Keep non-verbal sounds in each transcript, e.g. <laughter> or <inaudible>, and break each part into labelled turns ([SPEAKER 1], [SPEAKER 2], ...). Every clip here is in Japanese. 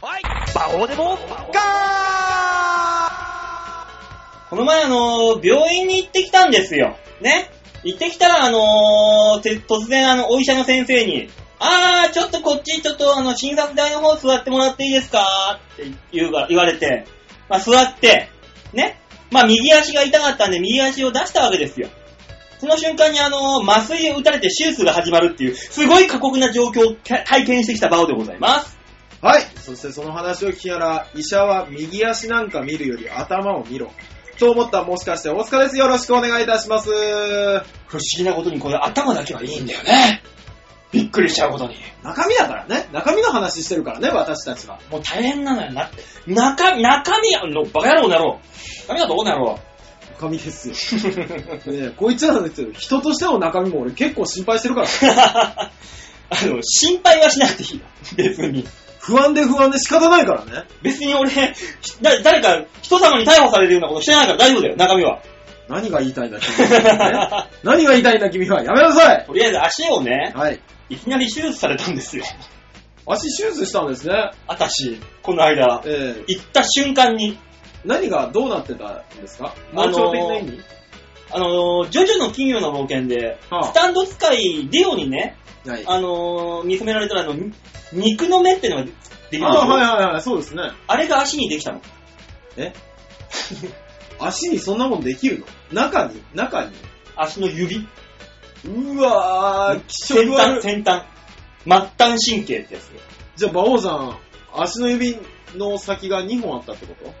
[SPEAKER 1] こうでもガ
[SPEAKER 2] この前あのー、病院に行ってきたんですよ。ね。行ってきたらあのー、て突然あの、お医者の先生に、あー、ちょっとこっち、ちょっとあの、診察台の方座ってもらっていいですかって言うから、言われて、まあ座って、ね。まあ右足が痛かったんで右足を出したわけですよ。その瞬間にあのー、麻酔を打たれて手術が始まるっていう、すごい過酷な状況を体体験してきた場でございます。
[SPEAKER 3] はい。そしてその話を聞きながら、医者は右足なんか見るより頭を見ろ。と思ったらもしかして大塚です。よろしくお願いいたします。
[SPEAKER 2] 不思議なことにこれ頭だけはいいんだよね。びっくりしちゃうことに。
[SPEAKER 3] 中身だからね。中身の話してるからね、私たちは。
[SPEAKER 2] もう大変なのよ。な、中、中身や、の、バカ野郎なろう。中身はどう <laughs> なろ
[SPEAKER 3] 中身ですよ。
[SPEAKER 2] う。
[SPEAKER 3] ねえ、こいつらの人人としての中身も俺結構心配してるか
[SPEAKER 2] あ
[SPEAKER 3] ら。
[SPEAKER 2] の、心配はしなくていいよ。別に。
[SPEAKER 3] 不安で不安で仕方ないからね。
[SPEAKER 2] 別に俺、ひだ誰か人様に逮捕されるようなことしてないから大丈夫だよ、中身は。
[SPEAKER 3] 何が言いたいんだ、君 <laughs> は、ね何が言いたいんだ、君は。やめなさい。
[SPEAKER 2] とりあえず足をね、
[SPEAKER 3] はい。
[SPEAKER 2] いきなり手術されたんですよ。
[SPEAKER 3] 足手術したんですね。
[SPEAKER 2] あたし、この間、
[SPEAKER 3] ええ
[SPEAKER 2] 行った瞬間に、
[SPEAKER 3] 何がどうなってたんですか
[SPEAKER 2] あのー
[SPEAKER 3] 盲腸的な意味、
[SPEAKER 2] あの、ジョジョの奇妙な冒険で、
[SPEAKER 3] は
[SPEAKER 2] スタンド使い、ディオにね、
[SPEAKER 3] あ、はい。
[SPEAKER 2] あの見つめられたら、あの、に肉の目ってのができるんですよ。
[SPEAKER 3] ああ、はいはいはい、そうですね。
[SPEAKER 2] あれが足にできたの。
[SPEAKER 3] <laughs> 足にそんなもんできるの中に中に
[SPEAKER 2] 足の指
[SPEAKER 3] うわー、気
[SPEAKER 2] 先
[SPEAKER 3] 色悪
[SPEAKER 2] 端、
[SPEAKER 3] い。
[SPEAKER 2] 先端。末端神経ってやつ。
[SPEAKER 3] じゃあ、馬王さん、足の指の先が2本あったってこと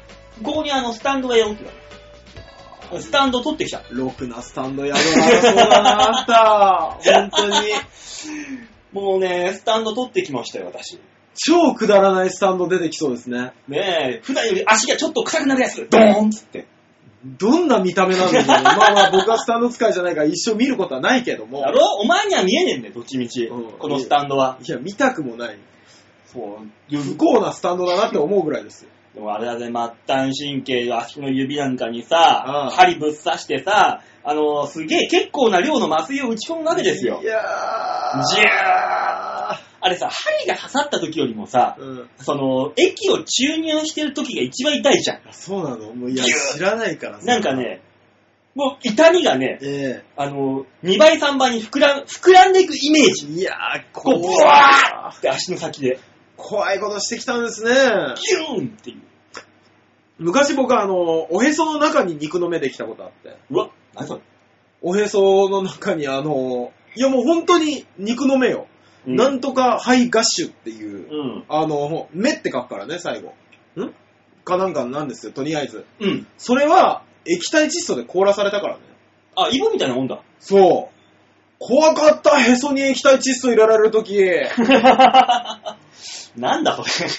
[SPEAKER 2] ここにあの、スタンドがよって言われたスタンド取ってきた。
[SPEAKER 3] ろくなスタンドや <laughs> ろうな、そうだな、あんた。本当に。
[SPEAKER 2] もうね、スタンド取ってきましたよ、私。
[SPEAKER 3] 超くだらないスタンド出てきそうですね。
[SPEAKER 2] ねえ、普段より足がちょっと臭くなるやつ。ドーンっつって。
[SPEAKER 3] どんな見た目なんだろ <laughs> う。まあまあ、僕はスタンド使いじゃないから一生見ることはないけども
[SPEAKER 2] だ。ろお前には見えねえんだよ、どっちみち
[SPEAKER 3] うん。
[SPEAKER 2] このスタンドは。
[SPEAKER 3] いや、見たくもない。
[SPEAKER 2] そう。
[SPEAKER 3] 不幸なスタンドだなって思うぐらいですよ。
[SPEAKER 2] でもあれだぜ、末端神経の足の指なんかにさ
[SPEAKER 3] あ、あ
[SPEAKER 2] 針ぶっ刺してさ、あの、すげえ結構な量の麻酔を打ち込むわけですよ
[SPEAKER 3] い。やー。
[SPEAKER 2] じゃあれさ、針が刺さった時よりもさ、
[SPEAKER 3] うん。
[SPEAKER 2] その、液を注入してる時が一番痛いじゃん。
[SPEAKER 3] あそうなのもういや、
[SPEAKER 2] ギュー
[SPEAKER 3] 知らないからさ
[SPEAKER 2] なんか。ね、もう痛みがね、
[SPEAKER 3] え
[SPEAKER 2] あの、2倍3倍に膨らん、膨らんでいくイメー
[SPEAKER 3] え
[SPEAKER 2] ジ。
[SPEAKER 3] いやー、
[SPEAKER 2] こう、ブ
[SPEAKER 3] 怖
[SPEAKER 2] ワーって足の先で、
[SPEAKER 3] 怖いことしてきたんですね。
[SPEAKER 2] ギューンっていう。
[SPEAKER 3] 昔僕はあの、おへその中に肉の目できたことあって。
[SPEAKER 2] うわ、何それ。
[SPEAKER 3] おへその中にあの、いやもう本当に肉の目よ。
[SPEAKER 2] うん
[SPEAKER 3] なんとか肺ガッシュっていう、
[SPEAKER 2] うん。
[SPEAKER 3] あの、目って書くからね、最後。んかなんかなんですよ、とりあえず。
[SPEAKER 2] うん。
[SPEAKER 3] それは、液体窒素で凍らされたからね。
[SPEAKER 2] あ、イボみたいなもん <laughs> だ。
[SPEAKER 3] そう。怖かった、へそに液体窒素入れられると <laughs> き。
[SPEAKER 2] なんだそれ。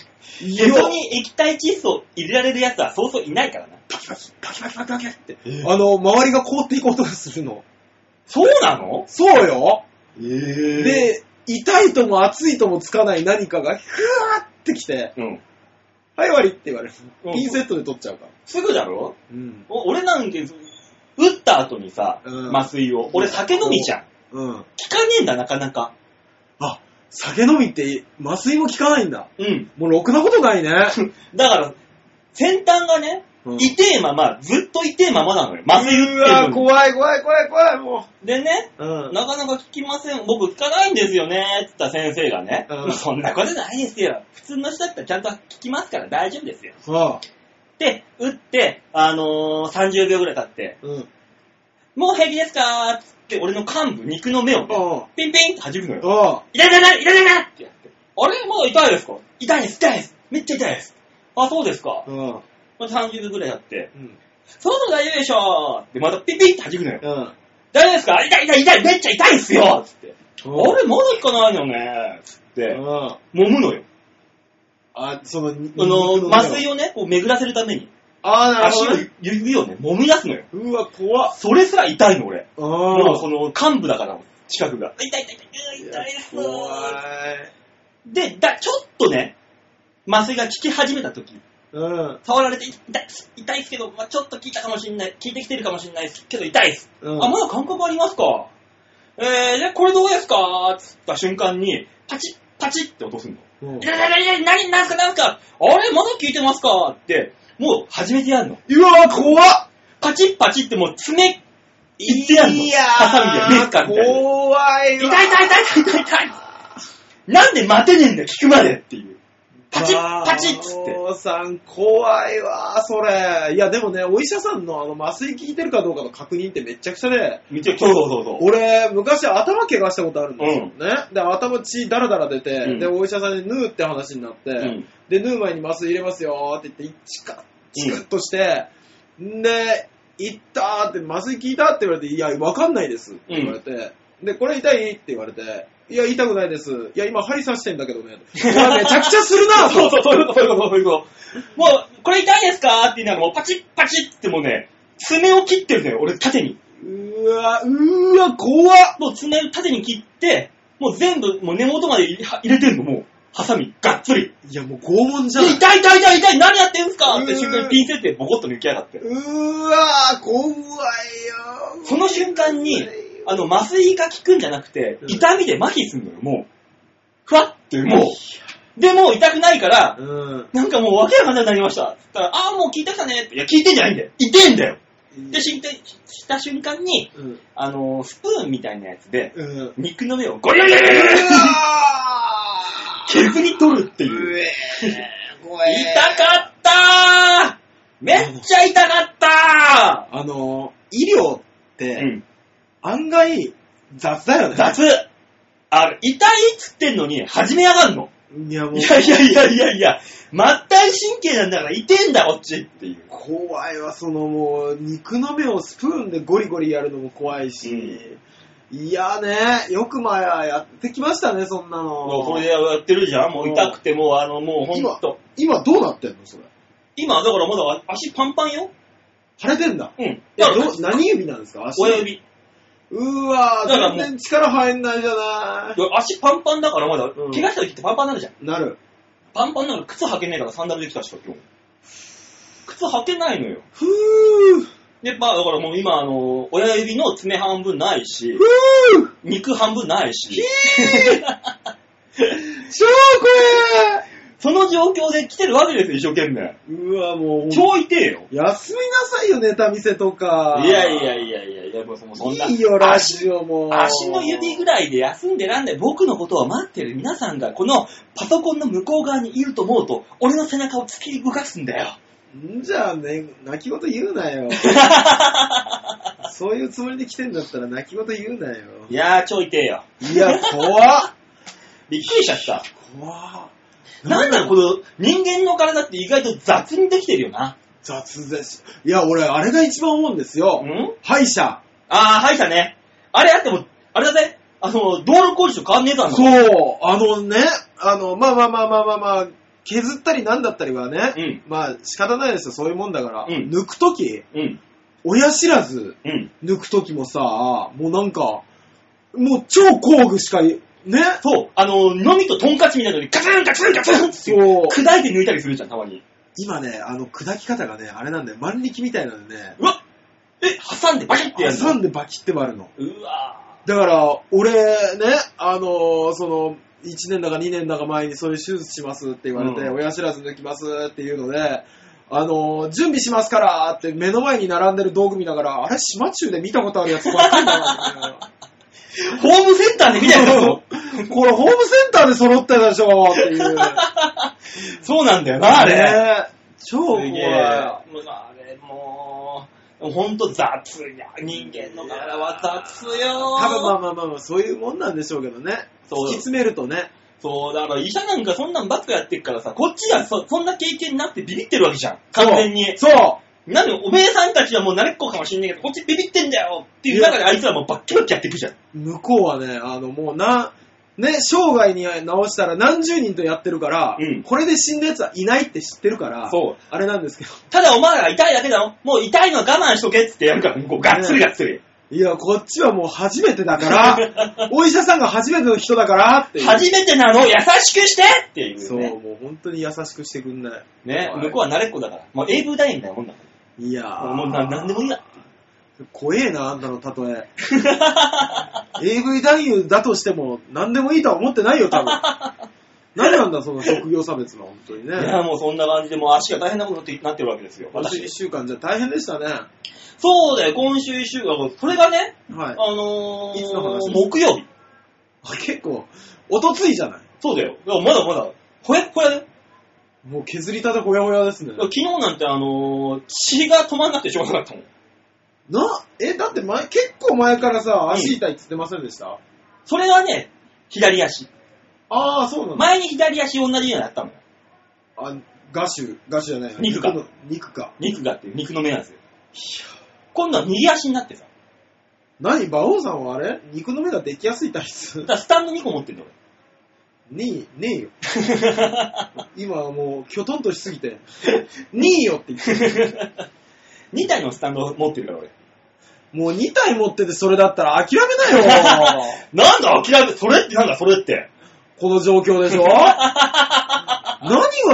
[SPEAKER 3] い
[SPEAKER 2] ヘ
[SPEAKER 3] や
[SPEAKER 2] ソに液体窒素入れられるやつはそうそういないからな。
[SPEAKER 3] パキパキ、パキパキパキパキって、
[SPEAKER 2] え
[SPEAKER 3] あの、周りが凍っていく音がするの。
[SPEAKER 2] そうなの
[SPEAKER 3] そうよ
[SPEAKER 2] ええ
[SPEAKER 3] で、痛いとも熱いともつかない何かが、ふわーってきて、
[SPEAKER 2] うん。
[SPEAKER 3] はい、終わりって言われる
[SPEAKER 2] うん。
[SPEAKER 3] ピンセットで取っちゃうから。
[SPEAKER 2] すぐだろ
[SPEAKER 3] うん。
[SPEAKER 2] お俺なんて、打った後にさ、
[SPEAKER 3] うん
[SPEAKER 2] 麻酔を。俺酒飲みじゃん。効
[SPEAKER 3] うん。
[SPEAKER 2] かねえんだ、なかなか。
[SPEAKER 3] あ、酒飲みって麻酔も効かないんだ。
[SPEAKER 2] うん。
[SPEAKER 3] もうろくなことないね。
[SPEAKER 2] だから、先端がね、
[SPEAKER 3] うん
[SPEAKER 2] 痛えまま、ずっと痛えままなのよ。麻酔打って
[SPEAKER 3] うわ
[SPEAKER 2] る
[SPEAKER 3] ー
[SPEAKER 2] のに。
[SPEAKER 3] 怖い怖い怖い怖い、も
[SPEAKER 2] でね、
[SPEAKER 3] う。うん。
[SPEAKER 2] なかなか効きません。僕効かないんですよね、って言った先生がね、
[SPEAKER 3] うん
[SPEAKER 2] まあそんなことないですよ。普通の人だったらちゃんと効きますから大丈夫ですよ。
[SPEAKER 3] はあ、
[SPEAKER 2] で、打って、あのー、30秒ぐらい経って、
[SPEAKER 3] うん。うん。
[SPEAKER 2] もう平気ですかーっつって、俺の幹部、肉の目をね、
[SPEAKER 3] あ
[SPEAKER 2] ピンピンって弾くのよ。
[SPEAKER 3] あ。
[SPEAKER 2] 痛い痛い痛い痛い痛いってやって。あれもう痛いですか痛いです、痛いです。めっちゃ痛いです。あ、そうですか。
[SPEAKER 3] うん。うん。
[SPEAKER 2] まあ30秒ぐらいやって、そろそろ大丈夫でしょーって、またピンピンって弾くのよ。
[SPEAKER 3] うん。
[SPEAKER 2] 大丈夫ですか痛い痛い痛い、めっちゃ痛いっすよつって。あ
[SPEAKER 3] うん
[SPEAKER 2] れまだ効かないのねつって、
[SPEAKER 3] うん。
[SPEAKER 2] 揉むのよ。
[SPEAKER 3] あ、その、に
[SPEAKER 2] あの、麻酔
[SPEAKER 3] を。
[SPEAKER 2] をね、こう巡らせるために、
[SPEAKER 3] ああ、なるほ
[SPEAKER 2] 足
[SPEAKER 3] ど
[SPEAKER 2] を
[SPEAKER 3] ね。、
[SPEAKER 2] 指をね、揉み出すのよ。
[SPEAKER 3] うわ、怖っ。
[SPEAKER 2] それすら痛いの、俺。
[SPEAKER 3] うん。
[SPEAKER 2] もうその幹部だから、近くが。痛い痛い痛い、うー痛いです
[SPEAKER 3] 怖い。
[SPEAKER 2] で、だ、ちょっとね、麻酔が効き始めた時、
[SPEAKER 3] うん。
[SPEAKER 2] 触られて、い痛い、痛いっすけど、まあ、ちょっと効いたかもしんない、効いてきてるかもしんないですけど、痛いっす。
[SPEAKER 3] うん。
[SPEAKER 2] あ、まだ感覚ありますかえー、じゃあこれどうですかつった瞬間に、パチッパチって落とすの。
[SPEAKER 3] うん
[SPEAKER 2] いやいやいやいや、何、なんすか、なんすか、あれ、まだ聞いてますかって、もう始めてやんの。
[SPEAKER 3] うわー怖っ
[SPEAKER 2] パチッパチってもう爪、いってやんの。
[SPEAKER 3] いや
[SPEAKER 2] ハサミで、メスカ
[SPEAKER 3] ー、
[SPEAKER 2] みたいな。
[SPEAKER 3] 怖い
[SPEAKER 2] 痛い
[SPEAKER 3] わ。
[SPEAKER 2] 痛い痛い痛い痛いなんで待てねえんだよ、聞くまでっていう。パチッパチッつって。
[SPEAKER 3] お父さん、怖いわ、それ。いや、でもね、お医者さんのあの麻酔効いてるかどうかの確認ってめっちゃくちゃで、
[SPEAKER 2] そうそうそうそう。
[SPEAKER 3] 俺、昔頭怪我したことあるんですよね。で、頭血ダラダラ出て、
[SPEAKER 2] うん
[SPEAKER 3] で、お医者さんに縫うって話になって、
[SPEAKER 2] うん
[SPEAKER 3] で、縫う前に麻酔入れますよって言って、チカッ、チカッとして、ん、で、行ったーって、麻酔効いたって言われて、いや、わかんないですって言われて、で、これ痛いって言われて、いや、痛くないです。いや、今、針刺してんだけどね。いや、めちゃくちゃする
[SPEAKER 2] <laughs>
[SPEAKER 3] な
[SPEAKER 2] そうそう、そういうこと、そういうこと、そういうこと。もう、これ痛いですかって言いながら、もうパチッパチッってもうね、爪を切ってるのよ、俺、縦に。
[SPEAKER 3] うわ、うわ、怖っ
[SPEAKER 2] もう爪を縦に切って、もう全部、もう根元まで入れ入れてんの、もう。ハサミ、がっつり。
[SPEAKER 3] いや、もう拷問じゃん
[SPEAKER 2] で。痛い痛い痛い痛い、何やってんすか
[SPEAKER 3] うーん
[SPEAKER 2] って瞬間にピンセットでボコッと抜きやがって。
[SPEAKER 3] うわ、怖いよ。
[SPEAKER 2] その瞬間に、あの、麻酔が効くんじゃなくて、
[SPEAKER 3] うん
[SPEAKER 2] 痛みで麻痺すんのよ、もう。ふわって、もう。で、もう痛くないから、
[SPEAKER 3] うん。
[SPEAKER 2] なんかもうわけわかんなくなりました。つったら、ああ、もう効いてきたねって。いや、効いてんじゃないんだよ。痛えんだよ。で、しんて、した瞬間に、
[SPEAKER 3] うん。
[SPEAKER 2] あのー、スプーンみたいなやつで、
[SPEAKER 3] うん。うわ
[SPEAKER 2] 肉の目をゴリゴリゴリゴリゴリゴリ削り取るって
[SPEAKER 3] ー
[SPEAKER 2] いう。
[SPEAKER 3] うえー怖い。
[SPEAKER 2] 痛かったーめっちゃ痛かった
[SPEAKER 3] あの、医療っ
[SPEAKER 2] ー
[SPEAKER 3] て、案外、雑だよね。
[SPEAKER 2] 雑あれ、痛いっつってんのに始めやがんの。
[SPEAKER 3] いや、もう
[SPEAKER 2] い、やいやいやいやいや、末端神経なんだから痛えんだ、こっちっていう。
[SPEAKER 3] 怖いわ、そのもう、肉の目をスプーンでゴリゴリやるのも怖いし。いやね、よく前はやってきましたね、そんな
[SPEAKER 2] もうこれ
[SPEAKER 3] の。
[SPEAKER 2] でやってるじゃんもう痛くて、もうあの、もうほんと。
[SPEAKER 3] 今どうなってんの、それ。
[SPEAKER 2] 今、だからまだ足パンパンよ。
[SPEAKER 3] 腫れてんだ。
[SPEAKER 2] うん。
[SPEAKER 3] いや
[SPEAKER 2] だ
[SPEAKER 3] ど
[SPEAKER 2] から、
[SPEAKER 3] 何指なんですか足
[SPEAKER 2] 親指。
[SPEAKER 3] うわ
[SPEAKER 2] だからも
[SPEAKER 3] ぁ、
[SPEAKER 2] う
[SPEAKER 3] 全然力入んないじゃない
[SPEAKER 2] や足パンパンだからまだ、
[SPEAKER 3] うん
[SPEAKER 2] 怪我した時ってパンパンになるじゃん。
[SPEAKER 3] い。なる。
[SPEAKER 2] パンパンだから靴履けねえからサンダルできたしか今日。靴履けないのよ。
[SPEAKER 3] ふぅ
[SPEAKER 2] で、まあだからもう今、あの、親指の爪半分ないし
[SPEAKER 3] ふ、ぅ
[SPEAKER 2] 肉半分ないし、
[SPEAKER 3] 超
[SPEAKER 2] その状況で来てるわけですよ、一生懸命。
[SPEAKER 3] 怖いうわもう、
[SPEAKER 2] 超痛えよ。
[SPEAKER 3] 休みなさいよ、ネタ見せとか。
[SPEAKER 2] いやいやいやいやいや、もうそそんな。
[SPEAKER 3] いいよ、ラ
[SPEAKER 2] 足
[SPEAKER 3] ジオも。
[SPEAKER 2] 足の指ぐらいで休んでらんで、僕のことを待ってる皆さんが、このパソコンの向こう側にいると思うと、俺の背中を突き動かすんだよ。
[SPEAKER 3] んじゃあね、泣き言言う
[SPEAKER 2] <laughs>
[SPEAKER 3] なよ。そういうつもりで来てんだったら泣き言言うなよ。
[SPEAKER 2] いやー、超痛えよ。
[SPEAKER 3] いや、怖っ
[SPEAKER 2] びっくりしちゃった。
[SPEAKER 3] 怖っ
[SPEAKER 2] なんだろう、この人間の体って意外と雑にできてるよな。
[SPEAKER 3] 雑です。いや、俺、あれが一番思うんですよ。
[SPEAKER 2] ん
[SPEAKER 3] 歯医者。
[SPEAKER 2] ああ、歯医者ね。あれあっても、あれだぜ、あの、道路工事と変わんねえだろ。。
[SPEAKER 3] そうう、あのね、あの、まあまあまあまあまあまあ、削ったりなんだったりはね、
[SPEAKER 2] うん
[SPEAKER 3] まあ仕方ないですよ、そういうもんだから。
[SPEAKER 2] うん
[SPEAKER 3] 抜くとき、
[SPEAKER 2] うん、
[SPEAKER 3] 親知らず
[SPEAKER 2] うん。
[SPEAKER 3] 抜くときもさ、もうなんか、もう超工具しかい、ね、
[SPEAKER 2] そう、あの、のみとトンカチみたいなのにガツンガツンガツンって
[SPEAKER 3] そう
[SPEAKER 2] 砕いて抜いたりするじゃん、たまに。
[SPEAKER 3] 今ね、あの砕き方がね、あれなんだよ、万力みたいなんでね、
[SPEAKER 2] うわえ、挟んでバキってやるの
[SPEAKER 3] 挟んでバキって割るの。
[SPEAKER 2] うわ
[SPEAKER 3] だから、俺ね、あのその、1年だか2年だか前にそういう手術しますって言われて、
[SPEAKER 2] うん
[SPEAKER 3] 親知らず抜きますっていうので、あの準備しますからって目の前に並んでる道具見ながら、あれ、島中で見たことあるやつばっかりだな
[SPEAKER 2] ーホームセンターで見たいなの
[SPEAKER 3] ってこれ、ホームセンターで揃ってたでしょって
[SPEAKER 2] <laughs>
[SPEAKER 3] いう。
[SPEAKER 2] そうなんだよな、あれ。
[SPEAKER 3] ね超
[SPEAKER 2] す
[SPEAKER 3] 怖
[SPEAKER 2] げ
[SPEAKER 3] い。
[SPEAKER 2] えもうあれもう、ほんと雑や。人間の体は雑よ。
[SPEAKER 3] 多分まあまあまあまあ、そういうもんなんでしょうけどね。
[SPEAKER 2] そう
[SPEAKER 3] 突き詰めるとね。
[SPEAKER 2] そう、だから医者なんかそんなんばっかやってっからさ、こっちがそそんな経験になってビビってるわけじゃん。完全に。
[SPEAKER 3] そうそう
[SPEAKER 2] なんでおめえさんたちはもう慣れっこかもしんないけど、こっちビビってんだよっていう中であいつらもうバッキバキやっていくじゃん。
[SPEAKER 3] 向こうはね、あの、もうな、ね、生涯に直したら何十人とやってるから、
[SPEAKER 2] うん
[SPEAKER 3] これで死んだ奴はいないって知ってるから、
[SPEAKER 2] そう
[SPEAKER 3] あれなんですけど、
[SPEAKER 2] ただお前らが痛いだけだろもう痛いのは我慢しとけっつってやるから、こうガッツリガッツリ。
[SPEAKER 3] いや、こっちはもう初めてだ
[SPEAKER 2] <laughs>
[SPEAKER 3] から、お医者さんが初めての人だからっていう。
[SPEAKER 2] 初めてなのを優しくしてっていう
[SPEAKER 3] そう、
[SPEAKER 2] ね。
[SPEAKER 3] もう本当に優しくしてくんない。
[SPEAKER 2] ね、
[SPEAKER 3] はい
[SPEAKER 2] 向こうは慣れっこだから。もう英文大変だよ、もんだか
[SPEAKER 3] いや
[SPEAKER 2] ら。
[SPEAKER 3] ー
[SPEAKER 2] もうななんでもいいんだ。
[SPEAKER 3] 怖えな、あんたの例え。
[SPEAKER 2] <laughs>
[SPEAKER 3] AV 男優だとしても、何でもいいとは思ってないよ、多分。なんだ、その職業差別の、本当に
[SPEAKER 2] いや、
[SPEAKER 3] ね。
[SPEAKER 2] もうそんな感じで、もう足が大変なことになってるわけですよ。
[SPEAKER 3] 今
[SPEAKER 2] 私
[SPEAKER 3] 年一。週間じゃ大変でしたね。
[SPEAKER 2] そうだよ、今週一週間。それがね、
[SPEAKER 3] は
[SPEAKER 2] あ
[SPEAKER 3] い。
[SPEAKER 2] のー、
[SPEAKER 3] いつの話
[SPEAKER 2] 木曜日。
[SPEAKER 3] あ結構、おとついじゃない。
[SPEAKER 2] そうだよ。だからまだまだ、ほやほやね。
[SPEAKER 3] もう削りたてほやほやですね
[SPEAKER 2] だ。から昨日なんてあのー、血が止まんなくてしょうがなかったもん。
[SPEAKER 3] な、え、だって前、結構前からさ、足痛いって言ってませんでした、
[SPEAKER 2] それはね、左足。
[SPEAKER 3] ああ、そうなんだ。
[SPEAKER 2] 前に左足同じようになったもん。
[SPEAKER 3] あ、ガシュ、ガシュじゃないな
[SPEAKER 2] 肉か
[SPEAKER 3] の肉か。
[SPEAKER 2] 肉があって、肉の目なんですよ。今度は右足になってさ。
[SPEAKER 3] 何馬王さんはあれ肉の目ができやすい体質
[SPEAKER 2] だ
[SPEAKER 3] <laughs>
[SPEAKER 2] からスタンド2個持ってんだ俺。
[SPEAKER 3] に、ね <laughs> えよ。今はもう、きょとんとしすぎて、 <laughs> にえよって言って。
[SPEAKER 2] 2体のスタンド持ってるから俺。
[SPEAKER 3] もう2体持っててそれだったら諦め <laughs> なよ
[SPEAKER 2] なんだ諦め、それってなんだそれって。
[SPEAKER 3] この状況で <laughs> しょ何が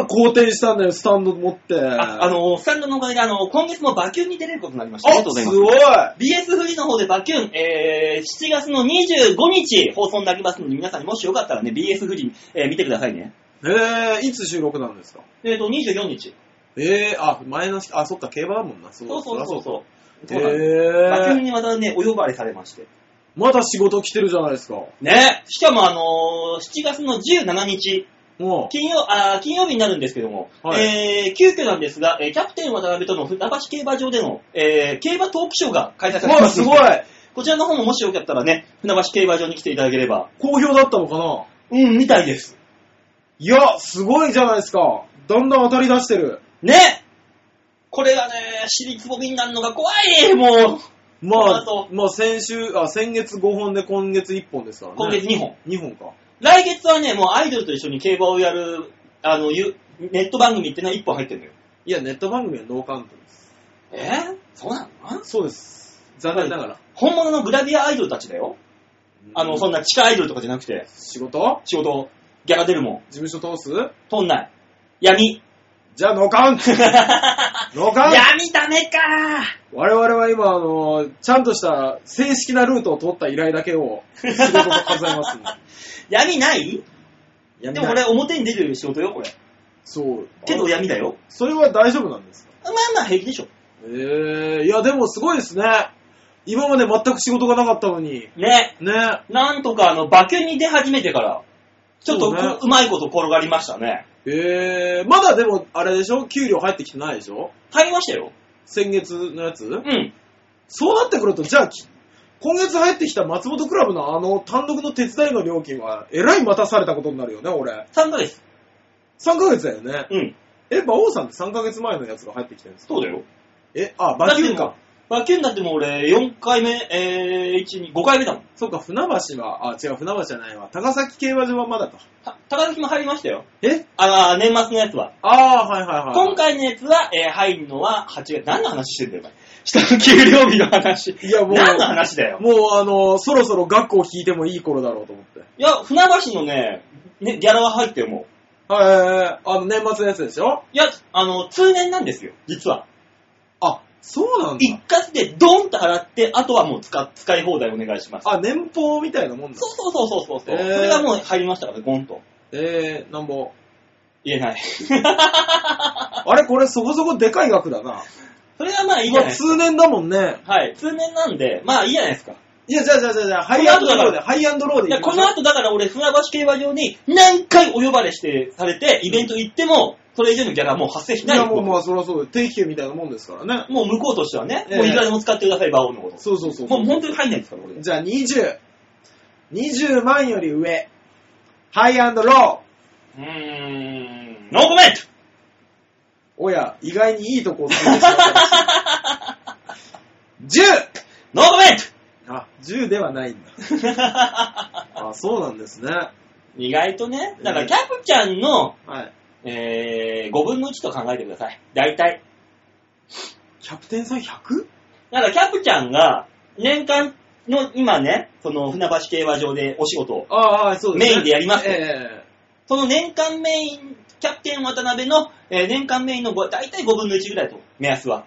[SPEAKER 3] 好転したんだよ、スタンド持って。
[SPEAKER 2] ああの、スタンドのおかげで、あの、今月もバキュンに出れることになりました。
[SPEAKER 3] あすごい
[SPEAKER 2] BS フリーの方でバキュン、えー、7月の25日放送になりますので、皆さんにもしよかったらね、BS フリー、えー見てくださいね。
[SPEAKER 3] えー、いつ収録なんですか
[SPEAKER 2] えっ、と、24日。
[SPEAKER 3] えー、あ、前の日、あ、そっか、競馬だもんな。そ
[SPEAKER 2] そうそうそうそう。
[SPEAKER 3] え
[SPEAKER 2] そうなんですバキュン
[SPEAKER 3] ー、
[SPEAKER 2] にまたね、お呼ばれされまして。
[SPEAKER 3] まだ仕事来てるじゃないですか。
[SPEAKER 2] ね、しかもあのー7月の17日、
[SPEAKER 3] も
[SPEAKER 2] 金曜あー金曜日になるんですけども、
[SPEAKER 3] はい
[SPEAKER 2] えー急遽なんですが、えーキャプテン渡辺との船橋競馬場での、えー競馬トークショーが開催
[SPEAKER 3] う。
[SPEAKER 2] されてま
[SPEAKER 3] わあ、
[SPEAKER 2] す。
[SPEAKER 3] すごい
[SPEAKER 2] こちらの方ももしよかったらね、船橋競馬場に来ていただければ。
[SPEAKER 3] <laughs> 好評だったのかな
[SPEAKER 2] うん、みたいです。
[SPEAKER 3] いや、すごいじゃないですか。だんだん当たり出してる。
[SPEAKER 2] ねこれがね、尻つぼみになるのが怖いもう、
[SPEAKER 3] まあ
[SPEAKER 2] この後、
[SPEAKER 3] まあ先週、あ、先月5本で今月1本ですからね。
[SPEAKER 2] 今月2本。
[SPEAKER 3] 2本か。
[SPEAKER 2] 来月はね、もうアイドルと一緒に競馬をやる、あの、ゆネット番組ってのは1本入ってるのよ。
[SPEAKER 3] いや、ネット番組はノーカウントです。
[SPEAKER 2] えーそうなの
[SPEAKER 3] そうです。残念ながら。
[SPEAKER 2] 本物のグラビアアイドルたちだよ。あの、そん
[SPEAKER 3] な。
[SPEAKER 2] な地下アイドルとかじゃなくて、
[SPEAKER 3] 仕事
[SPEAKER 2] 仕事、ギャラ出るも
[SPEAKER 3] 事務所通す
[SPEAKER 2] ん、通んない。 <laughs> 闇。
[SPEAKER 3] じゃあノーカウン
[SPEAKER 2] <laughs>
[SPEAKER 3] トノーカウント
[SPEAKER 2] 闇ダメか
[SPEAKER 3] 我々は今、あの、ちゃんとした正式なルートを取った依頼だけを仕事と数えますんで。
[SPEAKER 2] 闇ない
[SPEAKER 3] やめ
[SPEAKER 2] で
[SPEAKER 3] な
[SPEAKER 2] も
[SPEAKER 3] い
[SPEAKER 2] これ、表に出る仕事よ、これ。
[SPEAKER 3] <laughs> そう。
[SPEAKER 2] けど闇だよ。
[SPEAKER 3] それは大丈夫なんですか
[SPEAKER 2] まあまあ平気でしょ。
[SPEAKER 3] えー、いや、でもすごいですね。今まで全く仕事がなかったのに。
[SPEAKER 2] ね。
[SPEAKER 3] ね。
[SPEAKER 2] なんとかあの、馬券に出始めてから、ちょっと
[SPEAKER 3] そう
[SPEAKER 2] う,、
[SPEAKER 3] ね
[SPEAKER 2] まいこと転がりましたね。
[SPEAKER 3] えー、まだでも、あれでしょ給料入ってきてないでしょ
[SPEAKER 2] 入りましたよ。
[SPEAKER 3] 先月のやつ
[SPEAKER 2] うん。
[SPEAKER 3] そうなってくると、じゃあ、き今月入ってきた松本クラブのあの単独の手伝いの料金は、えらい待たされたことになるよね、俺。
[SPEAKER 2] 3ヶ月。
[SPEAKER 3] 3ヶ月だよね。
[SPEAKER 2] うん。
[SPEAKER 3] え、馬王さんって3ヶ月前のやつが入ってきてるんですか
[SPEAKER 2] そうだよ。
[SPEAKER 3] え、あ、馬球
[SPEAKER 2] だっ
[SPEAKER 3] か
[SPEAKER 2] て。もう。馬券だってもう俺、4回目、えー、1、2、5回目だもん。
[SPEAKER 3] そっか、船橋は、あ、違う、船橋じゃないわ。高崎競馬場はまだか。
[SPEAKER 2] た高崎も入りましたよ。
[SPEAKER 3] え
[SPEAKER 2] あー、年末のやつは。
[SPEAKER 3] ああ、はいはいはい。
[SPEAKER 2] 今回のやつは、えー入るのは8月。何の話してんだよ、お前。下の給料日の話。
[SPEAKER 3] いや、もう、
[SPEAKER 2] 何の話だよ。
[SPEAKER 3] もう、あの、そろそろ学校を引いてもいい頃だろうと思って。
[SPEAKER 2] いや、船橋のね、ねギャラは入っても
[SPEAKER 3] はい、あの、年末のやつでしょ
[SPEAKER 2] う。いや、あの、通年なんですよ、実は。
[SPEAKER 3] あ、そうなん
[SPEAKER 2] 一
[SPEAKER 3] だ。
[SPEAKER 2] 括でドンと払って、あとはもう使使い放題お願いします。
[SPEAKER 3] あ、年俸みたいなもんだ。
[SPEAKER 2] そうそうそうそうそう、
[SPEAKER 3] えー
[SPEAKER 2] それがもう入りましたから、ゴンと。
[SPEAKER 3] えー、なんぼ。
[SPEAKER 2] 言えない。
[SPEAKER 3] あれ、これそこそこでかい額だな。
[SPEAKER 2] それがまあいいじゃ
[SPEAKER 3] ま
[SPEAKER 2] ない
[SPEAKER 3] あ、
[SPEAKER 2] です
[SPEAKER 3] 通年だもんね。
[SPEAKER 2] か。はい。通年なんで、まあいいじゃないですか。
[SPEAKER 3] いや、じゃあじゃあじゃあじゃあ、ハイ
[SPEAKER 2] この
[SPEAKER 3] アン
[SPEAKER 2] 後
[SPEAKER 3] ド
[SPEAKER 2] だか
[SPEAKER 3] ロ
[SPEAKER 2] ら
[SPEAKER 3] ーで、ハイアンドローで
[SPEAKER 2] いや、
[SPEAKER 3] 行き
[SPEAKER 2] こ
[SPEAKER 3] ましょう
[SPEAKER 2] の後だから俺、船橋競馬場に何回お呼ばれして、されて、イベント行っても、それ以上のギャラはもう発生し
[SPEAKER 3] い
[SPEAKER 2] ない
[SPEAKER 3] や、もうまあ、そりゃそうだよ定期券みたいなもんですからね。
[SPEAKER 2] もう向こうとしてはね、
[SPEAKER 3] ええ
[SPEAKER 2] もういくらでも使ってください、馬王のこと。
[SPEAKER 3] そうそうそう。
[SPEAKER 2] もう本当に入んないですから、俺。
[SPEAKER 3] じゃあ20。20万より上。ハイアンドロー。
[SPEAKER 2] うーん、ノーコメント
[SPEAKER 3] おや、意外にいいとこを突いてしまったらしい
[SPEAKER 2] ノーコメント
[SPEAKER 3] 10! あ、10ではないんだ。 <laughs> あ、そうなんですね。
[SPEAKER 2] 意外とね、だからキャプちゃんの、
[SPEAKER 3] はい。
[SPEAKER 2] えー、5分の1と考えてください。大体。
[SPEAKER 3] キャプテンさん 100?
[SPEAKER 2] だからキャプちゃんが、年間の今ね、その船橋競馬場でお仕事を、
[SPEAKER 3] ああ、そう
[SPEAKER 2] ですねメインでやりますよ
[SPEAKER 3] え
[SPEAKER 2] その年間メイン、キャプテン渡辺の、えー年間メインのご大体5分の1ぐらいと、目安は。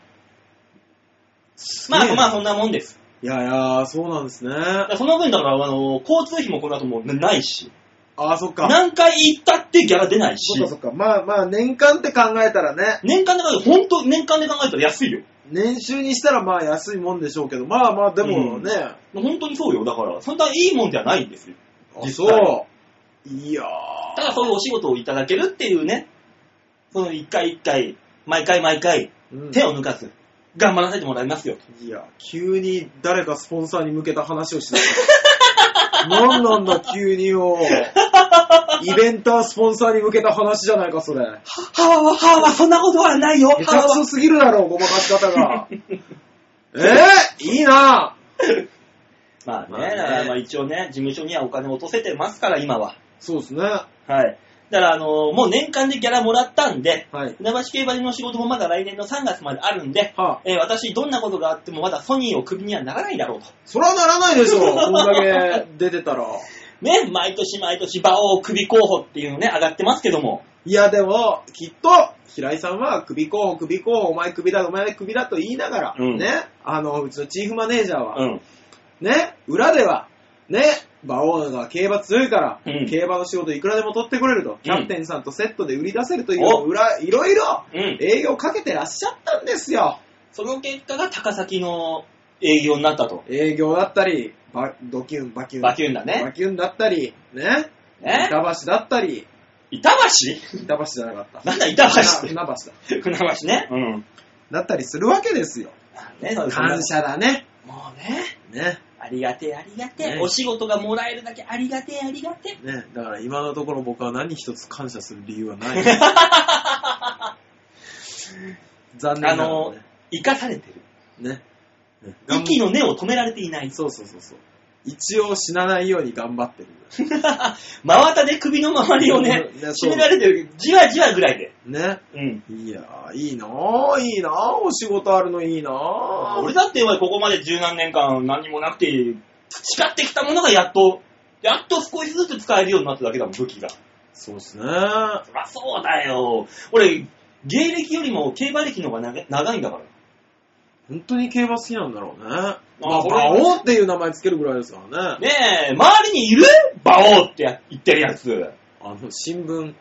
[SPEAKER 2] ま
[SPEAKER 3] げ
[SPEAKER 2] あ
[SPEAKER 3] え
[SPEAKER 2] まあそんなもんです。
[SPEAKER 3] えいやいや、そうなんですね。
[SPEAKER 2] だからその分だから、あのー交通費もこの後もうないし。
[SPEAKER 3] ああ、そっか。
[SPEAKER 2] 何回行ったってギャラ出ないし
[SPEAKER 3] そっ、かそっか。まあまあ、年間って考えたらね、
[SPEAKER 2] 年間で考えたら、本当年間で考えたら安いよ。
[SPEAKER 3] 年収にしたらまあ安いもんでしょうけど、まあまあ、でもね、
[SPEAKER 2] 本当にそうよ。だから、そんないいもんではないんですよ。
[SPEAKER 3] あ
[SPEAKER 2] 実際
[SPEAKER 3] そう。いやー。
[SPEAKER 2] ただそういうお仕事をいただけるっていうね、その一回一回、毎回毎回、
[SPEAKER 3] うん
[SPEAKER 2] 手を抜かず、頑張らせてもらいますよ。
[SPEAKER 3] いや、急に誰かスポンサーに向けた話をしなか
[SPEAKER 2] <laughs>
[SPEAKER 3] った。なんなんだ、急によ。イベンタースポンサーに向けた話じゃないか、それ。
[SPEAKER 2] ははははそんなことはないよ。
[SPEAKER 3] めちゃくそすぎるだろう、ごまかし方
[SPEAKER 2] <laughs>
[SPEAKER 3] が。えー、いいな
[SPEAKER 2] まあ
[SPEAKER 3] まあ
[SPEAKER 2] ね、
[SPEAKER 3] ね
[SPEAKER 2] だからまあ一応ね、事務所にはお金を落とせてますから、今は。
[SPEAKER 3] そうですね。は
[SPEAKER 2] はい。だから、あのーもう年間でギャラもらったんで、
[SPEAKER 3] い。
[SPEAKER 2] 船橋競馬場の仕事もまだ来年の3月まであるんで、
[SPEAKER 3] はあ、
[SPEAKER 2] えー私、どんなことがあってもまだソニーをクビにはならないだろうと。
[SPEAKER 3] そらならない
[SPEAKER 2] <laughs>
[SPEAKER 3] でしょ、こんだけ出てたら。
[SPEAKER 2] ね、毎年毎年、馬王クビ候補っていうのね、上がってますけども。
[SPEAKER 3] いや、でも、きっと、平井さんは、首候補、首候補、お前首だ、お前首だと言いながら、
[SPEAKER 2] うん
[SPEAKER 3] ね、あの、うちのチーフマネージャーは、
[SPEAKER 2] うん。
[SPEAKER 3] ね、裏では、ね、馬王が競馬強いから、
[SPEAKER 2] うん
[SPEAKER 3] 競馬の仕事いくらでも取ってくれると、キャプテンさんとセットで売り出せるという、
[SPEAKER 2] お
[SPEAKER 3] 裏、いろいろ
[SPEAKER 2] うん。
[SPEAKER 3] 営業かけてらっしゃったんですよ。
[SPEAKER 2] その結果が高崎の営業になったと。
[SPEAKER 3] 営業だったり、バドキュン、バキュン、
[SPEAKER 2] バキュンだ
[SPEAKER 3] バ
[SPEAKER 2] ね。
[SPEAKER 3] キュンだったり、ね、
[SPEAKER 2] ね
[SPEAKER 3] 板橋だったり、
[SPEAKER 2] 板
[SPEAKER 3] 板橋じゃなかった。
[SPEAKER 2] 橋なんだ板橋
[SPEAKER 3] <laughs>
[SPEAKER 2] って。
[SPEAKER 3] 船船橋だ。
[SPEAKER 2] 船橋ね。うん。
[SPEAKER 3] だったりするわけですよ。
[SPEAKER 2] ね、そ
[SPEAKER 3] 感。謝だね。
[SPEAKER 2] そんなもうね。
[SPEAKER 3] ね。
[SPEAKER 2] ありがてえ、ありがてえ。
[SPEAKER 3] ね
[SPEAKER 2] お仕事がもらえるだけありがてえ、ありがてえ。
[SPEAKER 3] ね。だから今のところ僕は何一つ感謝する理由はない。
[SPEAKER 2] <laughs>
[SPEAKER 3] 残念な
[SPEAKER 2] あ
[SPEAKER 3] がら
[SPEAKER 2] の
[SPEAKER 3] ね。、
[SPEAKER 2] 生かされてる。
[SPEAKER 3] ね。ね
[SPEAKER 2] 息の根を止められていない。
[SPEAKER 3] そうそうそうそう。一応死なないように頑張ってる。
[SPEAKER 2] 真綿で首の周りをね
[SPEAKER 3] うんい、やそう
[SPEAKER 2] 締められてる。じわじわぐらいで。
[SPEAKER 3] ね。
[SPEAKER 2] うん。
[SPEAKER 3] いやー、いいなー、いいなー、お仕事あるのいいなー。
[SPEAKER 2] 俺だってお前ここまで十何年間何もなくて、培ってきたものがやっと、やっと少しずつ使えるようになっただけだもん、武器が。
[SPEAKER 3] そうですね。
[SPEAKER 2] そりゃそうだよ。俺、芸歴よりも競馬歴の方が長長いんだから。
[SPEAKER 3] 本当に競馬好きなんだろうね。まあ、
[SPEAKER 2] これ
[SPEAKER 3] 馬王っていう名前つけるぐらいですからね。
[SPEAKER 2] ねえ、周りにいる馬王って言ってるやつ。
[SPEAKER 3] あの、
[SPEAKER 2] <laughs>
[SPEAKER 3] 新聞。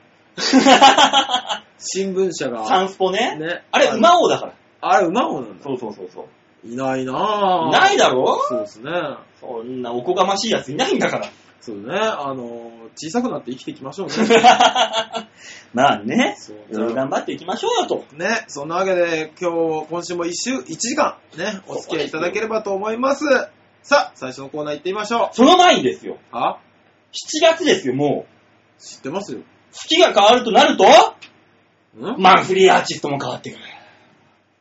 [SPEAKER 3] 新聞社が。
[SPEAKER 2] サンスポね。
[SPEAKER 3] ね
[SPEAKER 2] あれ、
[SPEAKER 3] の
[SPEAKER 2] 馬王だから。
[SPEAKER 3] あれ、馬王なんだ。
[SPEAKER 2] そうそうそうそう。
[SPEAKER 3] いないなぁ。
[SPEAKER 2] いないだろ
[SPEAKER 3] そうですね。
[SPEAKER 2] そんなおこがましいやついないんだ <laughs> から。
[SPEAKER 3] そうね。あの、小さくなって生きていきましょう
[SPEAKER 2] <laughs>
[SPEAKER 3] ね。
[SPEAKER 2] まあね、
[SPEAKER 3] そう
[SPEAKER 2] いろいろ頑張っていきましょうよと。
[SPEAKER 3] ね、そんなわけで、今日、今週も一週、1時間、ね、お付き合いいただければと思います。さあ、最初のコーナー行ってみましょ
[SPEAKER 2] その前にですよ
[SPEAKER 3] う。。あ
[SPEAKER 2] 7月ですよ、もう。
[SPEAKER 3] 知ってますよ。
[SPEAKER 2] 月が変わるとなると、
[SPEAKER 3] ん
[SPEAKER 2] マンスリーアーティストも変わってくる。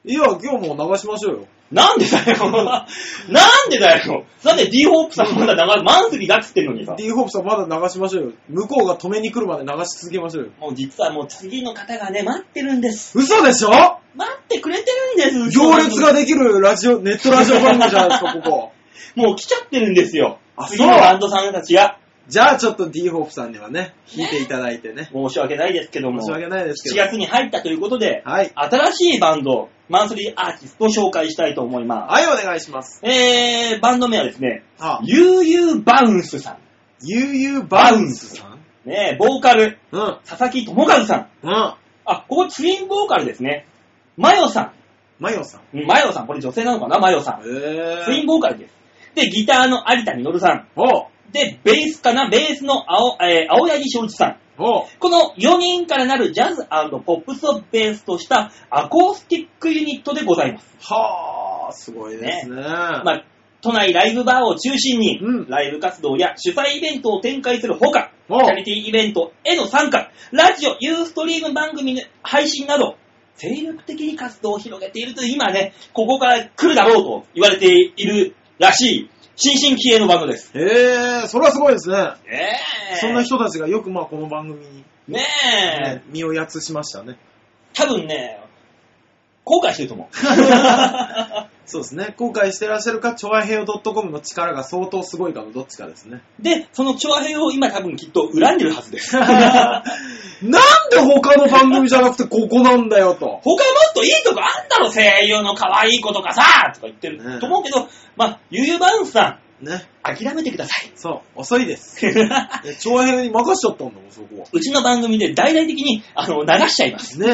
[SPEAKER 3] いや、今日も流しましょうよ。
[SPEAKER 2] なんでだよ <laughs> なんでだよなんで D ホープさんまだ長い、マンスリーだっつってんのにさ。
[SPEAKER 3] D ホープさんまだ流しましょうよ。向こうが止めに来るまで流し続けましょうよ。
[SPEAKER 2] もう実はもう次の方がね、待ってるんです。
[SPEAKER 3] 嘘でしょ
[SPEAKER 2] 待ってくれてるんです。
[SPEAKER 3] 行列ができるラジオ、ネットラジオ番組じゃないですか、ここ。
[SPEAKER 2] もう来ちゃってるんですよ。
[SPEAKER 3] あ
[SPEAKER 2] 次の
[SPEAKER 3] そう
[SPEAKER 2] バンドさんたちが。
[SPEAKER 3] じゃあちょっと D ホープさんにはね、弾いていただいてね。
[SPEAKER 2] 申し訳ないですけども。
[SPEAKER 3] 申し訳ないですけど。
[SPEAKER 2] 7月に入ったということで、
[SPEAKER 3] はい。
[SPEAKER 2] 新しいバンド、マンスリーアーティストを紹介したいと思いま
[SPEAKER 3] はい、お願いしま
[SPEAKER 2] す。
[SPEAKER 3] す。
[SPEAKER 2] えー、バンド名はですね、
[SPEAKER 3] あ、
[SPEAKER 2] ゆうゆうバウンスさ
[SPEAKER 3] ゆうバウンスさん
[SPEAKER 2] ん。ねボーカル、
[SPEAKER 3] うん、
[SPEAKER 2] 佐々木智和さん。
[SPEAKER 3] うん。
[SPEAKER 2] あ、ここツインボーカルですね。マヨさ
[SPEAKER 3] マヨさん。
[SPEAKER 2] ん。うんマヨさん、これ女性なのかなマヨさん。
[SPEAKER 3] え
[SPEAKER 2] ツインボーカルです。で、ギターの有田実さん。
[SPEAKER 3] お
[SPEAKER 2] で、ベースかなベースの青、えー青柳正一さん。
[SPEAKER 3] お
[SPEAKER 2] この4人からなるジャズポップスをベースとしたアコースティックユニットでございます。
[SPEAKER 3] はあ、すごいですね。
[SPEAKER 2] まあ、都内ライブバーを中心に、
[SPEAKER 3] うん
[SPEAKER 2] ライブ活動や主催イベントを展開するほか、チ
[SPEAKER 3] お
[SPEAKER 2] ャリティイベントへの参加、ラジオ、ユーストリーム番組の配信など、精力的に活動を広げているという今ね、ここから来るだろうと言われているらしい、新進気鋭のバンドです。
[SPEAKER 3] へえ、それはすごいですね。
[SPEAKER 2] ええ
[SPEAKER 3] そんな人たちがよくまあこの番組に、
[SPEAKER 2] ねえ
[SPEAKER 3] ね、身をやつしましたね。
[SPEAKER 2] 多分ね、後悔してると思う。 <laughs>
[SPEAKER 3] そうですね。後悔してらっしゃるか、チョアヘヨ .com の力が相当すごいかのどっちかですね。
[SPEAKER 2] で、その長編を今多分きっと恨んでるはず <laughs> です。他
[SPEAKER 3] なんで他の番組じゃなくてここなんだよと。
[SPEAKER 2] もっといいとこあんだろ、声優の可愛い子とかさとか言ってると思うけど、まあ、ゆうゆうバウンスさん、 <laughs>
[SPEAKER 3] ね。
[SPEAKER 2] 諦めてください。
[SPEAKER 3] そう、遅いです。え長編に任しちゃったんだもん、そこは。
[SPEAKER 2] うちの番組で大々的に、あの、流しちゃいます。 <laughs>
[SPEAKER 3] ね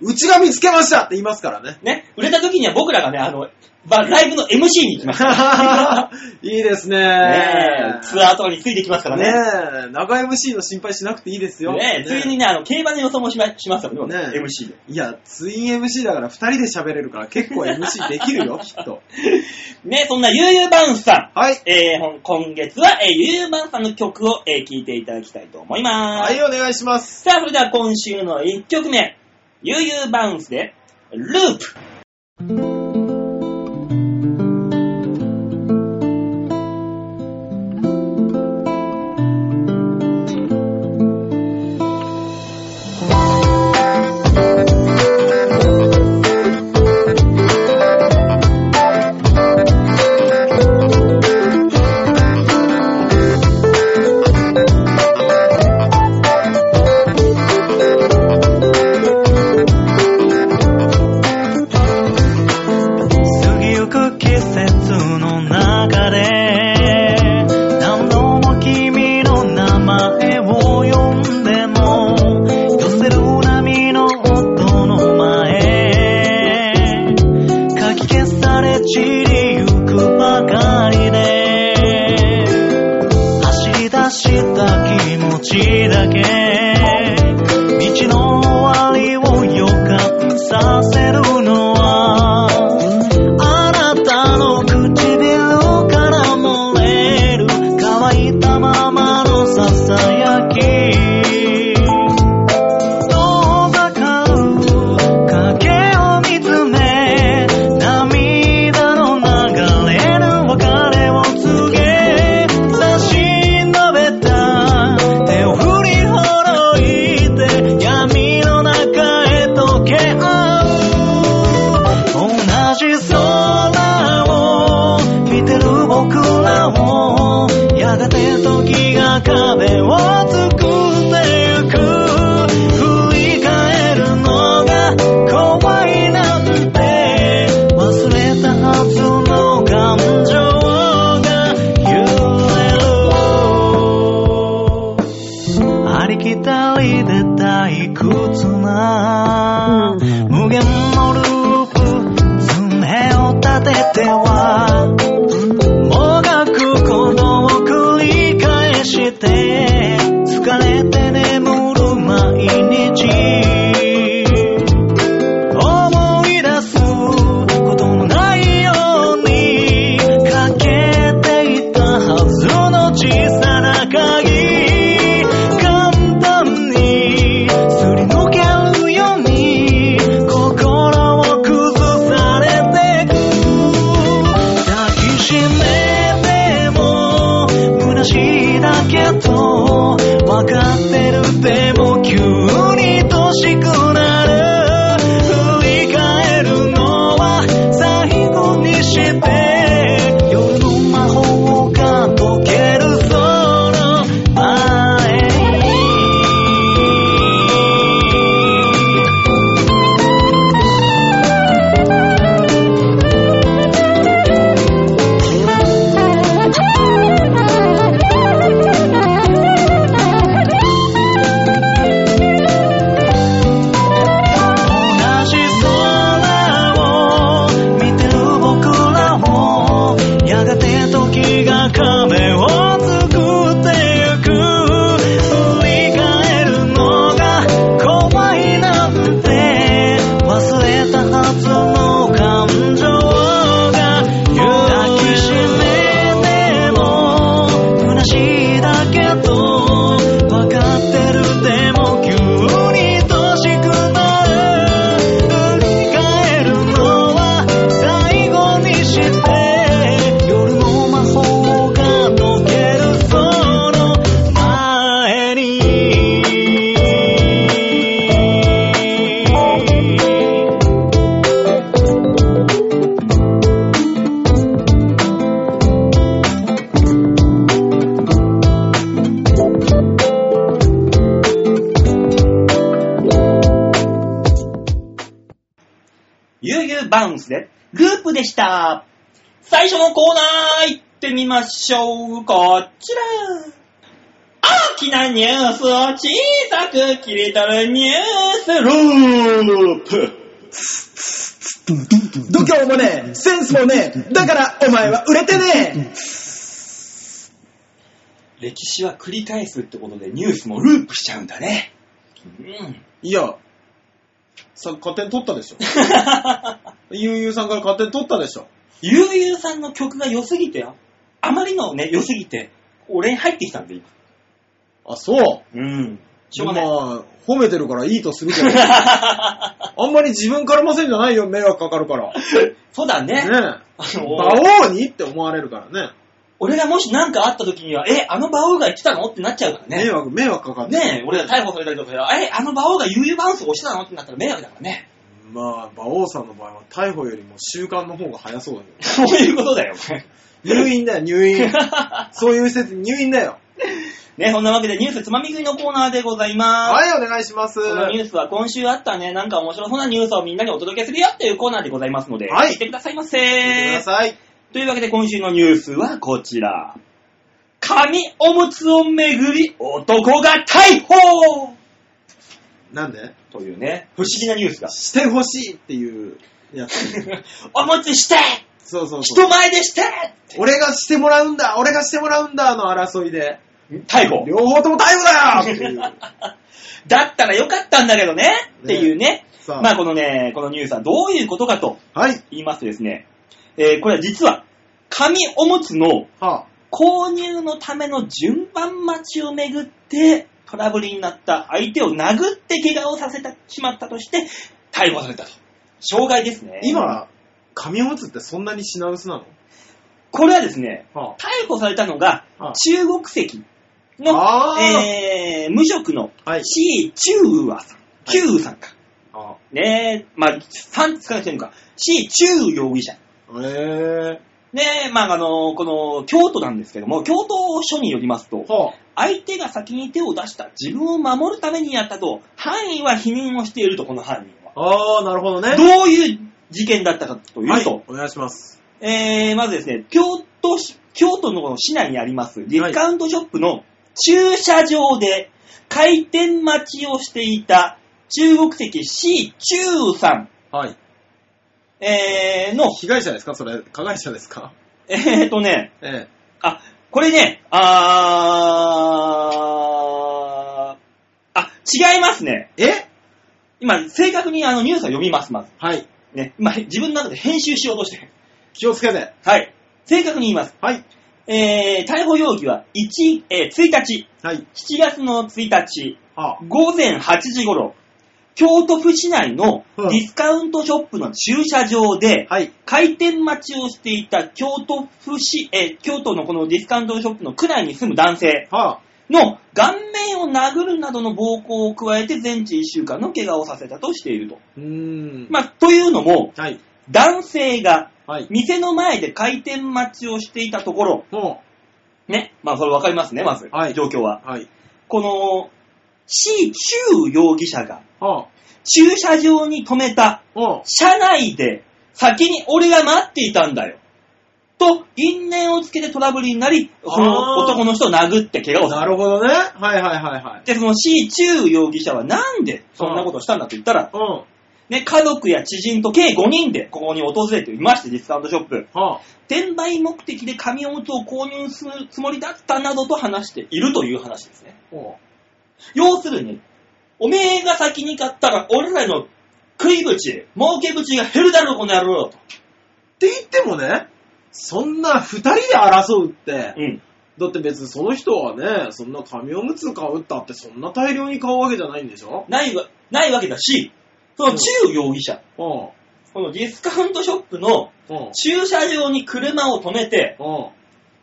[SPEAKER 3] うちが見つけましたって言いますから
[SPEAKER 2] <laughs>
[SPEAKER 3] ね。
[SPEAKER 2] ね、売れた時には僕らがね、あの、ばライブの MC に行きますか
[SPEAKER 3] いいですね
[SPEAKER 2] らね。ツアーとかについてきますからね。
[SPEAKER 3] ねえ、長 MC の心配しなくていいですよ。
[SPEAKER 2] ねついにね、あの、競馬の予想もしましますからね、
[SPEAKER 3] ね
[SPEAKER 2] MC で。
[SPEAKER 3] いや、ツイン MC だから二人で喋れるから結構 MC できるよ、きっと。
[SPEAKER 2] ね、そんなゆうゆうバウンスさん。
[SPEAKER 3] はい。
[SPEAKER 2] えーほん今月は、えーゆうゆうバウンスさんの曲を、えー聴いていただきたいと思います。
[SPEAKER 3] はい、お願いします。
[SPEAKER 2] さあ、それでは今週の1曲目。ゆうゆうバウンスで、ループ。
[SPEAKER 1] 過ぎゆく季節の中で何度も君の名前を呼んでも寄せる波の音の前かき消され散りゆくばかりで走り出した気持ちだけ道の終わりを予感させるのはあなたの唇から漏れる乾いたままのささやき遠ざかる影を見つめ涙の流れる別れを告げ差し伸べた手を振り払いて闇の中へ溶け合う同じ空を見てる僕らをやがて時が壁を作ってゆく振り返るのが怖いなんて忘れたはずの感情が揺れるありきたりで退屈な無限のループ爪を立ててはもがくことを繰り返して疲れて眠る毎日思い出すことのないようにかけていたはずの小さな鍵簡単にすり抜けるように心を崩されてく抱きしめても虚しいだけどわかってるでも急に年くなる振り返るのは最後にして夜の魔法が解けるその前に同じ空を見てる僕らもやがて時が壁を作ってゆく振り返るのが怖いなんて忘れたはずの感情が抱きしめても虚しいだけどわかってるでも急に年くなる振り返るのは最後にして夜の魔法が解けるその前に
[SPEAKER 2] ゆうゆうバウンスで、ループでした。最初のコーナーってみましょう。こちら。大きなニュースを小さく切り取るニュースル <laughs> ープ。
[SPEAKER 4] 度胸もねえ、センスもねえ、だからお前は売れてねえ。
[SPEAKER 2] 歴史は繰り返すってことでニュースもループしちゃうんだね。うん。
[SPEAKER 3] いや、さ、勝手に取ったでしょ。ゆうゆうさんから勝手に取ったでしょ。
[SPEAKER 2] ゆうゆうさんの曲が良すぎて、あまりのね、良すぎて、俺に入ってきたんで、今。
[SPEAKER 3] あ、そう。
[SPEAKER 2] うん。しょう
[SPEAKER 3] ま
[SPEAKER 2] がない。
[SPEAKER 3] あ、褒めてるからいいとする
[SPEAKER 2] <laughs>
[SPEAKER 3] けど。あんまり自分からませんじゃないよ、迷惑かかるから。
[SPEAKER 2] そうだね。
[SPEAKER 3] ねえ。
[SPEAKER 2] あの
[SPEAKER 3] 馬王にって思われるからね。
[SPEAKER 2] 俺がもし何かあった時には、え、あの馬王が言ってたのってなっちゃうから
[SPEAKER 3] 迷
[SPEAKER 2] ね。
[SPEAKER 3] 惑、迷惑かかる。
[SPEAKER 2] ねえ、俺が逮捕されたりとかしたら、え、あの馬王が悠々バウンスを押してたのってなったら迷惑だからね。
[SPEAKER 3] まあ、馬王さんの場合は逮捕よりも習慣の方が早 <laughs> そうだけ
[SPEAKER 2] そういうことだよ。
[SPEAKER 3] ど。入院だよ、入 <laughs> 院。そういう施設に入院だよ。
[SPEAKER 2] <laughs> ね、そんなわけでニュースつまみ食いのコーナーでございます。
[SPEAKER 3] はい、お願いします。
[SPEAKER 2] このニ
[SPEAKER 3] は
[SPEAKER 2] ュースは今週あったね、なんか面白そうなニュースをみんなにお届けするよっていうコーナーでございますので、
[SPEAKER 3] はい
[SPEAKER 2] 聞いてくださいま
[SPEAKER 3] い
[SPEAKER 2] せ
[SPEAKER 3] くだ。さい。
[SPEAKER 2] というわけで今週のニュースはこちら。紙おむつをめぐり男が逮捕
[SPEAKER 3] なんで
[SPEAKER 2] というね、不思議なニュースが。 <laughs>
[SPEAKER 3] してほしいっていうやつ。
[SPEAKER 2] おむつして
[SPEAKER 3] そうそうそう。
[SPEAKER 2] 人前でして
[SPEAKER 3] 俺がしてもらうんだ、俺がしてもらうんだの争いで、
[SPEAKER 2] 逮捕
[SPEAKER 3] 両方とも逮捕だよっていう。 <laughs>
[SPEAKER 2] だったらよかったんだけどねっていうね。
[SPEAKER 3] さあ、
[SPEAKER 2] まあこのね、このニュースはどういうことかと
[SPEAKER 3] はい。
[SPEAKER 2] 言いますとですね、えーこれは実は紙おむつの
[SPEAKER 3] はあ、
[SPEAKER 2] 購入のための順番待ちをめぐってトラブルになった相手を殴って怪我をさせてしまったとして逮捕されたと。傷害ですね。
[SPEAKER 3] 今、紙おむつってそんなに品薄なの
[SPEAKER 2] これはですね、
[SPEAKER 3] は
[SPEAKER 2] 逮捕されたのが
[SPEAKER 3] あ
[SPEAKER 2] 中国籍の、
[SPEAKER 3] あー
[SPEAKER 2] えー無職の
[SPEAKER 3] あ、はい。
[SPEAKER 2] シー・チュウアさん。キュウさんか。
[SPEAKER 3] あ
[SPEAKER 2] ねえ、まあ、さんつかなくていいのか。シー・チュウ容疑者。
[SPEAKER 3] え
[SPEAKER 2] ねえ、まあ、あの、この、京都なんですけども、京都署によりますと、
[SPEAKER 3] ー、は
[SPEAKER 2] 相手が先に手を出した自分を守るためにやったと、犯人は否認をしていると、この犯人は。
[SPEAKER 3] あ、ああ、なるほどね。
[SPEAKER 2] どういう事件だったかというと、
[SPEAKER 3] はい、お願いします。
[SPEAKER 2] えー、まずですね、京都市、京都のこの市内にあります、ディスカウントショップの駐車場で回転待ちをしていた中国籍 C 中さん、
[SPEAKER 3] はい。
[SPEAKER 2] えー、の、
[SPEAKER 3] 被害者ですかそれ、加害者ですか
[SPEAKER 2] えーとね、
[SPEAKER 3] ええ。
[SPEAKER 2] あ、これね、あー、あ、違いますね。
[SPEAKER 3] え
[SPEAKER 2] 今、正確にあのニュースを読みます、まず。
[SPEAKER 3] はい。
[SPEAKER 2] ね、今、自分の中で編集しようとして。
[SPEAKER 3] 気をつけて。
[SPEAKER 2] はい。正確に言います。
[SPEAKER 3] はい。
[SPEAKER 2] えー、逮捕容疑は1、えー、1日、
[SPEAKER 3] はい。
[SPEAKER 2] 7月の1日、
[SPEAKER 3] はあ、
[SPEAKER 2] 午前8時頃、京都府市内のデ
[SPEAKER 3] うん
[SPEAKER 2] ィスカウントショップの駐車場で、
[SPEAKER 3] はい。
[SPEAKER 2] 回転待ちをしていた京都府市、えー京都のこのディスカウントショップの区内に住む男性
[SPEAKER 3] はあ、
[SPEAKER 2] の顔面を殴るなどの暴行を加えて全治1週間の怪我をさせたとしていると。
[SPEAKER 3] うーん。
[SPEAKER 2] まあ、というのも、
[SPEAKER 3] はい。
[SPEAKER 2] 男性が
[SPEAKER 3] はい。
[SPEAKER 2] 店の前で回転待ちをしていたところ、
[SPEAKER 3] も
[SPEAKER 2] ね、まあそれわかりますね、まず、
[SPEAKER 3] はい
[SPEAKER 2] 状況は。
[SPEAKER 3] う、はい。
[SPEAKER 2] この、C 中容疑者が
[SPEAKER 3] はあ、
[SPEAKER 2] 駐車場に止めた
[SPEAKER 3] おう、
[SPEAKER 2] 車内で先に俺が待っていたんだよ。と、因縁をつけてトラブルになり、その
[SPEAKER 3] あー
[SPEAKER 2] 男の人を殴って怪我をさ
[SPEAKER 3] なるほどね。はいはいはいはい。
[SPEAKER 2] で、その C 中容疑者はなんでそんなことをしたんだと言ったら、
[SPEAKER 3] うん。は
[SPEAKER 2] ね、家族や知人と計5人でここに訪れていまして、ディスカウントショップ。
[SPEAKER 3] あ、
[SPEAKER 2] 転売目的で紙おむつを購入するつもりだったなどと話しているという話ですね。
[SPEAKER 3] おう、
[SPEAKER 2] 要するに、おめえが先に買ったら俺らの食い口、儲け口が減るだろ、この野郎と。
[SPEAKER 3] って言ってもね、そんな二人で争うって、
[SPEAKER 2] ん。
[SPEAKER 3] だって別にその人はね、そんな紙おむつ買うったってそんな大量に買うわけじゃないんでしょ
[SPEAKER 2] ないわ、ないわけだし、その中容疑者、
[SPEAKER 3] うん。
[SPEAKER 2] このディスカウントショップの
[SPEAKER 3] うん。
[SPEAKER 2] 駐車場に車を止めて、
[SPEAKER 3] うん。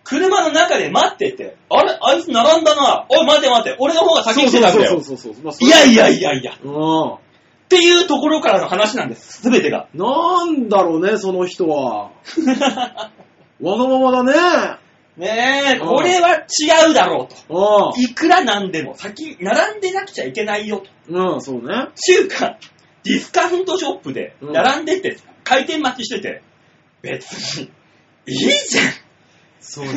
[SPEAKER 2] 車の中で待ってて、あれあいつ並んだな。おい、待て待て。俺の方が先に来てたんだよ。
[SPEAKER 3] そうそうそうそう。まあそ
[SPEAKER 2] い
[SPEAKER 3] れ
[SPEAKER 2] やいやいやいや。っ
[SPEAKER 3] うん。
[SPEAKER 2] ていうところからの話なんです。すべてが。
[SPEAKER 3] なんだろうね、その人は。わがままだね。
[SPEAKER 2] ねえ、
[SPEAKER 3] うん
[SPEAKER 2] これは違うだろうと。
[SPEAKER 3] う
[SPEAKER 2] いくらなんでも先、並んでなくちゃいけないよと。
[SPEAKER 3] ん。うん、そうね。
[SPEAKER 2] 中華、ディスカウントショップで、
[SPEAKER 3] うん
[SPEAKER 2] 並んでて、回転待ちしてて、別に、いいじゃん。
[SPEAKER 3] そうね。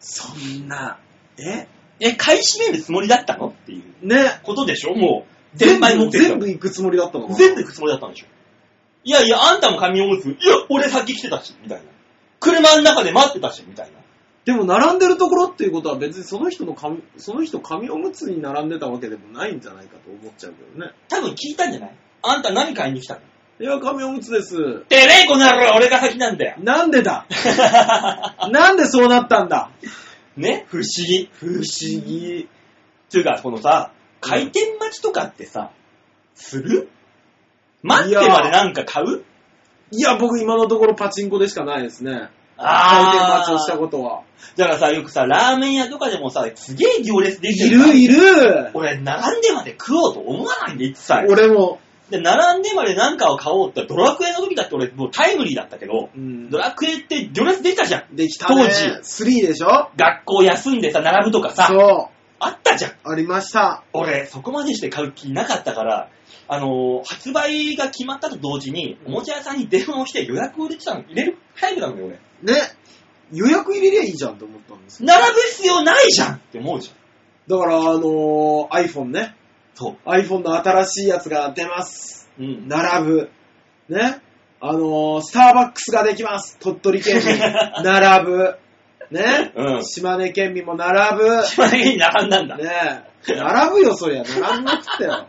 [SPEAKER 3] そんな、え
[SPEAKER 2] え、買い占めるつもりだったのっていう
[SPEAKER 3] ね。
[SPEAKER 2] ことでしょもう、
[SPEAKER 3] 全
[SPEAKER 2] 全
[SPEAKER 3] 部
[SPEAKER 2] 敗持ってる
[SPEAKER 3] 全部行くつもりだったのかな
[SPEAKER 2] 全部行くつもりだったんでしょ。いやいや、あんたも髪を持つ。いや、俺先来てたし、みたいな。車の中で待ってたし、みたいな。
[SPEAKER 3] でも並んでるところっていうことは別にその人の髪、その人紙おむつに並んでたわけでもないんじゃないかと思っちゃうけどね。
[SPEAKER 2] 多分聞いたんじゃないあんた何買いに来たの
[SPEAKER 3] いや、紙おむつです。
[SPEAKER 2] てめえ、この野郎、俺が先なんだよ。
[SPEAKER 3] なんでだなんでそうなったんだ
[SPEAKER 2] <laughs> ね不思議。
[SPEAKER 3] 不思議。
[SPEAKER 2] っていうか、このさ、回転待ちとかってさ、する待って
[SPEAKER 3] いや
[SPEAKER 2] までなんか買う
[SPEAKER 3] いや、僕今のところパチンコでしかないですね。回転
[SPEAKER 2] あー
[SPEAKER 3] 待ちをしたことは。
[SPEAKER 2] だからさ、よくさ、ラーメン屋とかでもさ、すげえ行列できて
[SPEAKER 3] い
[SPEAKER 2] るから
[SPEAKER 3] るいる
[SPEAKER 2] 俺、並んでまで食おうと思わないんで、一切。
[SPEAKER 3] 俺も。
[SPEAKER 2] で、並んでまで何かを買おうって、ドラクエの時だって俺、もうタイムリーだったけど、
[SPEAKER 3] うん
[SPEAKER 2] ドラクエって行列できたじゃん。
[SPEAKER 3] できたね。
[SPEAKER 2] 当
[SPEAKER 3] 3でしょ
[SPEAKER 2] 学校休んでさ、並ぶとかさ、
[SPEAKER 3] そ
[SPEAKER 2] あったじゃん。
[SPEAKER 3] う。ありました。
[SPEAKER 2] 俺、そこまでして買う気なかったから、あのー発売が決まったと同時に、おもちゃ屋さんに電話をして予約を入れてたの、入れるタイプなのよ、俺。
[SPEAKER 3] ね。予約入れりゃいいじゃんと思ったんですよ
[SPEAKER 2] 並ぶ必要ないじゃんって思うじゃん。
[SPEAKER 3] だから、あのー iPhone ね。
[SPEAKER 2] そう。
[SPEAKER 3] iPhone の新しいやつが出ます。
[SPEAKER 2] うん。 <laughs>
[SPEAKER 3] 並ぶ。ね。あのースターバックスができます。鳥取県 <laughs> 民。並ぶ。ね。
[SPEAKER 2] うん。
[SPEAKER 3] 島根県民も並ぶ。
[SPEAKER 2] 島根県に並んだんだ。
[SPEAKER 3] ねえ。並ぶよ、そりゃ。並んなくてよ。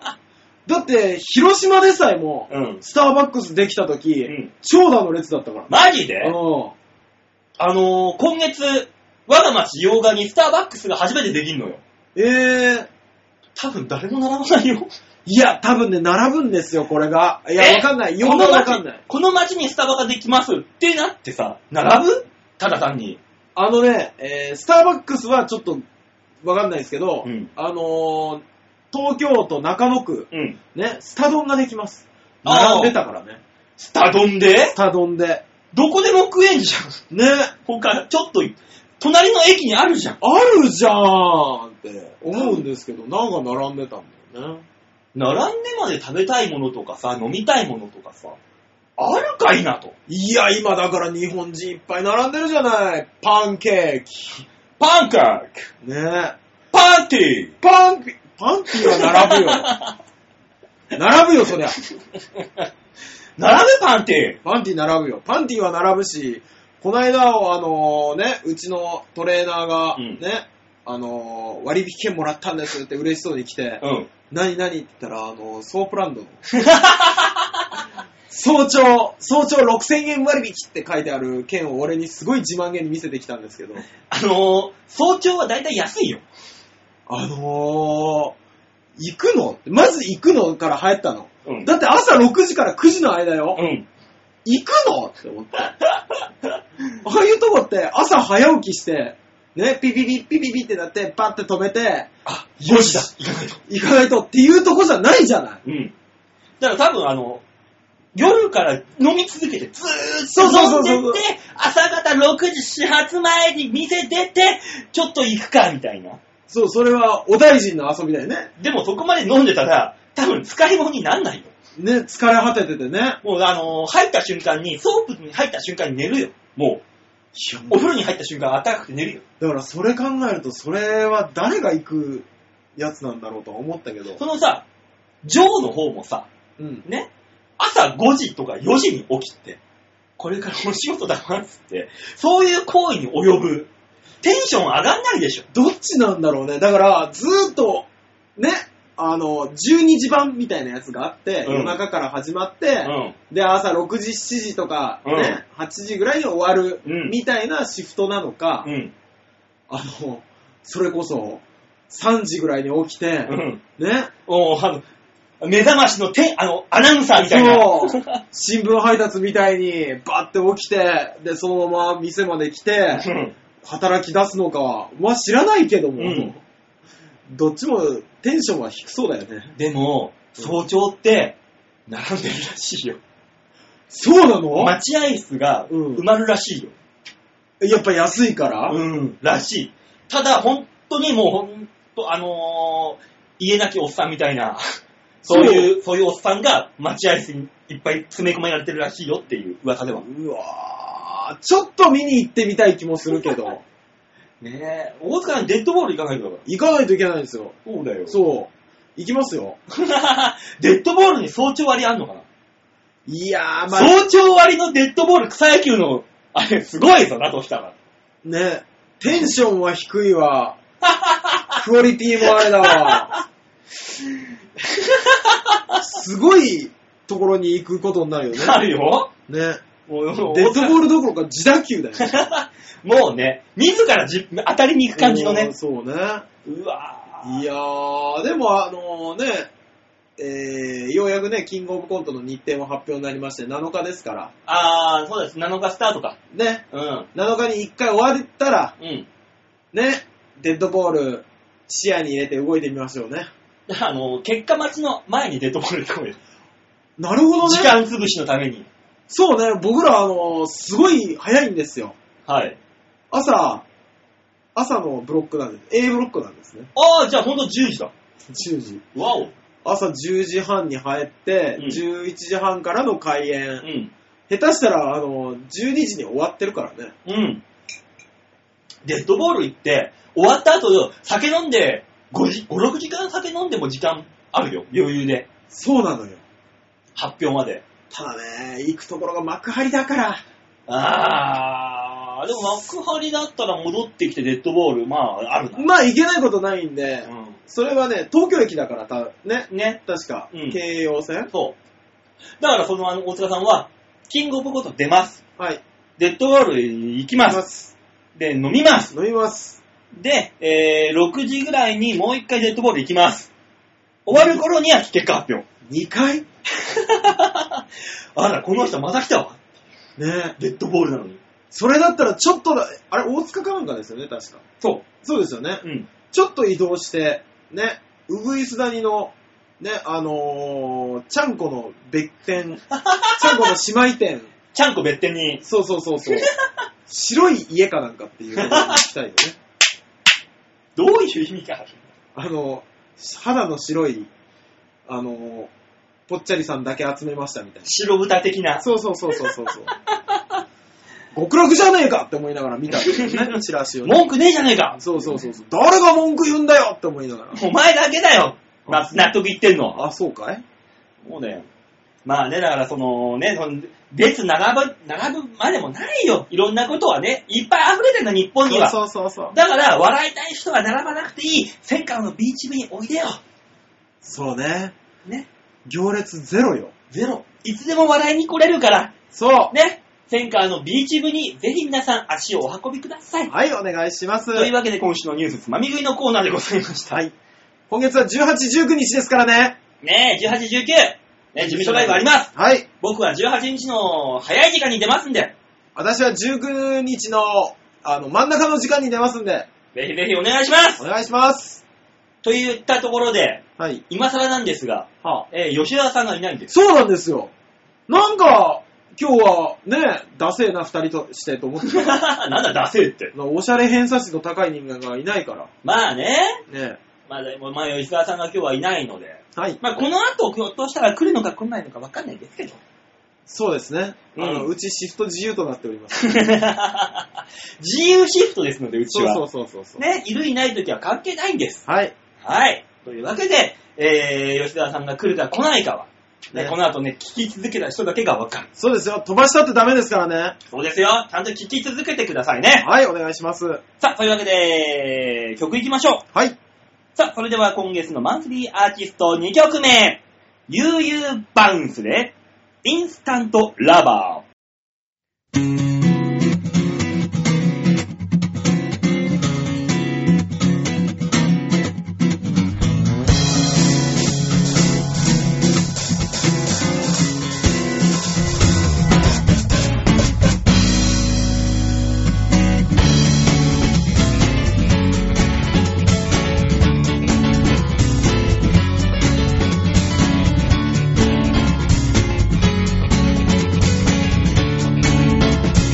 [SPEAKER 3] だって、広島でさえも、
[SPEAKER 2] うん。
[SPEAKER 3] スターバックスできた時、
[SPEAKER 2] うん
[SPEAKER 3] 長蛇の列だったから。
[SPEAKER 2] マジで
[SPEAKER 3] うん。
[SPEAKER 2] あのー今月、我が町洋画にスターバックスが初めてできんのよ。
[SPEAKER 3] ええ
[SPEAKER 2] 多分誰も並ばないよ。
[SPEAKER 3] いや、多分ね、並ぶんですよ、これが。いや、
[SPEAKER 2] え
[SPEAKER 3] わかんない。よ
[SPEAKER 2] こ
[SPEAKER 3] く
[SPEAKER 2] の
[SPEAKER 3] わ
[SPEAKER 2] 町
[SPEAKER 3] かんない。
[SPEAKER 2] この町にスタバができますってなってさ、並ぶただ単に。
[SPEAKER 3] あのね、えースターバックスはちょっと、わかんないですけど、
[SPEAKER 2] うん
[SPEAKER 3] あのー東京都中野区、
[SPEAKER 2] うん。
[SPEAKER 3] ね、スタ丼ができます。
[SPEAKER 2] あー
[SPEAKER 3] 並んでたからね。
[SPEAKER 2] スタ丼で
[SPEAKER 3] スタ丼で。
[SPEAKER 2] どこでも食えんじゃん。
[SPEAKER 3] ね、
[SPEAKER 2] 他、ちょっと、隣の駅にあるじゃん。
[SPEAKER 3] あるじゃーんって思うんですけど、なんか並んでたんだよね。
[SPEAKER 2] 並んでまで食べたいものとかさ、飲みたいものとかさ、あるかいなと。
[SPEAKER 3] いや、今だから日本人いっぱい並んでるじゃない。パンケーキ。
[SPEAKER 2] パンケーキ
[SPEAKER 3] ね
[SPEAKER 2] パンティー
[SPEAKER 3] パンピ、パンピーは並ぶよ。並ぶよ、そりゃ。
[SPEAKER 2] <laughs> 並ぶパンテ
[SPEAKER 3] パンティ並ぶよ。パンティは並ぶし、この間、あのね、うちのトレーナーが、
[SPEAKER 2] うん
[SPEAKER 3] ね、あのー割引券もらったんですって嬉しそうに来て
[SPEAKER 2] ィ、ーうん。
[SPEAKER 3] 何何って言ったら、あのーソープランドの。 <laughs> 早朝、早朝6000円割引って書いてある券を俺にすごい自慢げに見せてきたんですけど、
[SPEAKER 2] あのー、早朝はだいたい安いよ。
[SPEAKER 3] あのー、行くのまず行くのから流行ったの。
[SPEAKER 2] うん
[SPEAKER 3] だって朝6時から9時の間よ。
[SPEAKER 2] うん。
[SPEAKER 3] 行くのって思って。ああいうとこって朝早起きして、ね、ピピピピピピってなって、パッて止めて、
[SPEAKER 2] あ、
[SPEAKER 3] よしだ
[SPEAKER 2] 行かないと。
[SPEAKER 3] 行かないとっていうとこじゃないじゃない。
[SPEAKER 2] うん。だから多分あの、夜から飲み続けて、ず
[SPEAKER 3] そ
[SPEAKER 2] ーっ
[SPEAKER 3] うそう
[SPEAKER 2] と
[SPEAKER 3] そうそう
[SPEAKER 2] 飲んでって、朝方6時始発前に店出て、ちょっと行くか、みたいな。
[SPEAKER 3] そう、それはお大臣の遊びだよね。
[SPEAKER 2] でもそこまで飲んでたら、多分使い物になんないよ。
[SPEAKER 3] ね、疲れ果てててね。
[SPEAKER 2] もうあのー入った瞬間に、ソープに入った瞬間に寝るよ。もう、お風呂に入った瞬間暖かくて寝るよ。
[SPEAKER 3] だからそれ考えると、それは誰が行くやつなんだろうとは思ったけど
[SPEAKER 2] そ。のさ、ジョーの方もさ、
[SPEAKER 3] うん。
[SPEAKER 2] ね、朝5時とか4時に起きて、これからお仕事だなっつって、そういう行為に及ぶ。テンション上がんないでしょ。
[SPEAKER 3] どっちなんだろうね。だから、ずーっと、ね、あの、12時版みたいなやつがあって、
[SPEAKER 2] うん
[SPEAKER 3] 夜中から始まって、
[SPEAKER 2] うん。
[SPEAKER 3] で、朝6時、7時とか、ね、8時ぐらいに終わる
[SPEAKER 2] うん
[SPEAKER 3] みたいなシフトなのか、
[SPEAKER 2] うん。
[SPEAKER 3] あの、それこそ3時ぐらいに起きて、
[SPEAKER 2] うん。
[SPEAKER 3] ね、
[SPEAKER 2] おーあの、目覚ましのてあの、アナウンサーみたい
[SPEAKER 3] そう
[SPEAKER 2] な。、
[SPEAKER 3] 新聞配達みたいにバッて起きて、で、そのまま店まで来て、
[SPEAKER 2] うん
[SPEAKER 3] 働き出すのかは、まあ知らないけども、
[SPEAKER 2] うん
[SPEAKER 3] どっちもテンションは低そうだよね。
[SPEAKER 2] でも、早朝って、並んでるらしいよ。
[SPEAKER 3] そうなの
[SPEAKER 2] 待合室が
[SPEAKER 3] うん
[SPEAKER 2] 埋まるらしいよ。
[SPEAKER 3] やっぱ安いから、
[SPEAKER 2] うん、らしい。ただ、本当にもう、本当、あのー、家なきおっさんみたいな、そういう、そういうおっさんが待合室にいっぱい詰め込められてるらしいよっていう噂では。
[SPEAKER 3] うわあ、ちょっと見に行ってみたい気もするけど、
[SPEAKER 2] ねえ、大塚さんデッドボール行かないから。
[SPEAKER 3] 行かないといけないんですよ。
[SPEAKER 2] そうだよそう。
[SPEAKER 3] そう。行きますよ。
[SPEAKER 2] <laughs> デッドボールに早朝割あんのかな、
[SPEAKER 3] いやー、まあ、
[SPEAKER 2] 早朝割のデッドボール草野球の、あれ、すごいぞな、としたら。
[SPEAKER 3] ね、テンションは低い <laughs> わ。クオリティもあれだわ。すごいところに行くことになるよね。
[SPEAKER 2] あるよ。
[SPEAKER 3] ね。
[SPEAKER 2] もう
[SPEAKER 3] デッドボー
[SPEAKER 2] ル。
[SPEAKER 3] ルどころか自打球だよね。
[SPEAKER 2] <laughs> もうね、自らじ当たりに行く感じの
[SPEAKER 3] う
[SPEAKER 2] ね
[SPEAKER 3] ん。そうね。
[SPEAKER 2] うわぁ。
[SPEAKER 3] いやー、でもあのね、えー、ようやくね、キングオブコントの日程も発表になりまして、7日ですから、
[SPEAKER 2] あー、そうです。7日スタートか。
[SPEAKER 3] ね、
[SPEAKER 2] うん。
[SPEAKER 3] 7日に1回終わったら、
[SPEAKER 2] うん。
[SPEAKER 3] ね、デッドボール視野に入れて動いてみましょうね。
[SPEAKER 2] あの、結果待ちの前にデッドボール行こうよ。
[SPEAKER 3] なるほどね。
[SPEAKER 2] 時間潰しのために。
[SPEAKER 3] そうね、僕らあのすごい早いんですよ。
[SPEAKER 2] はい。
[SPEAKER 3] 朝、朝のブロックなんです。A ブロックなんですね。
[SPEAKER 2] あー、じゃあほんと10時だ。
[SPEAKER 3] 10時。
[SPEAKER 2] わお。
[SPEAKER 3] 朝10時半に入って、
[SPEAKER 2] うん
[SPEAKER 3] 11時半からの開
[SPEAKER 2] う
[SPEAKER 3] 演。
[SPEAKER 2] ん。
[SPEAKER 3] 下手したら、あの、12時に終わってるからね。
[SPEAKER 2] うん。デッドボール行って、終わった後、酒飲んで、5, 時5 6時間酒飲んでも時間あるよ。余裕で。
[SPEAKER 3] そうなのよ。
[SPEAKER 2] 発表まで。
[SPEAKER 3] ただね、行くところが幕張だから。
[SPEAKER 2] あー、でも幕張だったら戻ってきてデッドボール、まあ、あるな。
[SPEAKER 3] まあ、行けないことないんで、
[SPEAKER 2] う
[SPEAKER 3] それはね、東京駅だからた、ね、
[SPEAKER 2] ん。ね。
[SPEAKER 3] 確か、
[SPEAKER 2] うん
[SPEAKER 3] 京葉線
[SPEAKER 2] そう。だからその、あの、大塚さんは、キングオブコント出ます。
[SPEAKER 3] はい。
[SPEAKER 2] デッドボールに行きま。
[SPEAKER 3] 飲みますす。
[SPEAKER 2] で、飲みます。
[SPEAKER 3] 飲みます。
[SPEAKER 2] で、えー、6時ぐらいにもう一回デッドボール行きます。終わる頃には結果発表。
[SPEAKER 3] 2回
[SPEAKER 2] あら、この人また来たわ。
[SPEAKER 3] ね
[SPEAKER 2] デッドボールなのに。
[SPEAKER 3] それだったらちょっとだ、あれ、大塚かなんかですよね、確か。
[SPEAKER 2] そ
[SPEAKER 3] そうですよね。
[SPEAKER 2] う。うん。
[SPEAKER 3] ちょっと移動して、ね、うぐいす谷の、ね、あのー、ちゃんこの別 <laughs> 店、ちゃんこの姉妹店、
[SPEAKER 2] ちゃんこ別店に。
[SPEAKER 3] そうそうそうそう、 <laughs> 白い家かなんかっていうのに行きた <laughs> いよね。
[SPEAKER 2] どういう意味がある
[SPEAKER 3] あの、肌の白い、あのー、ぽっちゃりさんだけ集めましたみたい
[SPEAKER 2] 白豚的な
[SPEAKER 3] な。。そうそうそうそうそうそう。極楽じゃねえかって思いながら見たんで
[SPEAKER 2] <laughs>
[SPEAKER 3] すよね、チラシをね。
[SPEAKER 2] 文句ねえじゃねえか。
[SPEAKER 3] そうそうそうそう。誰が文句言うんだよって思いながら。
[SPEAKER 2] お前だけだよ。な納得いってんの。
[SPEAKER 3] あ、そうかい
[SPEAKER 2] そうだよ。まあね、だからそのね、その列並ぶ、並ぶまでもないよ。いろんなことはね、いっぱい溢れてんだ、日本には。
[SPEAKER 3] そうそうそうそう。
[SPEAKER 2] だから、笑いたい人は並ばなくていい。戦艦のビーチ部においでよ。
[SPEAKER 3] そうね。
[SPEAKER 2] ね。
[SPEAKER 3] 行列ゼロよ。
[SPEAKER 2] ゼロ。いつでも笑いに来れるから、
[SPEAKER 3] そう。
[SPEAKER 2] ね。戦艦のビーチ部にぜひ皆さん足をお運びください。
[SPEAKER 3] はい、お願いします。
[SPEAKER 2] というわけで今週のニュースつまみ食いのコーナーでございました。
[SPEAKER 3] はい。今月は18、19日ですからね。
[SPEAKER 2] ねえ、18、19! ね、事務所ライブあります。
[SPEAKER 3] はい。
[SPEAKER 2] 僕は18日の早い時間に出ますんで、
[SPEAKER 3] 私は19日の、あの、真ん中の時間に出ますんで、
[SPEAKER 2] ぜひぜひお願いします
[SPEAKER 3] お願いします。
[SPEAKER 2] と言ったところで、
[SPEAKER 3] はい。
[SPEAKER 2] 今更なんですが、
[SPEAKER 3] はあ、
[SPEAKER 2] えー吉田さんがいないんです。 <laughs>
[SPEAKER 3] そうなんですよ。なんか、今日はね、ダセーな二人としてと思って <laughs> た。
[SPEAKER 2] なんだ、出せって。
[SPEAKER 3] おしゃれ偏差値の高い人間がいないから。
[SPEAKER 2] まあね、
[SPEAKER 3] ね。
[SPEAKER 2] まあ、でもまあ、吉沢さんが今日はいないので、
[SPEAKER 3] はい。
[SPEAKER 2] まあ、この後、ひょっとしたら来るのか来ないのか分かんないですけど。
[SPEAKER 3] そうですね。あの、
[SPEAKER 2] うん
[SPEAKER 3] うちシフト自由となっております。
[SPEAKER 2] <laughs> 自由シフトですので、うち
[SPEAKER 3] そう
[SPEAKER 2] は。
[SPEAKER 3] そうそうそうそう。
[SPEAKER 2] ね、いるいない時は関係ないんです。
[SPEAKER 3] はい。
[SPEAKER 2] はい。というわけで、えー、吉沢さんが来るか来ないかは、ね
[SPEAKER 3] ね
[SPEAKER 2] この後ね、聞き続けた人だけが分かる。
[SPEAKER 3] そうですよ。飛ばしたってダメですからね。
[SPEAKER 2] そうですよ。ちゃんと聞き続けてくださいね。
[SPEAKER 3] はい、お願いします。は
[SPEAKER 2] さあ、というわけで、曲いきましょう。
[SPEAKER 3] い。
[SPEAKER 2] さあ、それでは今月のマンスリーアーティスト2曲目。悠々バウンスで、インスタントラバ
[SPEAKER 5] 「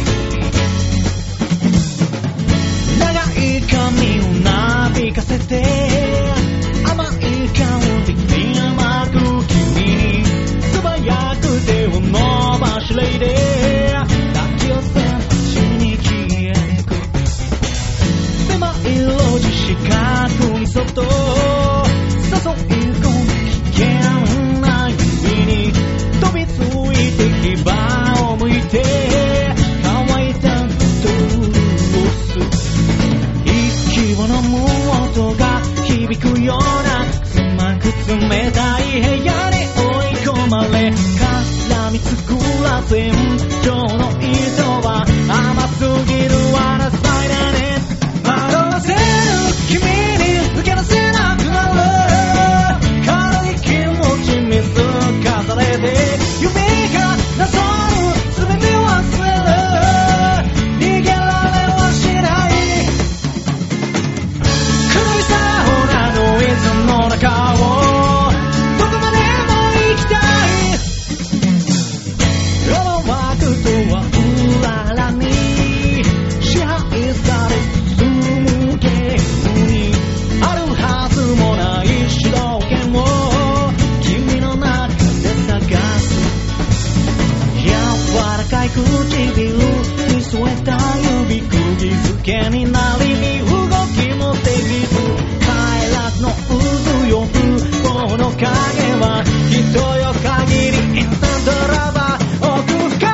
[SPEAKER 1] 物も音が響くような狭く冷たい部屋に追い込まれ絡みつくらせん今日の糸は甘すぎるあらスパイダネ惑わせる君に受け出せなくなる軽い気持ちに透かされて夢がなさる全て忘れる逃げられはしない苦しさほらノイズの中をどこまでも行きたい世のワクとはうららに支配され進むゲームにあるはずもない主導権を君の中で探す柔らかい唇に添えた指釘付けになり身動きもできず快楽の渦よ不幸の影は人よ限りインスタントラバー奥深く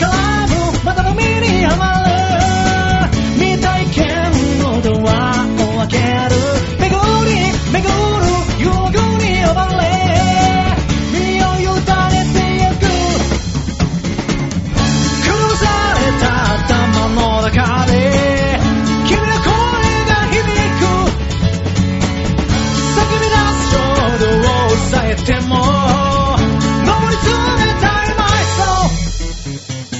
[SPEAKER 1] 絡むまたの身にはまる未体験のドアを開ける巡り巡る誘惑に呼ばれ身を委ねてゆく崩された頭の中で君の声が響く叫び出す衝動を抑えても登り詰めたい myself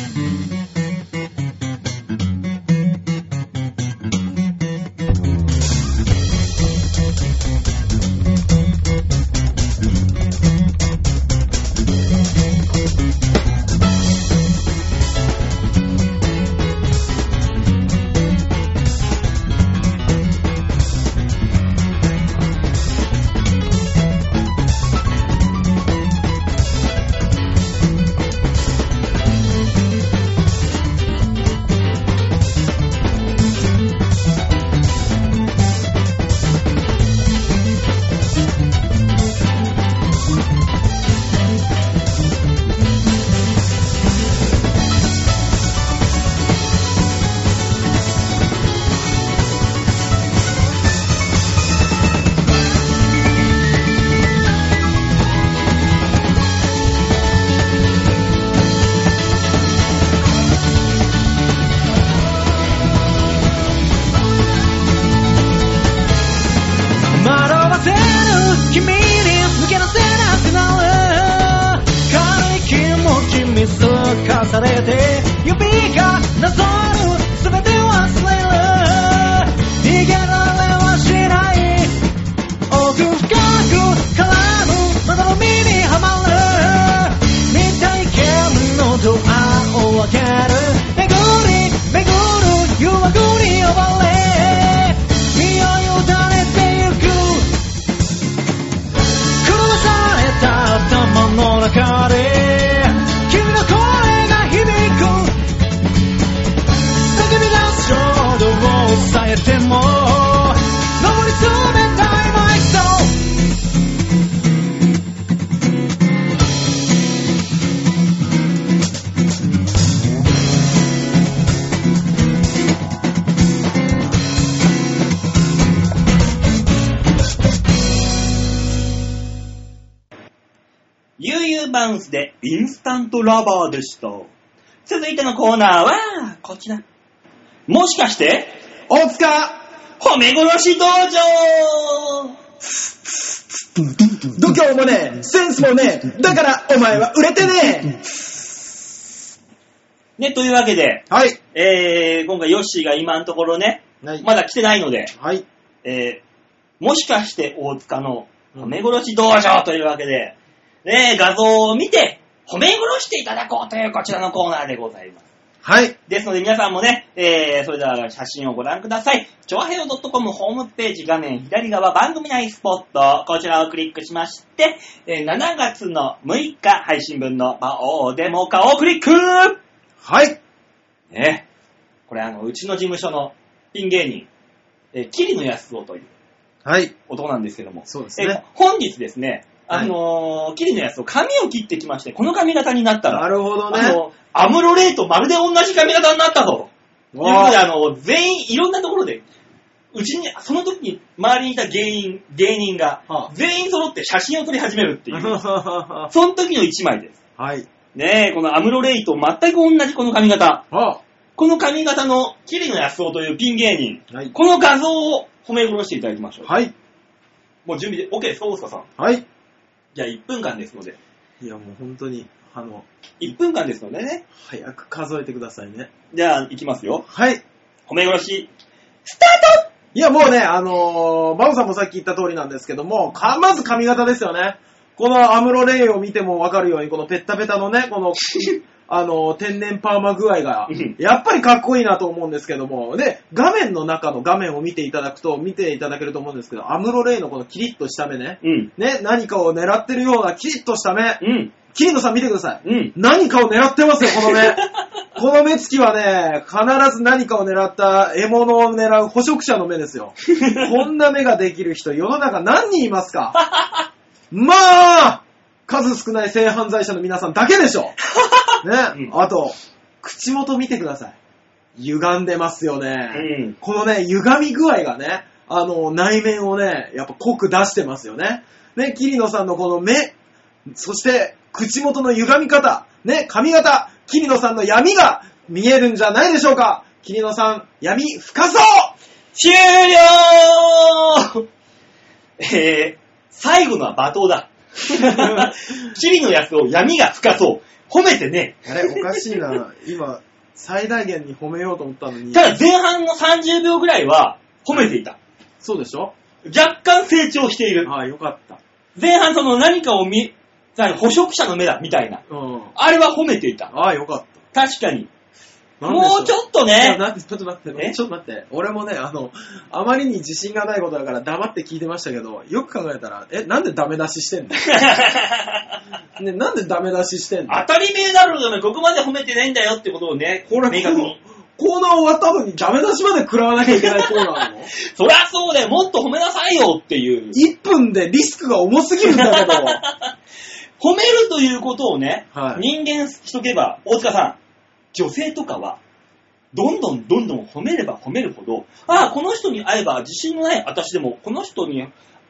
[SPEAKER 1] 惑わせる君に抜け出せなくなる軽い気持ち見透かされて指がなぞる全て忘れる逃げられはしない奥深く絡むまだの身にはまる未体験のドアを開ける巡り巡る誘惑に呼ばれ身を委ねてゆく狂された頭の中で君の声が響く叫び出す衝動を抑えても登り詰めたい myself
[SPEAKER 2] 悠々バウンスでインスタントラバーでした。続いてのコーナーは、こちら。もしかして、
[SPEAKER 3] 大塚
[SPEAKER 2] 褒め殺し道場
[SPEAKER 4] 度胸もねえ、センスもねえ、だからお前は売れてねえ。
[SPEAKER 2] ね、というわけで、
[SPEAKER 3] はい。
[SPEAKER 2] えー、今回ヨッシーが今のところね、
[SPEAKER 3] はい
[SPEAKER 2] まだ来てないので、
[SPEAKER 3] はい。
[SPEAKER 2] えー、もしかして大塚の褒め殺し道場というわけで、ね、画像を見て、褒め殺していただこうというこちらのコーナーでございます。
[SPEAKER 3] はい。
[SPEAKER 2] ですので皆さんもね、えー、それでは写真をご覧ください。ちょわへよ .com ホームページ画面左側番組内スポット、こちらをクリックしまして、えー7月の6日配信分の魔王デモ化をクリック
[SPEAKER 3] はい。
[SPEAKER 2] ね。これあの、うちの事務所のピン芸人、えー、キリノヤスオという
[SPEAKER 3] はい。
[SPEAKER 2] 男なんですけども、
[SPEAKER 3] そうで
[SPEAKER 2] えー。本日ですね、あのー、キリノヤスオ髪を切ってきまして、この髪型になったら、
[SPEAKER 3] なるほどね。
[SPEAKER 2] あの、アムロレイとまるで同じ髪型になったぞということで、あの、全員いろんなところで、うちに、その時に周りにいた芸人、芸人が
[SPEAKER 3] はあ、
[SPEAKER 2] 全員揃って写真を撮り始めるって
[SPEAKER 3] <laughs>
[SPEAKER 2] いう、
[SPEAKER 3] は
[SPEAKER 2] その時の一枚です。
[SPEAKER 3] い。
[SPEAKER 2] ねえ、このアムロレイと全く同じこの髪型。
[SPEAKER 3] は
[SPEAKER 2] この髪型の桐野安夫というピン芸人。
[SPEAKER 3] あはい。
[SPEAKER 2] この画像を褒め殺していただきましょう。
[SPEAKER 3] はい。
[SPEAKER 2] もう準備で、OK ですか、大塚さん。
[SPEAKER 3] はい。
[SPEAKER 2] じゃあ1分間ですので。
[SPEAKER 4] いや、もう本当に、あの、
[SPEAKER 2] 1分間ですのでね。
[SPEAKER 4] 早く数えてくださいね。
[SPEAKER 2] じゃあ、いきますよ。
[SPEAKER 3] はい。
[SPEAKER 2] 褒め殺し。
[SPEAKER 3] いや、もうね、あのー、バオさんもさっき言った通りなんですけども、かまず髪型ですよね。このアムロレイを見てもわかるように、このペッタペタのね、
[SPEAKER 4] <laughs>
[SPEAKER 3] この、あのー、天然パーマ具合が
[SPEAKER 2] うん、
[SPEAKER 3] やっぱりかっこいいなと思うんですけども、で、画面の中の画面を見ていただくと、見ていただけると思うんですけど、アムロレイのこのキリッとした目ね、
[SPEAKER 2] うん。
[SPEAKER 3] ね、何かを狙ってるようなキリッとした目、
[SPEAKER 2] うん。
[SPEAKER 3] キリノさん見てください。
[SPEAKER 2] うん。
[SPEAKER 3] 何かを狙ってますよ、この目。この目つきはね、必ず何かを狙った獲物を狙う捕食者の目ですよ。こんな目ができる人、世の中何人いますかまあ、数少ない性犯罪者の皆さんだけでしょ。ね、
[SPEAKER 2] うん
[SPEAKER 3] あと、口元見てください。歪んでますよね。
[SPEAKER 2] うん。
[SPEAKER 3] このね、歪み具合がね、あの、内面をね、やっぱ濃く出してますよね。ね、キリノさんのこの目、そして、口元の歪み方、ね、髪型、キリノさんの闇が見えるんじゃないでしょうか。キリノさん、闇深そう
[SPEAKER 2] 終了えー、最後のは罵倒だ。 <laughs> チリのやつを闇が深そう。褒めてね。
[SPEAKER 3] あれ、おかしいな。今、最大限に褒めようと思ったのに
[SPEAKER 2] ただ前半の30秒ぐらいは褒めていた。
[SPEAKER 3] そうでしょ
[SPEAKER 2] 若干成長している。
[SPEAKER 3] ああ、よかった。
[SPEAKER 2] 前半その何かを見、何捕食者の目だみたいな。
[SPEAKER 3] うん。
[SPEAKER 2] あれは褒めていた。
[SPEAKER 3] ああ、よかった。
[SPEAKER 2] 確かに。
[SPEAKER 3] なんでし
[SPEAKER 2] もうちょっと
[SPEAKER 3] いや
[SPEAKER 2] ね。
[SPEAKER 3] なんでちょっと待って、
[SPEAKER 2] え
[SPEAKER 3] ちょっと待って。俺もね、あの、あまりに自信がないことだから黙って聞いてましたけど、よく考えたら、え、なんでダメ出し <laughs> してんのね、なんでダメ出ししてんの
[SPEAKER 2] 当たり前だろうがね、ここまで褒めてないんだよってことをね、
[SPEAKER 3] これ
[SPEAKER 2] 明確に。
[SPEAKER 3] コーナー終わった後にダメ出しまで食らわなきゃいけないコーナーな <laughs> の
[SPEAKER 2] そりゃそうだよ、もっと褒めなさいよっていう。
[SPEAKER 3] ?1 分でリスクが重すぎるんだけど。
[SPEAKER 2] 褒めるということをね、
[SPEAKER 3] はい
[SPEAKER 2] 人間しとけば、大塚さん、女性とかは、どんどんどんどん褒めれば褒めるほど、ああ、この人に会えば自信のない私でも、この人に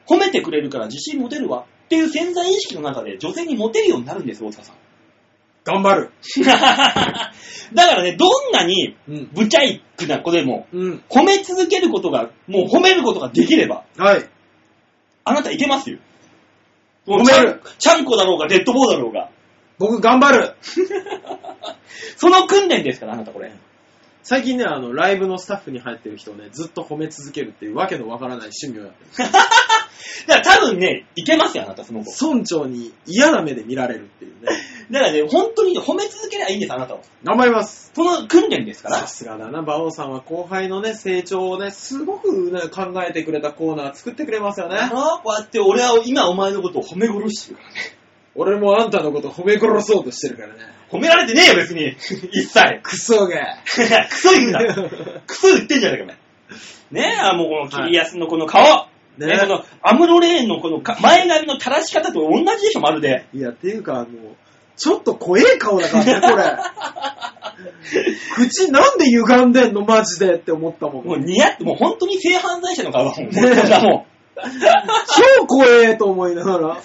[SPEAKER 2] 褒めてくれるから自信持てるわっていう潜在意識の中で女性にモテるようになるんですよ、大塚
[SPEAKER 3] <laughs>
[SPEAKER 2] さん。
[SPEAKER 3] <laughs> 頑張る。
[SPEAKER 2] だからね、どんなに
[SPEAKER 3] うん。
[SPEAKER 2] ブチャイクな子でも、
[SPEAKER 3] うん。
[SPEAKER 2] 褒め続けることが、もう褒めることができれば、
[SPEAKER 3] はい。
[SPEAKER 2] あなたいけますよ。
[SPEAKER 3] 褒める
[SPEAKER 2] ちゃんこだろうが、デッドボーだろう
[SPEAKER 3] <laughs>
[SPEAKER 2] が。
[SPEAKER 3] 僕頑張る。
[SPEAKER 2] その訓練ですから、あなたこれ。
[SPEAKER 3] 最近ね、あの、ライブのスタッフに入ってる人をね、ずっと褒め続けるっていうわけのわからない趣味をやってる。
[SPEAKER 2] だから多分ね、いけますよ、あなた、その子。
[SPEAKER 3] 村長に嫌な目で見られるっていうね。
[SPEAKER 2] だからね、本当にね褒め続ければいいんです、あなたは。
[SPEAKER 3] 頑張ります。
[SPEAKER 2] その訓練ですから
[SPEAKER 3] さ。すがだな、馬王さんは後輩のね、成長をね、すごく、ね、考えてくれたコーナー作ってくれますよ
[SPEAKER 2] あ
[SPEAKER 3] ね。
[SPEAKER 2] のこうやって俺は今お前のことを褒め殺してるからね。
[SPEAKER 3] 俺もあんたのこと褒め殺そうとしてるからね。
[SPEAKER 2] 褒められてねえよ、別に。 <laughs> 一切。
[SPEAKER 3] クソが。
[SPEAKER 2] <laughs> クソ言うな。クソ言ってんじゃねえか、お前。ねえ、あもうこのキリアスのこの顔。ね
[SPEAKER 3] ね
[SPEAKER 2] このアムロレーンのこのか前髪の垂らし方と同じでしょ、まるで。
[SPEAKER 3] いや、っていうか、あの、ちょっと怖え顔だ <laughs> からね、これ。口なんで歪んでんの、マジでって思ったもん。
[SPEAKER 2] もう似合って、もう本当に性犯罪者の顔だもん。こんなも
[SPEAKER 3] 超怖えと思いなが
[SPEAKER 2] ん。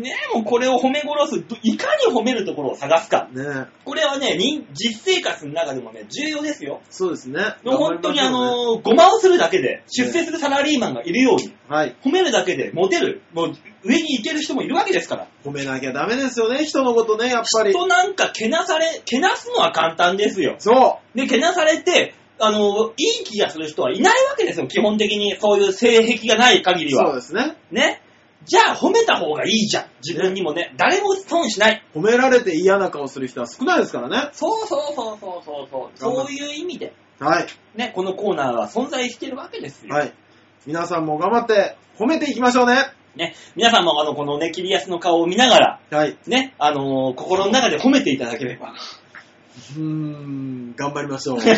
[SPEAKER 2] ねえ、もうこれを褒め殺す、いかに褒めるところを探すか。
[SPEAKER 3] ら。ね
[SPEAKER 2] これはね、人実生活の中でもね、重要ですよ。
[SPEAKER 3] そうですね。
[SPEAKER 2] もう本当にあ
[SPEAKER 3] 頑張りましょ
[SPEAKER 2] のー、ごまをするだけで、出世するサラリーマンがいるように、
[SPEAKER 3] うねはい。
[SPEAKER 2] 褒めるだけでモテる、もう上に行ける人もいるわけですから。
[SPEAKER 3] 褒めなきゃダメですよね、人のことね、やっぱり。
[SPEAKER 2] 人なんかけなされ、けなすのは簡単ですよ。
[SPEAKER 3] そ
[SPEAKER 2] で、けなされて、あのー、いい気がする人はいないわけですよ、基本的に。そういう性癖がない限
[SPEAKER 3] う。
[SPEAKER 2] り
[SPEAKER 3] そう
[SPEAKER 2] は。
[SPEAKER 3] ですね。
[SPEAKER 2] ね。じゃあ褒めた方がいいじゃん。自分にもね、誰も損しない。
[SPEAKER 3] 褒められて嫌な顔する人は少ないですからね。
[SPEAKER 2] そうそうそうそうそうそう。そ
[SPEAKER 3] 頑張っ
[SPEAKER 2] ういう意味で、
[SPEAKER 3] はい。
[SPEAKER 2] ね、このコーナーは存在してるわけですよ。
[SPEAKER 3] はい。皆さんも頑張って褒めていきましょうね。
[SPEAKER 2] ね、皆さんもあの、このね、切り安の顔を見ながら、
[SPEAKER 3] はい。う
[SPEAKER 2] ね、あのー心の中で褒めていただけ <laughs> れば。
[SPEAKER 3] ーん、頑張りま <laughs> しょう。
[SPEAKER 2] <laughs>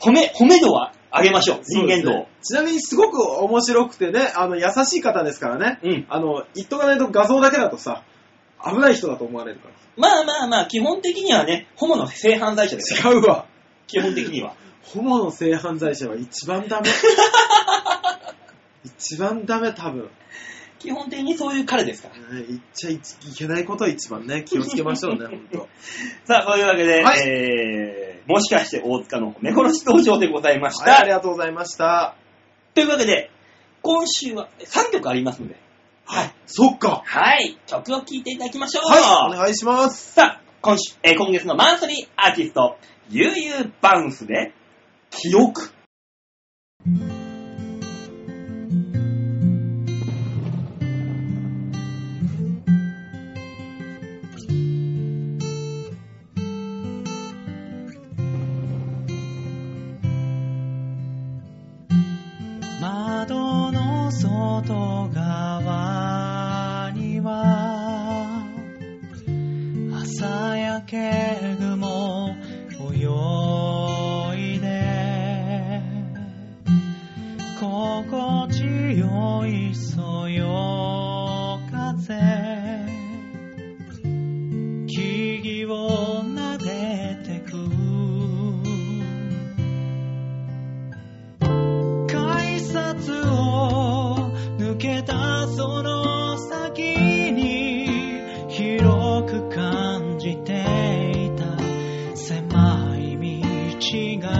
[SPEAKER 2] 褒め、褒め度は上げましょう、人間度を。
[SPEAKER 3] ちなみにすごく面白くてね、あの、優しい方ですからね。
[SPEAKER 2] うん
[SPEAKER 3] あの、言っとかないと画像だけだとさ、危ない人だと思われるから。
[SPEAKER 2] <laughs> まあまあまあ、基本的にはね、ホモの性犯罪者ですよ。
[SPEAKER 3] 違うわ。
[SPEAKER 2] 基本的には。
[SPEAKER 3] ホモの性犯罪者は一番 <laughs> ダメ。一番ダメ、多分。
[SPEAKER 2] 基本的にそういう彼ですから。
[SPEAKER 3] ね言っちゃいけないことは一番ね、気をつけましょうね、ほん <laughs> と。
[SPEAKER 2] さあ、そういうわけで、
[SPEAKER 3] はい
[SPEAKER 2] えー、もしかして大塚の褒め殺し道場でございまし
[SPEAKER 3] はい、あ
[SPEAKER 2] た。
[SPEAKER 3] りがとうございました。
[SPEAKER 2] というわけで、今週は3曲ありますので、はい。
[SPEAKER 3] そっか。
[SPEAKER 2] はい、曲を聴いていただきましょう。
[SPEAKER 3] はい、お願いします。
[SPEAKER 2] さあ、今週、えー今月のマンスリーアーティスト、ゆうゆうバウンスで、記憶。
[SPEAKER 1] 窓の外側には朝焼け雲泳いで心地よいそよ風木々を撫でてく改札を抜けたその先に広く感じていた狭い道が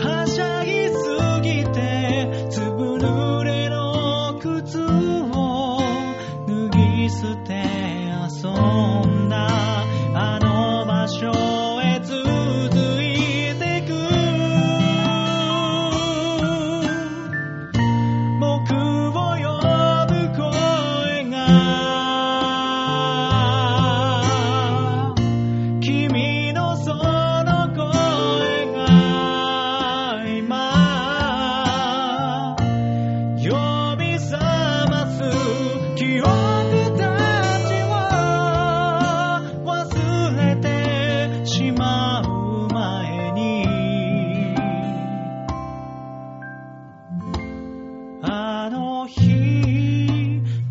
[SPEAKER 1] はしゃぎすぎてつぶ濡れの靴を脱ぎ捨て遊んだあの場所へ続いてく僕を呼ぶ声が君のその声が今呼び覚ます記憶たちを忘れてしまう前にあの日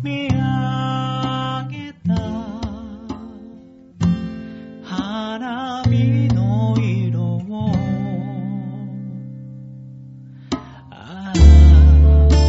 [SPEAKER 1] 見上げた花火の色をああ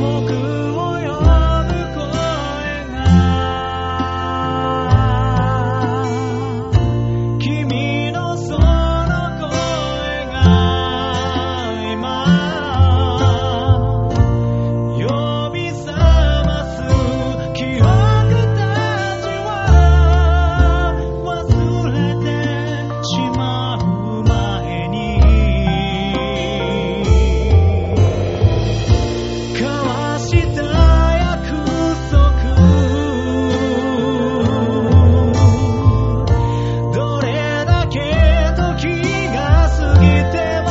[SPEAKER 1] 僕を呼ぶ声が君のその声が今呼び覚ます記憶たちは忘れてしまう前に交わした約束どれだけ時が過ぎても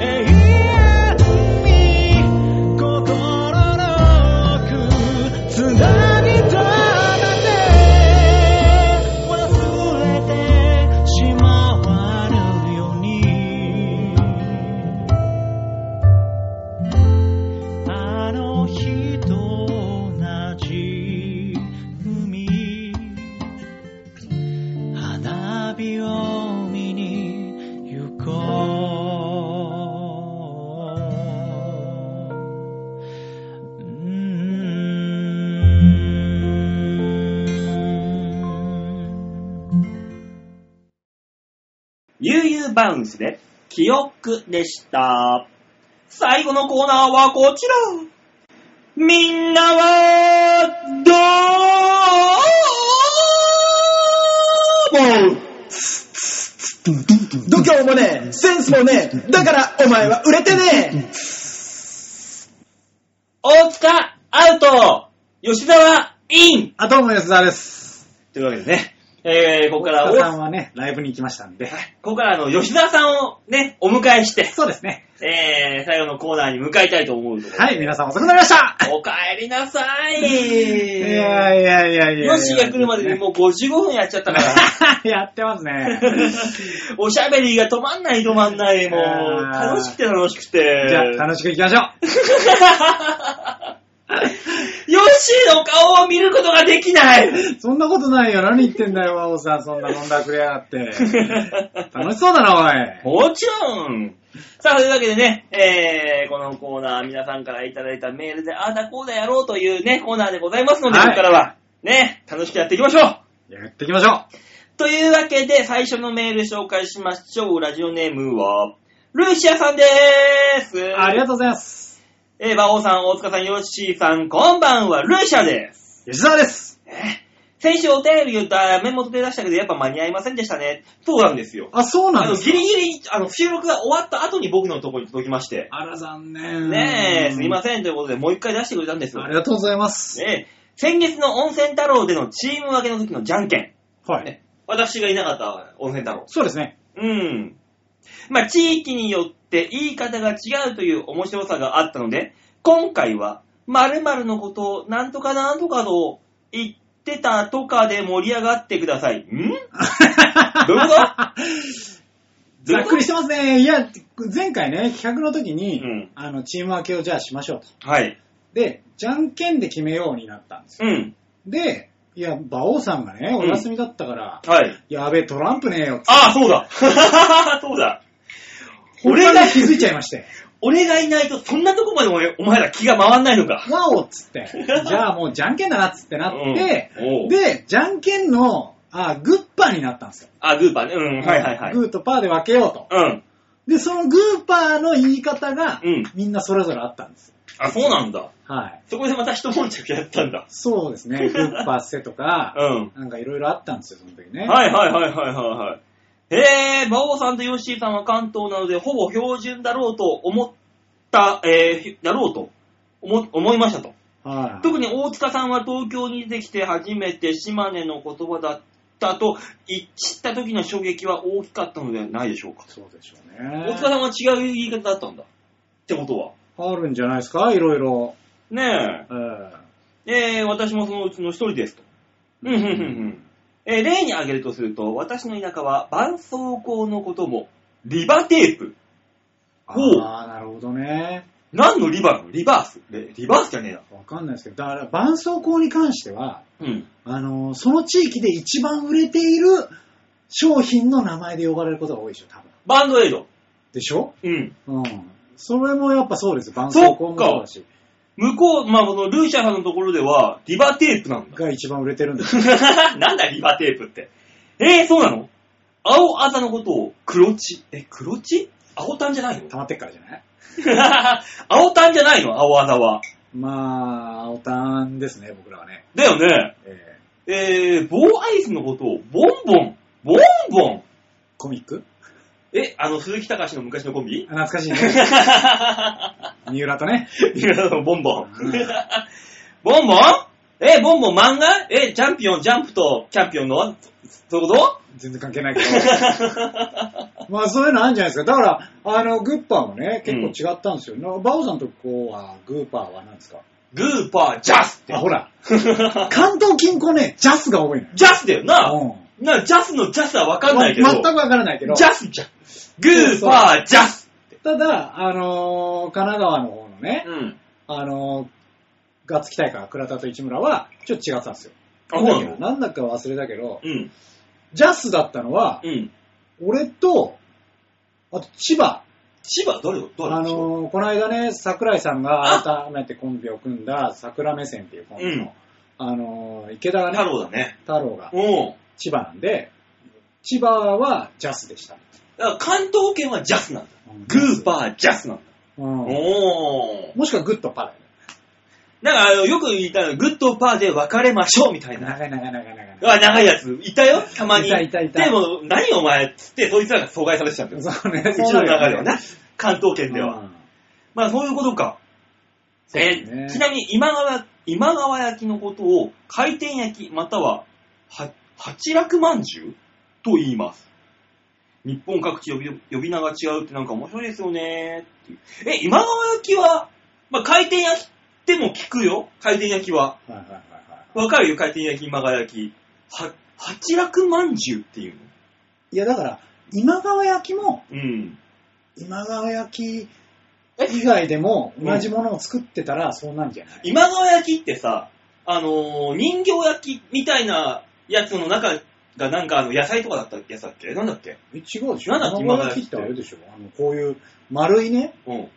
[SPEAKER 1] 永遠に心の奥つなぎたて忘れてしまわぬようにあの日と同じ海花火を見に行こううん
[SPEAKER 2] ゆうゆうバウンスで、記憶でした。最後のコーナーはこちら。みんなは、どう思う
[SPEAKER 4] 度胸も
[SPEAKER 3] <laughs>
[SPEAKER 4] ねえ、センスもねえ、だからお前は売れてねえ。
[SPEAKER 2] 大塚アウト吉沢イン
[SPEAKER 3] あ、どうも、安田です。
[SPEAKER 2] というわけでね、えー、ここから、
[SPEAKER 3] 大
[SPEAKER 2] お
[SPEAKER 3] 塚さんはね、ライブに行きましたんで。
[SPEAKER 2] ここからあの、吉沢さんをね、お迎えして、
[SPEAKER 3] そうですね。
[SPEAKER 2] えー、最後のコーナーに向かいたいと思うところ。
[SPEAKER 3] はい、皆さん遅くなりました
[SPEAKER 2] お帰りなさい。
[SPEAKER 3] <laughs> いやいやいやいや。
[SPEAKER 2] よしが来るまでにもう55分やっちゃったから。
[SPEAKER 3] <laughs> やってますね。
[SPEAKER 2] <laughs> おしゃべりが止まんない止まんない、もう。
[SPEAKER 3] あー
[SPEAKER 2] 楽しくて楽しくて。
[SPEAKER 3] じゃあ、楽しく行きましょう。
[SPEAKER 2] ヨッシーの顔を見ることができない
[SPEAKER 3] そんなことないよ。何言ってんだよ、馬王さん。そんな飲んだくれやがって。楽しそうだな、おい。
[SPEAKER 2] もちろんさあ、というわけでね、えー、このコーナー、皆さんからいただいたメールで、ああだこうだやろうというね、コーナーでございますので、
[SPEAKER 3] はい
[SPEAKER 2] ここからは、ね、楽しくやっていきましょう
[SPEAKER 3] やっていきましょ
[SPEAKER 2] というわけで、最初のメール紹介しましょう。ラジオネームは、ルシアさんでーす
[SPEAKER 3] う。ありがとうございます。
[SPEAKER 2] えー、馬王さん、大塚さん、ヨッシーさん、こんばんは、ルシアです。
[SPEAKER 3] 吉沢です。
[SPEAKER 2] 先週お便り言ったメモで出したけど、やっぱ間に合いませんでしたね。そうなんですよ。
[SPEAKER 3] あ、そう
[SPEAKER 2] あ
[SPEAKER 3] なん
[SPEAKER 2] の、
[SPEAKER 3] です
[SPEAKER 2] ギ
[SPEAKER 3] か
[SPEAKER 2] リギリ、あの、収録が終わった後に僕のところに届きまして。
[SPEAKER 3] あら、残念。
[SPEAKER 2] ねえ、すいま
[SPEAKER 3] せ
[SPEAKER 2] せんということで、もう一回出してくれたんですよ
[SPEAKER 3] あり。がとうございます。
[SPEAKER 2] ねえ、先月の温泉太郎でのチーム分けの時のじゃんけん。
[SPEAKER 3] はい。
[SPEAKER 2] ね私がいなかった温泉太郎。
[SPEAKER 3] そうですね。
[SPEAKER 2] うん。まあ、地域によって言い方が違うという面白さがあったので、今回は、〇〇のことを、なんとかなんとかと言ってたとかで盛り上がってください。んどういうこと
[SPEAKER 3] <laughs> ざっくりしてますね。いや、前回ね、企画の時に、
[SPEAKER 2] うん
[SPEAKER 3] あの、チーム分けをじゃあしましょうと。
[SPEAKER 2] はい。
[SPEAKER 3] で、じゃんけんで決めようになったんですよ。
[SPEAKER 2] うん。
[SPEAKER 3] で、いや、馬王さんがね、
[SPEAKER 2] ん
[SPEAKER 3] お休みだったから、
[SPEAKER 2] はい。
[SPEAKER 3] やべえ、トランプねえよって、
[SPEAKER 2] ああ、そう <laughs> だそうだ俺
[SPEAKER 3] 俺
[SPEAKER 2] が
[SPEAKER 3] が気づいちゃいまして、
[SPEAKER 2] 俺がいないと、そんなとこまでお前お前ら気が回んないのか。
[SPEAKER 3] わおっつ
[SPEAKER 2] <laughs>
[SPEAKER 3] って、じゃあもうじゃんけんだなっつってなって、
[SPEAKER 2] うんおう
[SPEAKER 3] で、じゃんけんの、あ、グッパーになったんですよ。
[SPEAKER 2] あ、グーパーね。うん、はいはいはい。
[SPEAKER 3] グーとパーで分けようと。
[SPEAKER 2] うん。
[SPEAKER 3] で、そのグーパーの言い方が、
[SPEAKER 2] うん
[SPEAKER 3] みんなそれぞれあったんですよ。
[SPEAKER 2] あ、そうなんだ。
[SPEAKER 3] はい。
[SPEAKER 2] そこでまた一悶着やったんだ。
[SPEAKER 3] そうです
[SPEAKER 2] <laughs>
[SPEAKER 3] ね、グッパーせとか、
[SPEAKER 2] うん。
[SPEAKER 3] なんかいろいろあったんですよ、その時ね。
[SPEAKER 2] はいはいはいはいはいはい。えー、馬王さんとヨッシーさんは関東なので、ほぼ標準だろうと思った、えー、だろうと思、思いましたと。
[SPEAKER 3] はい。
[SPEAKER 2] 特に大塚さんは東京に出てきて初めて島根の言葉だったと言知った時の衝撃は大きかったのではないでしょうか。
[SPEAKER 3] そうでしょう
[SPEAKER 2] 大塚
[SPEAKER 3] ね。
[SPEAKER 2] さんは違う言い方だったんだ。ってことは。
[SPEAKER 3] あるんじゃないですか、いろいろ。
[SPEAKER 2] ね
[SPEAKER 3] うん
[SPEAKER 2] え。えー、私もそのうちの一人ですと。うん、うん、うん、うん。えー例に挙げるとすると、私の田舎は絆創膏のことも、リバテープ。ほう
[SPEAKER 3] ああ、なるほどね。
[SPEAKER 2] 何のリバなのリバース。リリバースじゃねえな。
[SPEAKER 3] わかんないですけど、だから、絆創膏に関しては、
[SPEAKER 2] うん。
[SPEAKER 3] あのーその地域で一番売れている商品の名前で呼ばれることが多いでしょ、多分。
[SPEAKER 2] バンドエイド。
[SPEAKER 3] でしょ
[SPEAKER 2] うん。
[SPEAKER 3] うん。それもやっぱそうです。絆創膏もそうだし。
[SPEAKER 2] 向こう、まあ、このルーシャさんのところでは、リバテープなんだ。 <laughs>
[SPEAKER 3] が一番売れてるんですよ。
[SPEAKER 2] なんだリバテープって。えー、そうなの青あざのことを黒血。え、黒血青タンじゃないの <laughs>
[SPEAKER 3] 溜まってっからじゃない
[SPEAKER 2] 青タンじゃないの青あざは。
[SPEAKER 3] まあ、おたんですね、僕らはね。
[SPEAKER 2] だよね。
[SPEAKER 3] えー
[SPEAKER 2] えー、棒アイスのことをボンボン。ボンボン。
[SPEAKER 3] コミック
[SPEAKER 2] え、あの、鈴木隆の昔のコン
[SPEAKER 3] <laughs>
[SPEAKER 2] ビ
[SPEAKER 3] あ懐かしい
[SPEAKER 2] い <laughs>
[SPEAKER 3] ね。三浦とね。
[SPEAKER 2] やボンボン
[SPEAKER 3] うん。
[SPEAKER 2] ボンボンえ、ボンボン漫画え、チャンピオン、ジャンプとキャンピオンのそういうこと
[SPEAKER 3] 全然関係ないけど。 <laughs> まあそういうのあるんじゃないですか。だから、あの、グッパーもね、結構違ったんですよ。なバオさんとこは、グーパーは何ですか
[SPEAKER 2] グーパー、ジャスって
[SPEAKER 3] あ、。ほら。関東近郊ね、ジャスが多いのよ。
[SPEAKER 2] <laughs> ジャスだよな。
[SPEAKER 3] うん
[SPEAKER 2] な、ジャスのジャスはわかんないけど。
[SPEAKER 3] ま全くわからないけど。
[SPEAKER 2] ジャスじゃん。グーパー、ジャス。
[SPEAKER 3] ただ、あのー神奈川の方のね、
[SPEAKER 2] うん。
[SPEAKER 3] あのーガッツ期待から倉田と市村は、ちょっと違ったんですよ。
[SPEAKER 2] あ、そうな
[SPEAKER 3] なんだっ
[SPEAKER 2] の
[SPEAKER 3] けななんだか忘れたけど、
[SPEAKER 2] うん。
[SPEAKER 3] ジャスだったのは、
[SPEAKER 2] うん。
[SPEAKER 3] 俺と、あと千葉。
[SPEAKER 2] 千葉、誰だ誰
[SPEAKER 3] あ
[SPEAKER 2] だ
[SPEAKER 3] のーこの間ね、桜井さんが改めてコンビを組んだ、桜目線っていうコンビの、あのー池田がね、
[SPEAKER 2] 太郎だね。
[SPEAKER 3] 太郎が
[SPEAKER 2] うん。
[SPEAKER 3] 千葉なんで、千葉はジャスでした。
[SPEAKER 2] だから関東圏はジャスなんだ。グーパー、ジャスなんだ。
[SPEAKER 3] うん
[SPEAKER 2] おー。
[SPEAKER 3] もしくはグッとパだよね。
[SPEAKER 2] なんかあの、よく言ったの、グッドパーで別れましょうみたいな。
[SPEAKER 3] 長い長い長い長い長い。
[SPEAKER 2] あ、長いやつ。いたよたまに。
[SPEAKER 3] いたいたいた
[SPEAKER 2] でも、何お前っつって、そいつらが阻害されてたんだよ。う
[SPEAKER 3] そうね、
[SPEAKER 2] ちの中ではな。関東
[SPEAKER 3] そう
[SPEAKER 2] 圏
[SPEAKER 3] だ
[SPEAKER 2] で
[SPEAKER 3] よ
[SPEAKER 2] は。
[SPEAKER 3] ね。
[SPEAKER 2] まあ、そういうことか。
[SPEAKER 3] そうですね
[SPEAKER 2] えーちなみに今川、今川焼きのことを、回転焼き、または、は、八楽饅頭と言います。日本各地呼び呼び名が違うってなんか面白いですよねっていう。え、今川焼きは、まあ、回転焼きっても聞くよ。回転焼きは。
[SPEAKER 3] はいはいはいは
[SPEAKER 2] わかるよ、回転焼き、今川焼き。は、八楽饅頭っていうの。
[SPEAKER 3] い。いやだから、今川焼きも、
[SPEAKER 2] うん。
[SPEAKER 3] 今川焼き以外でも同じものを作ってたらそうなんじゃない、
[SPEAKER 2] 今川焼きってさ、あのー人形焼きみたいなやつの中がなんかあの野菜とかだったやつだっけなんだっけ
[SPEAKER 3] え違うでしょ
[SPEAKER 2] なんだっけ
[SPEAKER 3] 今川焼きってあれでしょあのこういう丸いね、
[SPEAKER 2] うん。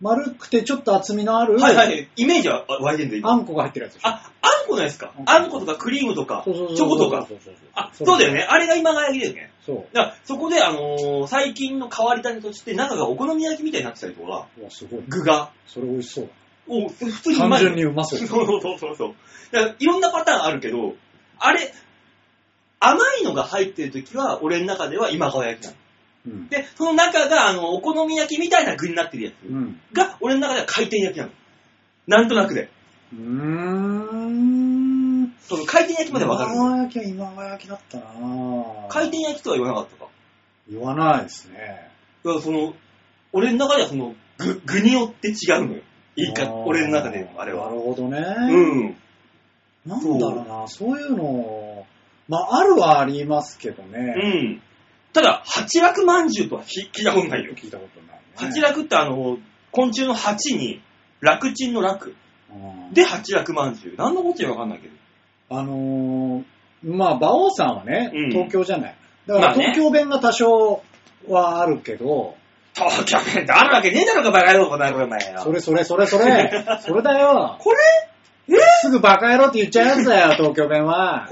[SPEAKER 3] 丸くてちょっと厚みのある、
[SPEAKER 2] はいはい。イメージは湧いてんだよ、今。
[SPEAKER 3] あんこが入ってるやつでしょ
[SPEAKER 2] あ、あんこないですかあんことかクリームとか、チ
[SPEAKER 3] そうそうそう
[SPEAKER 2] ョコとか。
[SPEAKER 3] そうそうそう
[SPEAKER 2] あ、そうだよね。。あれが今川焼きだよね。
[SPEAKER 3] そう。
[SPEAKER 2] だから、そこで、あのー最近の変わり種として、中がお好み焼きみたいになってたりとか、
[SPEAKER 3] うわ、すごい。
[SPEAKER 2] 具が。
[SPEAKER 3] それ美味しそう。
[SPEAKER 2] お、普通にうま
[SPEAKER 3] 単
[SPEAKER 2] い。
[SPEAKER 3] 純にうま
[SPEAKER 2] そう
[SPEAKER 3] そう。
[SPEAKER 2] そうそうそうそう。だからいろんなパターンあるけど、あれ、甘いのが入ってるときは、俺の中では今川焼きなの。
[SPEAKER 3] うん。
[SPEAKER 2] で、その中が、あの、お好み焼きみたいな具になってるやつ
[SPEAKER 3] うん。
[SPEAKER 2] が、俺の中では回転焼きなの。なんとなくで。
[SPEAKER 3] うーん。
[SPEAKER 2] その回転焼きまでわか
[SPEAKER 3] 今
[SPEAKER 2] る。
[SPEAKER 3] 川焼きは今川焼きだったなぁ
[SPEAKER 2] 回転焼きとは言わなかったか。
[SPEAKER 3] 言わないですね。
[SPEAKER 2] だからその、俺の中ではその、具、具によって違うのよ。言い
[SPEAKER 3] あ
[SPEAKER 2] 方、
[SPEAKER 3] ー
[SPEAKER 2] 俺の中で、あれ
[SPEAKER 3] な
[SPEAKER 2] は。
[SPEAKER 3] るほどね。
[SPEAKER 2] うん。
[SPEAKER 3] なんだろうなそういうの、まあ、あるはありますけど
[SPEAKER 2] う
[SPEAKER 3] ね。
[SPEAKER 2] ん。ただ、八楽饅頭とはひ聞いたことないよ。
[SPEAKER 3] 聞いたことない、ね。
[SPEAKER 2] 八楽ってあの、昆虫の蜂に、楽ちんの楽。
[SPEAKER 3] うん
[SPEAKER 2] で、八楽饅頭。何のことやわかんないけど。
[SPEAKER 3] あのー、まあ、馬王さんはね
[SPEAKER 2] うん、
[SPEAKER 3] 東京じゃない。だ
[SPEAKER 2] ま
[SPEAKER 3] か
[SPEAKER 2] あ
[SPEAKER 3] ら
[SPEAKER 2] ね
[SPEAKER 3] 東京弁が多少はあるけど、
[SPEAKER 2] 東京弁ってあるわけねえだろか、バカ野郎、この野郎、お前よ。
[SPEAKER 3] それそれそれ
[SPEAKER 2] <laughs>
[SPEAKER 3] それ、それだよ。
[SPEAKER 2] これ
[SPEAKER 3] すぐバカ野郎って言っちゃうやつ <laughs> だよ、東京弁は。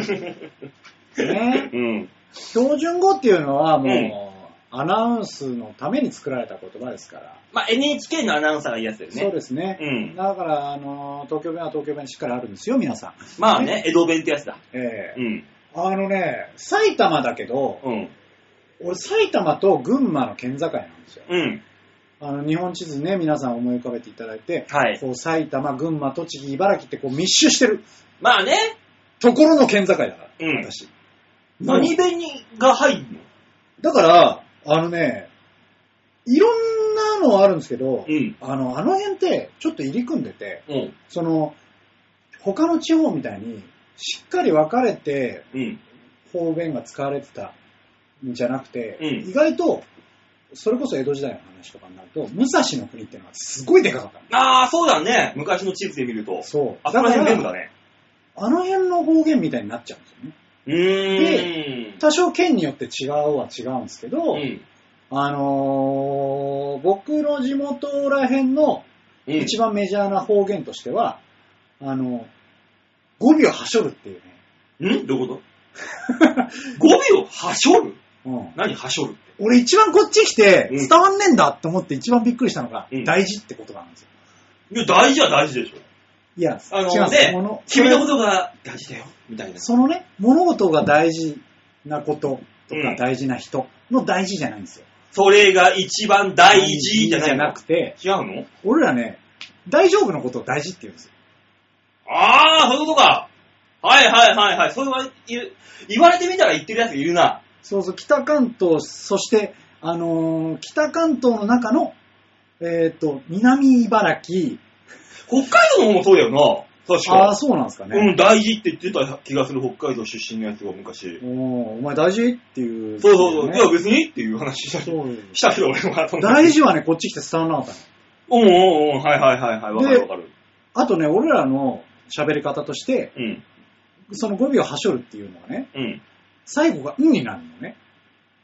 [SPEAKER 3] ね、
[SPEAKER 2] うん。
[SPEAKER 3] 標準語っていうのはもう、
[SPEAKER 2] うん
[SPEAKER 3] アナウンスのために作られた言葉ですから。
[SPEAKER 2] まあ、NHK のアナウンサーがいいやつだよね。
[SPEAKER 3] そうですね。
[SPEAKER 2] うん
[SPEAKER 3] だから、あのー、東京弁は東京弁しっかりあるんですよ、皆さん。
[SPEAKER 2] まあね、江戸弁ってやつだ。
[SPEAKER 3] ええ
[SPEAKER 2] うん。
[SPEAKER 3] あのね、埼玉だけど、
[SPEAKER 2] うん。
[SPEAKER 3] 俺埼玉と群馬の県境なんですよ。
[SPEAKER 2] うん。
[SPEAKER 3] あの日本地図ね、皆さん思い浮かべていただいて、
[SPEAKER 2] はい
[SPEAKER 3] こう埼玉、群馬、栃木、茨城ってこう密集してる
[SPEAKER 2] まあね、
[SPEAKER 3] ところの県境だから、
[SPEAKER 2] うん
[SPEAKER 3] 私。
[SPEAKER 2] 何弁にが入るの
[SPEAKER 3] だから、あのね、いろんなのあるんですけど、
[SPEAKER 2] うん。
[SPEAKER 3] あの、あの辺ってちょっと入り組んでて、
[SPEAKER 2] うん。
[SPEAKER 3] その、他の地方みたいにしっかり分かれて
[SPEAKER 2] うん。
[SPEAKER 3] 方言が使われてたんじゃなくて、
[SPEAKER 2] うん
[SPEAKER 3] 意外と、それこそ江戸時代の話とかになると、武蔵の国ってのはすごいでかかったの
[SPEAKER 2] ああ、そうだね。昔の地図で見ると。
[SPEAKER 3] そう。
[SPEAKER 2] あそこら辺全部だね。
[SPEAKER 3] あの辺の方言みたいになっちゃうんですよね。
[SPEAKER 2] うーん。
[SPEAKER 3] 多少県によって違うは違うんですけど、
[SPEAKER 2] うん。
[SPEAKER 3] あのー僕の地元ら辺の
[SPEAKER 2] うん
[SPEAKER 3] 一番メジャーな方言としては、あの、語尾をはしょるっていうね。
[SPEAKER 2] んどういう
[SPEAKER 3] <laughs>
[SPEAKER 2] こと語尾をはしょる
[SPEAKER 3] うん、
[SPEAKER 2] 何はしょるって。
[SPEAKER 3] 俺一番こっち来て
[SPEAKER 2] うん
[SPEAKER 3] 伝わんねえんだと思って一番びっくりしたのが
[SPEAKER 2] うん
[SPEAKER 3] 大事ってことなんですよ。
[SPEAKER 2] いや、大事は大事でしょ。
[SPEAKER 3] いや、
[SPEAKER 2] あ
[SPEAKER 3] 違うん
[SPEAKER 2] の、
[SPEAKER 3] です
[SPEAKER 2] で
[SPEAKER 3] よこの、
[SPEAKER 2] 君のことが大事だよ、みたいな。
[SPEAKER 3] そのね、物事が大事なことと
[SPEAKER 2] う
[SPEAKER 3] か
[SPEAKER 2] ん
[SPEAKER 3] 大事な人の大事じゃないんですよ。
[SPEAKER 2] それが一番大事じゃないの
[SPEAKER 3] なくて、
[SPEAKER 2] 違うの
[SPEAKER 3] 俺らね、大丈夫のことを大事って言うんですよ。
[SPEAKER 2] ああ、そういうことか。はいはいはいはい。そう言わ言われてみたら言ってるやついるな。
[SPEAKER 3] そうそう、北関東、そして、あのー北関東の中の、えっ、と、南茨城、
[SPEAKER 2] 北海道の方もそうだよな。確
[SPEAKER 3] ああ、
[SPEAKER 2] か。
[SPEAKER 3] そうなんですか
[SPEAKER 2] う
[SPEAKER 3] ね。
[SPEAKER 2] ん、大事って言ってた気がする北海道出身のやつが昔。
[SPEAKER 3] おーお前大事っていう、
[SPEAKER 2] そうそうそう。
[SPEAKER 3] ね
[SPEAKER 2] いや、別にっていう話したけど。
[SPEAKER 3] そう
[SPEAKER 2] したけど俺は。そんな
[SPEAKER 3] 大事はね、こっち来て伝わらなかった
[SPEAKER 2] うんうんうん。はいはいはいはい。わかるわかる。
[SPEAKER 3] の。あとね、俺らの喋り方として、
[SPEAKER 2] うん。
[SPEAKER 3] その語尾をはしょるっていうのはね、
[SPEAKER 2] うん。
[SPEAKER 3] 最後がうんになるのね。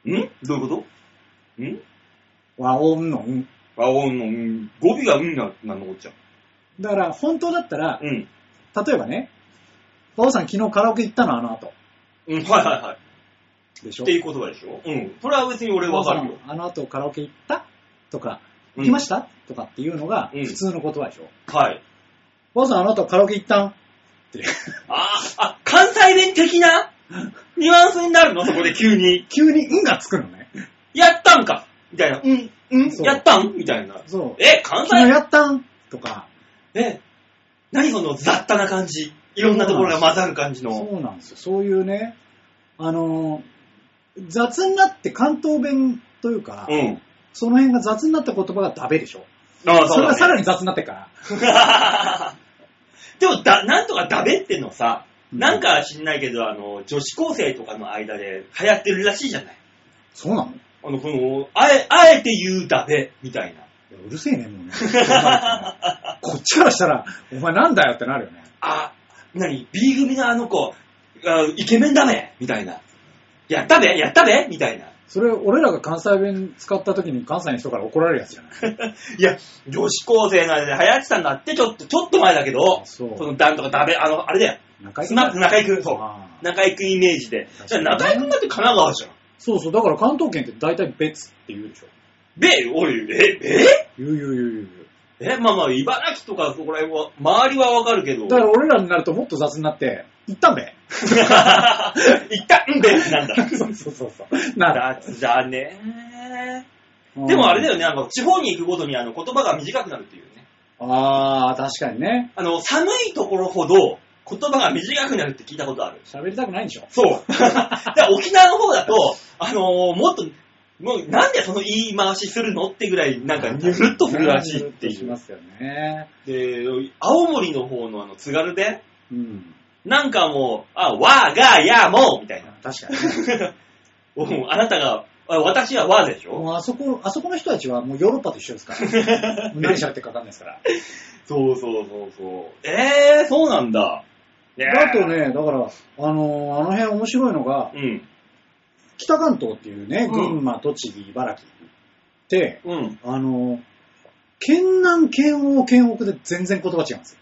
[SPEAKER 2] んどういうことん
[SPEAKER 3] 和音のうん。
[SPEAKER 2] あ、おんの、うん語尾がうんな、なんのこっちゃ。
[SPEAKER 3] だから、本当だったら
[SPEAKER 2] う、ん。
[SPEAKER 3] 例えばね、馬王さん昨日カラオケ行ったのあの後。
[SPEAKER 2] うん、はいはいはい。
[SPEAKER 3] でし
[SPEAKER 2] <laughs>
[SPEAKER 3] ょ
[SPEAKER 2] っていう言葉でしょうん。それは別に俺わかるよ。
[SPEAKER 3] あの後カラオケ行ったとか、行きました、とかっていうのが
[SPEAKER 2] うん
[SPEAKER 3] 普通の言葉でしょ。
[SPEAKER 2] はい。
[SPEAKER 3] バオさん、あなたカラオケ行ったんって。 <laughs>
[SPEAKER 2] あーあ、関西弁的なニュアンスになるのそこで急に。
[SPEAKER 3] 急に、うんがつくのね。
[SPEAKER 2] やったんかみたいな。うん、うん
[SPEAKER 3] そう
[SPEAKER 2] やったんみたいな。
[SPEAKER 3] そう。
[SPEAKER 2] え、関
[SPEAKER 3] 昨日
[SPEAKER 2] 西
[SPEAKER 3] やったんとか、
[SPEAKER 2] え、何その雑多な感じ。いいろんなところが混ざる感じの。
[SPEAKER 3] そうなんですよ。そういうね、あのー、雑になって関東弁というか、
[SPEAKER 2] うん。
[SPEAKER 3] その辺が雑になった言葉がダメでしょ。
[SPEAKER 2] ああ、
[SPEAKER 3] そ
[SPEAKER 2] そう
[SPEAKER 3] れ
[SPEAKER 2] だ、
[SPEAKER 3] が
[SPEAKER 2] ね。
[SPEAKER 3] さらに雑になってから。
[SPEAKER 2] <laughs> でもだ、なんとかダベってのさ、
[SPEAKER 3] うん
[SPEAKER 2] なんか知んないけど、あの、女子高生とかの間で流行ってるらしいじゃない。
[SPEAKER 3] そうなのい
[SPEAKER 2] あの、この、あえ、あえて言うダベ、みたいな。
[SPEAKER 3] やうるせえね、
[SPEAKER 2] <laughs>
[SPEAKER 3] もうね。こっちからしたら、お前なんだよってなるよね。
[SPEAKER 2] あ、なに、B 組のあの子、あイケメンダメみたいな。やったべやったべみたいな。 <laughs>
[SPEAKER 3] それ、俺らが関西弁使った時に関西の人から怒られるやつじゃない
[SPEAKER 2] いや、女子高生の間で流行ってたんだって、ちょっと、ちょっと前だけど、そ
[SPEAKER 3] そう
[SPEAKER 2] の、ダンとかダベ、あの、あれだよ。
[SPEAKER 3] 中居
[SPEAKER 2] ス
[SPEAKER 3] 君
[SPEAKER 2] マップ中井くん、そう
[SPEAKER 3] あ。ー
[SPEAKER 2] 中井くんイメージで。
[SPEAKER 3] 確
[SPEAKER 2] じゃあ
[SPEAKER 3] かに
[SPEAKER 2] 中井くんだって神奈川じゃん。
[SPEAKER 3] そうそう、だから関東圏って大体別って言うでしょ。
[SPEAKER 2] で、おい、え、え
[SPEAKER 3] 言う言う言う言
[SPEAKER 2] え、
[SPEAKER 3] う。
[SPEAKER 2] まあまあ、茨城とかそこら辺は、周りはわかるけど。
[SPEAKER 3] だから俺らになるともっと雑になって、行ったん
[SPEAKER 2] <laughs>
[SPEAKER 3] べ。
[SPEAKER 2] 一旦、ベースなんだ。
[SPEAKER 3] そうそうそうそう。なる。
[SPEAKER 2] 雑じゃねでもあれだ
[SPEAKER 3] よ。
[SPEAKER 2] よね、あの、地方に行くごとにあの、言葉が短くなるっていうね。
[SPEAKER 3] ああ、確かにね。
[SPEAKER 2] あの、寒いところほど、言葉が短くなるって聞いたことある。
[SPEAKER 3] 喋りたくないんでしょ。
[SPEAKER 2] <laughs> そう。で沖縄の方だと、あのーもっと、もうなんでその言い回しするのってぐらい、なんか、ニュルっとするらしいって
[SPEAKER 3] ニュルッとし
[SPEAKER 2] い
[SPEAKER 3] ま
[SPEAKER 2] う。
[SPEAKER 3] すよね。
[SPEAKER 2] で、青森の方のあの、津軽で、
[SPEAKER 3] うん。
[SPEAKER 2] なんかもう、あ、わがやもうみたいな。
[SPEAKER 3] 確かにね。
[SPEAKER 2] もうあなたが、あ私はわでしょ
[SPEAKER 3] もうあそこ、あそこの人たちはもうヨーロッパと一緒で
[SPEAKER 2] <laughs>
[SPEAKER 3] すから。何喋ってるかわかんないですから。
[SPEAKER 2] そうそうそうそう。えー、そうなんだ。
[SPEAKER 3] だと。ね、だから、あのーあの辺面白いのが
[SPEAKER 2] う、ん。
[SPEAKER 3] 北関東っていうね、
[SPEAKER 2] うん
[SPEAKER 3] 群馬、栃木、茨城って、
[SPEAKER 2] うん。
[SPEAKER 3] あのー県南、県央、県北で全然言葉違うんですよ。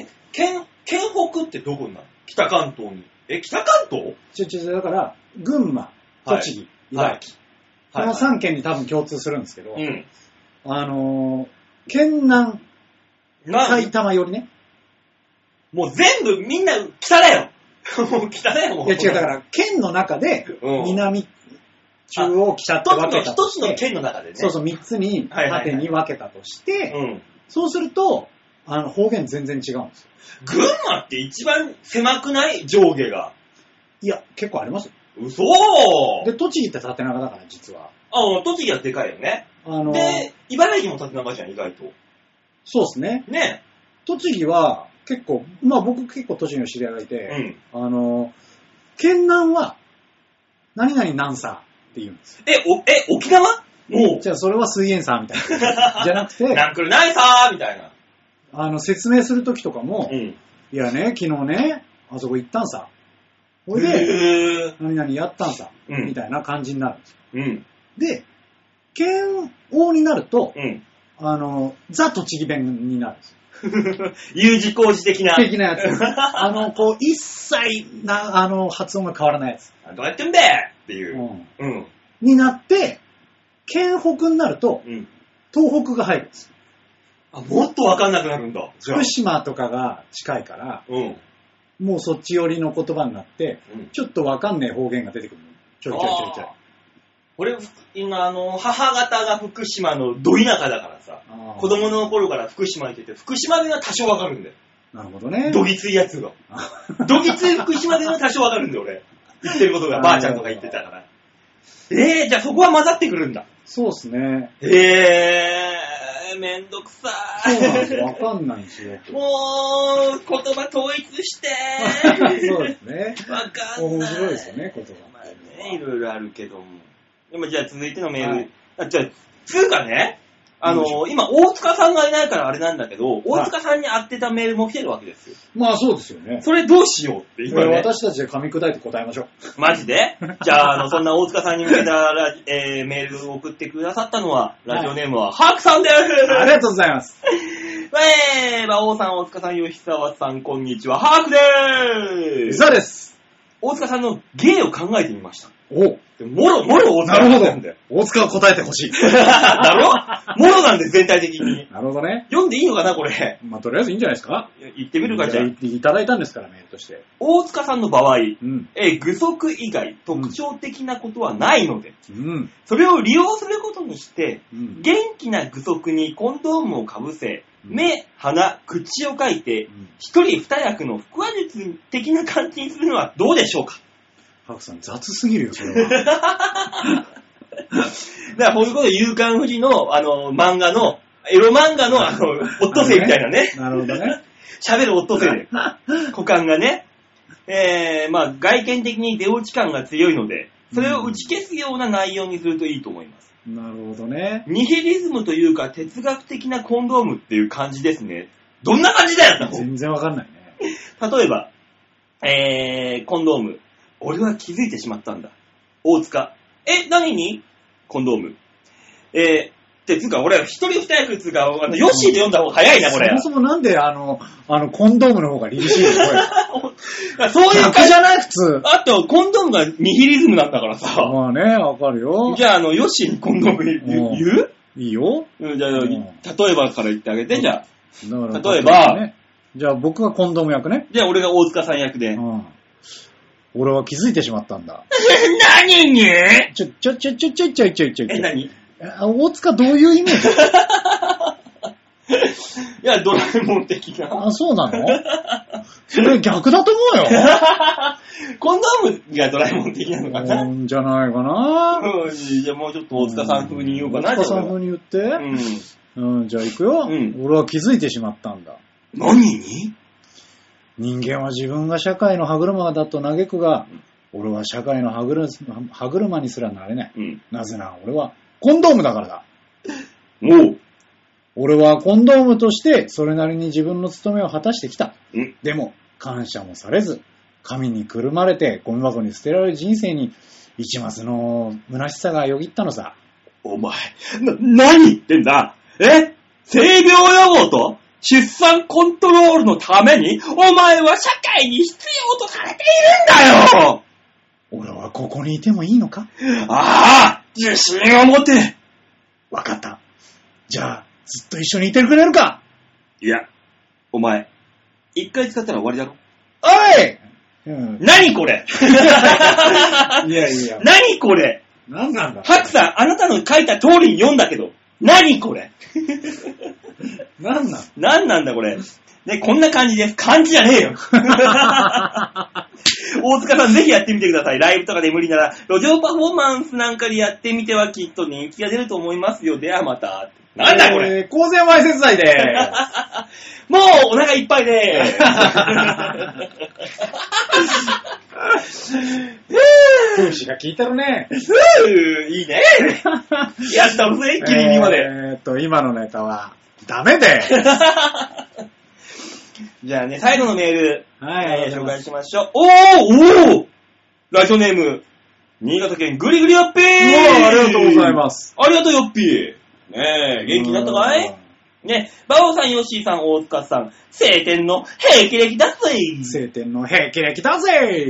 [SPEAKER 2] え、県、県北ってどこになる北関東に。え、北関東
[SPEAKER 3] ちょちょちょだから、群馬、栃木、
[SPEAKER 2] はい
[SPEAKER 3] 茨城。
[SPEAKER 2] はい
[SPEAKER 3] この3県に多分共通するんですけど、
[SPEAKER 2] うん。
[SPEAKER 3] あのー県南、
[SPEAKER 2] な、
[SPEAKER 3] 埼玉よりね。
[SPEAKER 2] もう全部みんな北だよ。 <laughs> もう北だよ、もう。
[SPEAKER 3] いや違う、だから、県の中で、
[SPEAKER 2] うん
[SPEAKER 3] 南、中央、北って分け
[SPEAKER 2] 一つ
[SPEAKER 3] た
[SPEAKER 2] の、
[SPEAKER 3] と
[SPEAKER 2] 一つ
[SPEAKER 3] し
[SPEAKER 2] の
[SPEAKER 3] て、
[SPEAKER 2] 県の中でね。
[SPEAKER 3] そうそう、3つに、
[SPEAKER 2] はいはいはい
[SPEAKER 3] 縦に分けたとして、
[SPEAKER 2] うん。
[SPEAKER 3] そうすると、あの、方言全然違うんですよ。
[SPEAKER 2] 群馬って一番狭くない上下が。
[SPEAKER 3] いや、結構ありますよ。
[SPEAKER 2] 嘘
[SPEAKER 3] で、栃木って縦長だから、実は。
[SPEAKER 2] あ、栃木はでかいよね。
[SPEAKER 3] あの、
[SPEAKER 2] で、茨城も縦長じゃん、意外と。
[SPEAKER 3] そうですね。
[SPEAKER 2] ね。
[SPEAKER 3] 栃木は、結構、まあ僕結構栃木の知り合いがいうて、
[SPEAKER 2] ん。
[SPEAKER 3] あの、県南は、何々南さって言うんですよ。
[SPEAKER 2] え、お、え、沖縄もう、
[SPEAKER 3] じゃあ、それは水源さみた
[SPEAKER 2] <laughs>
[SPEAKER 3] いな。じゃなくて、
[SPEAKER 2] なんくるないさーみたいな。
[SPEAKER 3] あの、説明するときとかも、
[SPEAKER 2] うん。
[SPEAKER 3] いやね、昨日ね、あそこ行ったんさ。ほいで、
[SPEAKER 2] へー
[SPEAKER 3] 何々やったんさ、
[SPEAKER 2] うん
[SPEAKER 3] みたいな感じになるんですよ。
[SPEAKER 2] うん。
[SPEAKER 3] で、県王になると、
[SPEAKER 2] うん。 <laughs>
[SPEAKER 3] あの、ザ栃木弁になるんですよ。
[SPEAKER 2] U 字工事的な。
[SPEAKER 3] 的なやつ。 <laughs> あの、こう、一切な、あの、発音が変わらないやつ。
[SPEAKER 2] どうやってんべーっていうう。
[SPEAKER 3] ん。
[SPEAKER 2] うん。
[SPEAKER 3] になって、県北になると、
[SPEAKER 2] うん。
[SPEAKER 3] 東北が入るんです。
[SPEAKER 2] あ、もっとわかんなくなるんだ。じゃあ
[SPEAKER 3] 福。島とかが近いから、
[SPEAKER 2] うん。
[SPEAKER 3] もうそっち寄りの言葉になって、
[SPEAKER 2] うん
[SPEAKER 3] ちょっとわかんねえ方言が出てくるの。ちょいちょいちょいちょい。
[SPEAKER 2] あー俺、今、あの、母方が福島のど田舎だからさ、
[SPEAKER 3] あー
[SPEAKER 2] 子供の頃から福島に行ってて、福島弁は多少わかるんだよ。
[SPEAKER 3] なるほどね。
[SPEAKER 2] どぎついやつが。どぎつい福島弁は多少わかるんだよ、俺。言ってることが、ばあちゃんとか言ってたから。えー、じゃあそこは混ざってくるんだ。
[SPEAKER 3] そうです
[SPEAKER 2] <laughs>
[SPEAKER 3] ね。
[SPEAKER 2] えー、めんどくさ
[SPEAKER 3] そうなんです
[SPEAKER 2] い。
[SPEAKER 3] よ。わかんないんですよ。
[SPEAKER 2] もう、言葉統一して
[SPEAKER 3] そうですね。
[SPEAKER 2] わかんない。
[SPEAKER 3] 面白いですよね、言葉。
[SPEAKER 2] まあね、いろいろあるけども。でもじゃあ続いてのメール。あじゃあ、つうかね、あ
[SPEAKER 3] いいでし
[SPEAKER 2] の、今、大塚さんがいないからあれなんだけど、大塚さんに当てたメールも来てるわけですよ。
[SPEAKER 3] まあそうですよね。
[SPEAKER 2] それどうしようって、今
[SPEAKER 3] これ
[SPEAKER 2] ね。
[SPEAKER 3] 私たちで噛み砕いて答えましょう。
[SPEAKER 2] マジでじゃあ、あの、そんな大塚さんに向けた <laughs> ラジ、えーメールを送ってくださったのは、ラジオネームは、ハークさんです
[SPEAKER 3] <laughs> ありがとうございます。
[SPEAKER 2] えー、馬王さん、大塚さん、吉沢さん、こんにちは、ハークでーす
[SPEAKER 3] ザです。
[SPEAKER 2] 大塚さんの芸を考えてみました。
[SPEAKER 3] お
[SPEAKER 2] でもろ、もろ大
[SPEAKER 3] な
[SPEAKER 2] 塚さ
[SPEAKER 3] るほ
[SPEAKER 2] んなんだ
[SPEAKER 3] ど
[SPEAKER 2] よ。。
[SPEAKER 3] 大塚は答えてほし
[SPEAKER 2] <laughs>
[SPEAKER 3] い。
[SPEAKER 2] だろもろなんで全体的に。
[SPEAKER 3] なるほどね。
[SPEAKER 2] 読んでいいのかな、これ。
[SPEAKER 3] まあとりあえずいいんじゃないですか。
[SPEAKER 2] 言ってみるか、じゃあ。
[SPEAKER 3] いただいたんですから、メールとして。
[SPEAKER 2] 大塚さんの場合、
[SPEAKER 3] うん。
[SPEAKER 2] えー、具足以外特徴的なことはないので、
[SPEAKER 3] うん。
[SPEAKER 2] それを利用することにして、
[SPEAKER 3] うん。
[SPEAKER 2] 元気な具足にコンドームをかぶせ、目、鼻、口を書いて、一人二役の腹話術的な感じにするのはどうでしょうか
[SPEAKER 3] ハクさん、雑すぎるよ、それは。
[SPEAKER 2] だから、そういうこと、勇敢富士の、あの、漫画の、エロ漫画の、あの、オットセイみたいなね、
[SPEAKER 3] <laughs> なるほどね。
[SPEAKER 2] 喋るオットセイで、股間がね、えー、まあ、外見的に出落ち感が強いので、それを打ち消すような内容にするといいと思います。
[SPEAKER 3] なるほど <laughs> ね。
[SPEAKER 2] ニヒリズムというか、哲学的なコンドームっていう感じですね。どんな感じだよ
[SPEAKER 3] 全然わかんないね。
[SPEAKER 2] 例えば、えー、コンドーム。俺は気づいてしまったんだ。大塚。え、何にコンドーム。えー、って、つうか俺、一人二役つうか、あの、ヨッシーで読んだ方が早いな、これ。
[SPEAKER 3] そもそもなんで、あの、あの、コンドームの方が凛々しいのこれ。
[SPEAKER 2] そういう
[SPEAKER 3] 逆
[SPEAKER 2] 感
[SPEAKER 3] じ
[SPEAKER 2] じ。
[SPEAKER 3] ゃない普通。
[SPEAKER 2] あと、コンドームがニヒリズムなんだからさ。
[SPEAKER 3] まあね、わかるよ
[SPEAKER 2] じ。ゃあ、あの、ヨッシーにコンドーム言
[SPEAKER 3] うん
[SPEAKER 2] う言う
[SPEAKER 3] いいよ。
[SPEAKER 2] うんじゃあ、
[SPEAKER 3] うん
[SPEAKER 2] 例えばから言ってあげて、じゃあ。
[SPEAKER 3] だから
[SPEAKER 2] 例えば
[SPEAKER 3] ねじゃあ僕がコンドーム役ね。
[SPEAKER 2] じゃあ、俺が大塚さん役で
[SPEAKER 3] う。ん。俺は気づいてしまったんだ。
[SPEAKER 2] <laughs> 何
[SPEAKER 3] <laughs>
[SPEAKER 2] にえ、
[SPEAKER 3] ちょ、ちょ、ちょ、ちょ、ちょ、ちょ、ちょ、ちょ、ちょ。
[SPEAKER 2] 何い
[SPEAKER 3] あ大塚どういうイメージ
[SPEAKER 2] や、ドラえもん的な。
[SPEAKER 3] あ、そうなのそれ逆だと思うよ。
[SPEAKER 2] <laughs> コンドームがドラえもん的なのかな。
[SPEAKER 3] うんじゃないかな。
[SPEAKER 2] うん、じゃあもうちょっと大塚さん風に言おうかな、
[SPEAKER 3] 大塚さん風に言って。
[SPEAKER 2] じゃあ俺はうん。
[SPEAKER 3] うん、じゃあ行くよ、
[SPEAKER 2] うん
[SPEAKER 3] 俺は気づいてしまったんだ。
[SPEAKER 2] 何に
[SPEAKER 3] 人間は自分が社会の歯車だと嘆くが、俺は社会の歯車歯車にすらなれない。
[SPEAKER 2] うん。
[SPEAKER 3] なぜなら俺はコンドームだからだ。
[SPEAKER 2] もう。
[SPEAKER 3] 俺はコンドームとしてそれなりに自分の務めを果たしてきた。
[SPEAKER 2] うん
[SPEAKER 3] でも感謝もされず、神にくるまれてゴミ箱に捨てられる人生に一抹の虚しさがよぎったのさ。
[SPEAKER 2] お前、な、何言ってんだえ性病予防と出産コントロールのために、お前は社会に必要とされているんだよ
[SPEAKER 3] 俺はここにいてもいいのか
[SPEAKER 2] ああ自信を持て
[SPEAKER 3] わかった。じゃあ、ずっと一緒にいてくれるか
[SPEAKER 2] いや、お前、一回使ったら終わりだろ
[SPEAKER 3] おい、うん、
[SPEAKER 2] 何これ <laughs>
[SPEAKER 3] いやいや、
[SPEAKER 2] 何これ
[SPEAKER 3] なんなんだ
[SPEAKER 2] ハクさん、あなたの書いた通りに読んだけど、何こ
[SPEAKER 3] <laughs>
[SPEAKER 2] れ
[SPEAKER 3] なんなん
[SPEAKER 2] 何なんだこれ。ね、こんな感じです。漢字じゃねえよ。
[SPEAKER 3] <laughs>
[SPEAKER 2] 大塚さん、ぜひやってみてください。ライブとかで無理なら、路上パフォーマンスなんかでやってみてはきっと人気が出ると思いますよ。ではまた。なんだこれ、
[SPEAKER 3] えー公然わいせつ罪 <laughs> で。
[SPEAKER 2] もうお腹いっぱい
[SPEAKER 3] <laughs>
[SPEAKER 2] で
[SPEAKER 3] 風刺が効いてる <laughs> ね。
[SPEAKER 2] ーす。ふういいね。やったのぜ、ギリギリまで。
[SPEAKER 3] えーっと、今のネタは、ダメで。
[SPEAKER 2] <laughs> じゃあね、最後のメール、
[SPEAKER 3] はい
[SPEAKER 2] えー紹介しましょう。おーおーラジオネーム、新潟県ぐりぐりよっぴー
[SPEAKER 3] うわありがとうございます。
[SPEAKER 2] ありがとうよっぴーねえ、元気になったかいね、バオさん、ヨッシーさん、大塚さん、晴天の平気歴だぜ
[SPEAKER 3] 晴天の平気歴だぜ、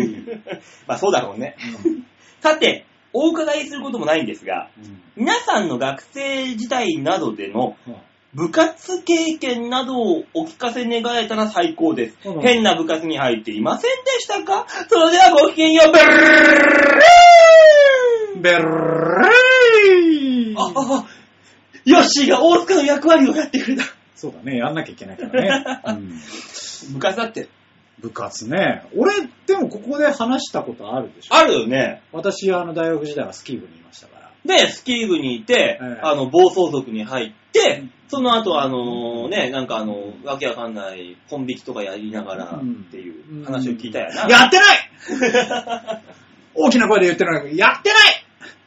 [SPEAKER 2] <laughs> まあそうだろうね。さて、お伺いすることもないんですが、皆さんの学生時代などでの部活経験などをお聞かせ願えたら最高です。
[SPEAKER 3] うん
[SPEAKER 2] 変な部活に入っていませんでしたかそれではごきげんよう、ブルー
[SPEAKER 3] ベルー
[SPEAKER 2] あ、あ、ヨッシーが大塚の役割をやってくれた。
[SPEAKER 3] そうだね、やんなきゃいけないからね。うん
[SPEAKER 2] 部活だって。
[SPEAKER 3] 部活ね。俺、でもここで話したことあるでしょ
[SPEAKER 2] あるよね。
[SPEAKER 3] 私、あの、大学時代はスキー部にいましたから。
[SPEAKER 2] で、スキー部にいて、
[SPEAKER 3] ええ
[SPEAKER 2] あの、暴走族に入って、その後、あのね、なんかあの、わけわかんない、コンビキとかやりながらっていう話を聞いたやな。
[SPEAKER 3] やってない
[SPEAKER 2] <laughs>
[SPEAKER 3] 大きな声で言ってるのに、やってない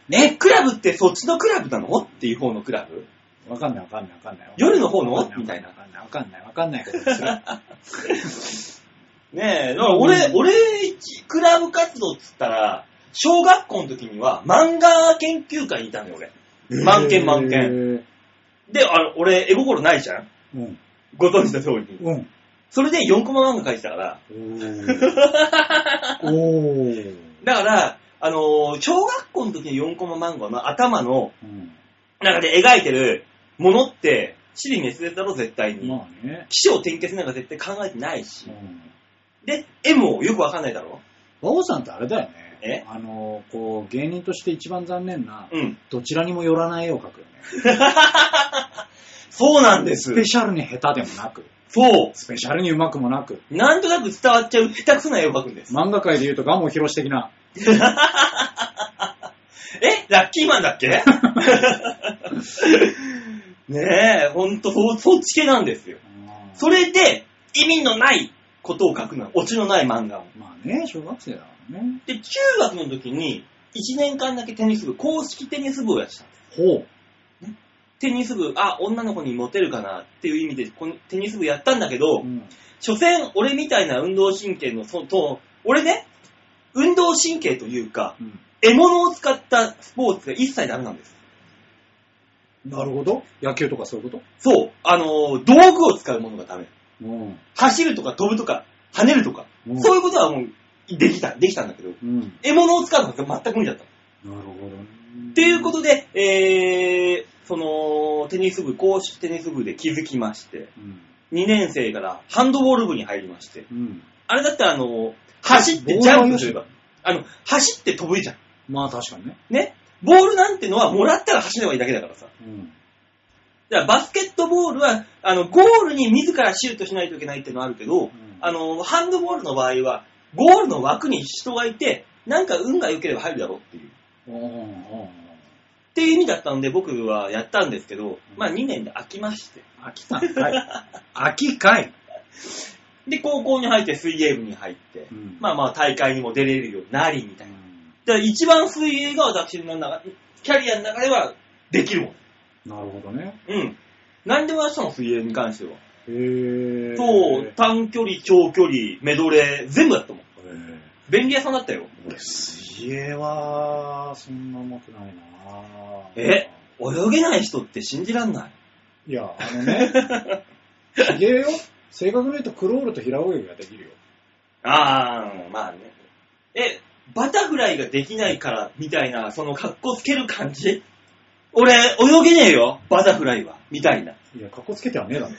[SPEAKER 2] ね、クラブってそっちのクラブなのっていう方のクラブ
[SPEAKER 3] わかんないわかんないわかんない。
[SPEAKER 2] 夜の方の
[SPEAKER 3] わかん
[SPEAKER 2] みたいな
[SPEAKER 3] わかんないわかんないわかんないことにする。
[SPEAKER 2] ねえ、だから俺、
[SPEAKER 3] うん
[SPEAKER 2] 俺、クラブ活動っつったら、小学校の時には漫画研究会にいたのよ、俺。 <laughs> 満点満点。
[SPEAKER 3] 点。
[SPEAKER 2] で、あの、俺、絵心ないじゃん
[SPEAKER 3] うん。
[SPEAKER 2] ご存知の通りに。
[SPEAKER 3] うん。
[SPEAKER 2] それで4コマ漫画描いてたから、
[SPEAKER 3] おー。お
[SPEAKER 5] <laughs>
[SPEAKER 3] ー。
[SPEAKER 2] だから、あのー小学校の時の4コマ漫画の頭の
[SPEAKER 3] うん
[SPEAKER 2] 中で描いてるものって、死に滅裂だろ、絶対に。
[SPEAKER 3] まあね。
[SPEAKER 2] 起承転結なんか絶対考えてないし
[SPEAKER 3] う。ん。
[SPEAKER 2] で、絵もよくわかんないだろ
[SPEAKER 3] 馬王さんってあれだよ
[SPEAKER 2] え
[SPEAKER 3] ね。あの、こう、芸人として一番残念な、
[SPEAKER 2] うん。
[SPEAKER 3] どちらにも寄らない絵を描くよね。
[SPEAKER 2] そうなんです
[SPEAKER 5] ス。ペシャルに下手でもなく、
[SPEAKER 2] そう。
[SPEAKER 5] スペシャルに上手くもなく、
[SPEAKER 2] なんとなく伝わっちゃう下手くそな絵を描くんです。
[SPEAKER 5] 漫画界で言うとガモヒロシ的な、
[SPEAKER 2] えラッキーマンだっけ <laughs> ねえ、ほんと、そそっち系なんですよ。それで、意味のないことを書くの。オチのない漫画を。
[SPEAKER 5] まあね、小学生だからね。
[SPEAKER 2] で、中学の時に、1年間だけテニス部、公式テニス部をやってたんです。
[SPEAKER 5] ほう。
[SPEAKER 2] テニス部、あ、女の子にモテるかなっていう意味で、このテニス部やったんだけど、
[SPEAKER 5] うん
[SPEAKER 2] 所詮、俺みたいな運動神経の、そと、俺ね、運動神経というか、
[SPEAKER 5] うん
[SPEAKER 2] 獲物を使ったスポーツが一切ダメなんです。
[SPEAKER 5] なるほど。野球とかそういうこ
[SPEAKER 2] そう、あのー道具を使うものがダメ。
[SPEAKER 5] とうん。
[SPEAKER 2] 走るとか飛ぶとか、跳ねるとか、
[SPEAKER 5] うん
[SPEAKER 2] そういうことはもう、できた、できたんだけど、
[SPEAKER 5] うん。な
[SPEAKER 2] 獲物を使うのが全く無理だった。
[SPEAKER 5] るほどね。
[SPEAKER 2] っていうことで、えー、その、テニス部、公式テニス部で気づきまして、
[SPEAKER 5] うん。
[SPEAKER 2] 2年生からハンドボール部に入りまして、
[SPEAKER 5] うん。
[SPEAKER 2] あれだったらあの、走ってジャンプすれば、あの、走って飛ぶじゃん。
[SPEAKER 5] まあ確かにね。
[SPEAKER 2] ね。ボールなんてのはもらったら走ればいいだけだからさ。
[SPEAKER 5] うん。
[SPEAKER 2] だからバスケットボールは、あの、ゴールに自らシュートしないといけないっていうのはあるけど、
[SPEAKER 5] ん
[SPEAKER 2] あの、ハンドボールの場合は、ゴールの枠に人がいて、なんか運が良ければ入るだろうっていう。
[SPEAKER 5] うんうんうん
[SPEAKER 2] っていう意味だったので僕はやったんですけど、まあ2年で飽きまして。
[SPEAKER 5] 飽きたん <laughs> かい。飽きかい。
[SPEAKER 2] で、高校に入って水泳部に入って、
[SPEAKER 5] うん
[SPEAKER 2] まあまあ大会にも出れるようになりみたいな。
[SPEAKER 5] うん
[SPEAKER 2] だから一番水泳が私の中、キャリアの中ではできるもん。
[SPEAKER 5] なるほどね。
[SPEAKER 2] うん。何でもやってたの、水泳に関しては。
[SPEAKER 5] へぇ
[SPEAKER 2] そう、短距離、長距離、メドレー、全部だったもん。
[SPEAKER 5] え
[SPEAKER 2] 便利屋さんだったよ。
[SPEAKER 5] 俺、水泳は、そんなうまくないな
[SPEAKER 2] え泳げない人って信じらんない。
[SPEAKER 5] いや、あのね、すげえよ。正確に言うと、クロールと平泳ぎができるよ。
[SPEAKER 2] あー、まあね。え、バタフライができないから、みたいな、その格好つける感じ俺、泳げねえよ、バタフライは、みたいな。
[SPEAKER 5] いや、格好つけてはねえだろ。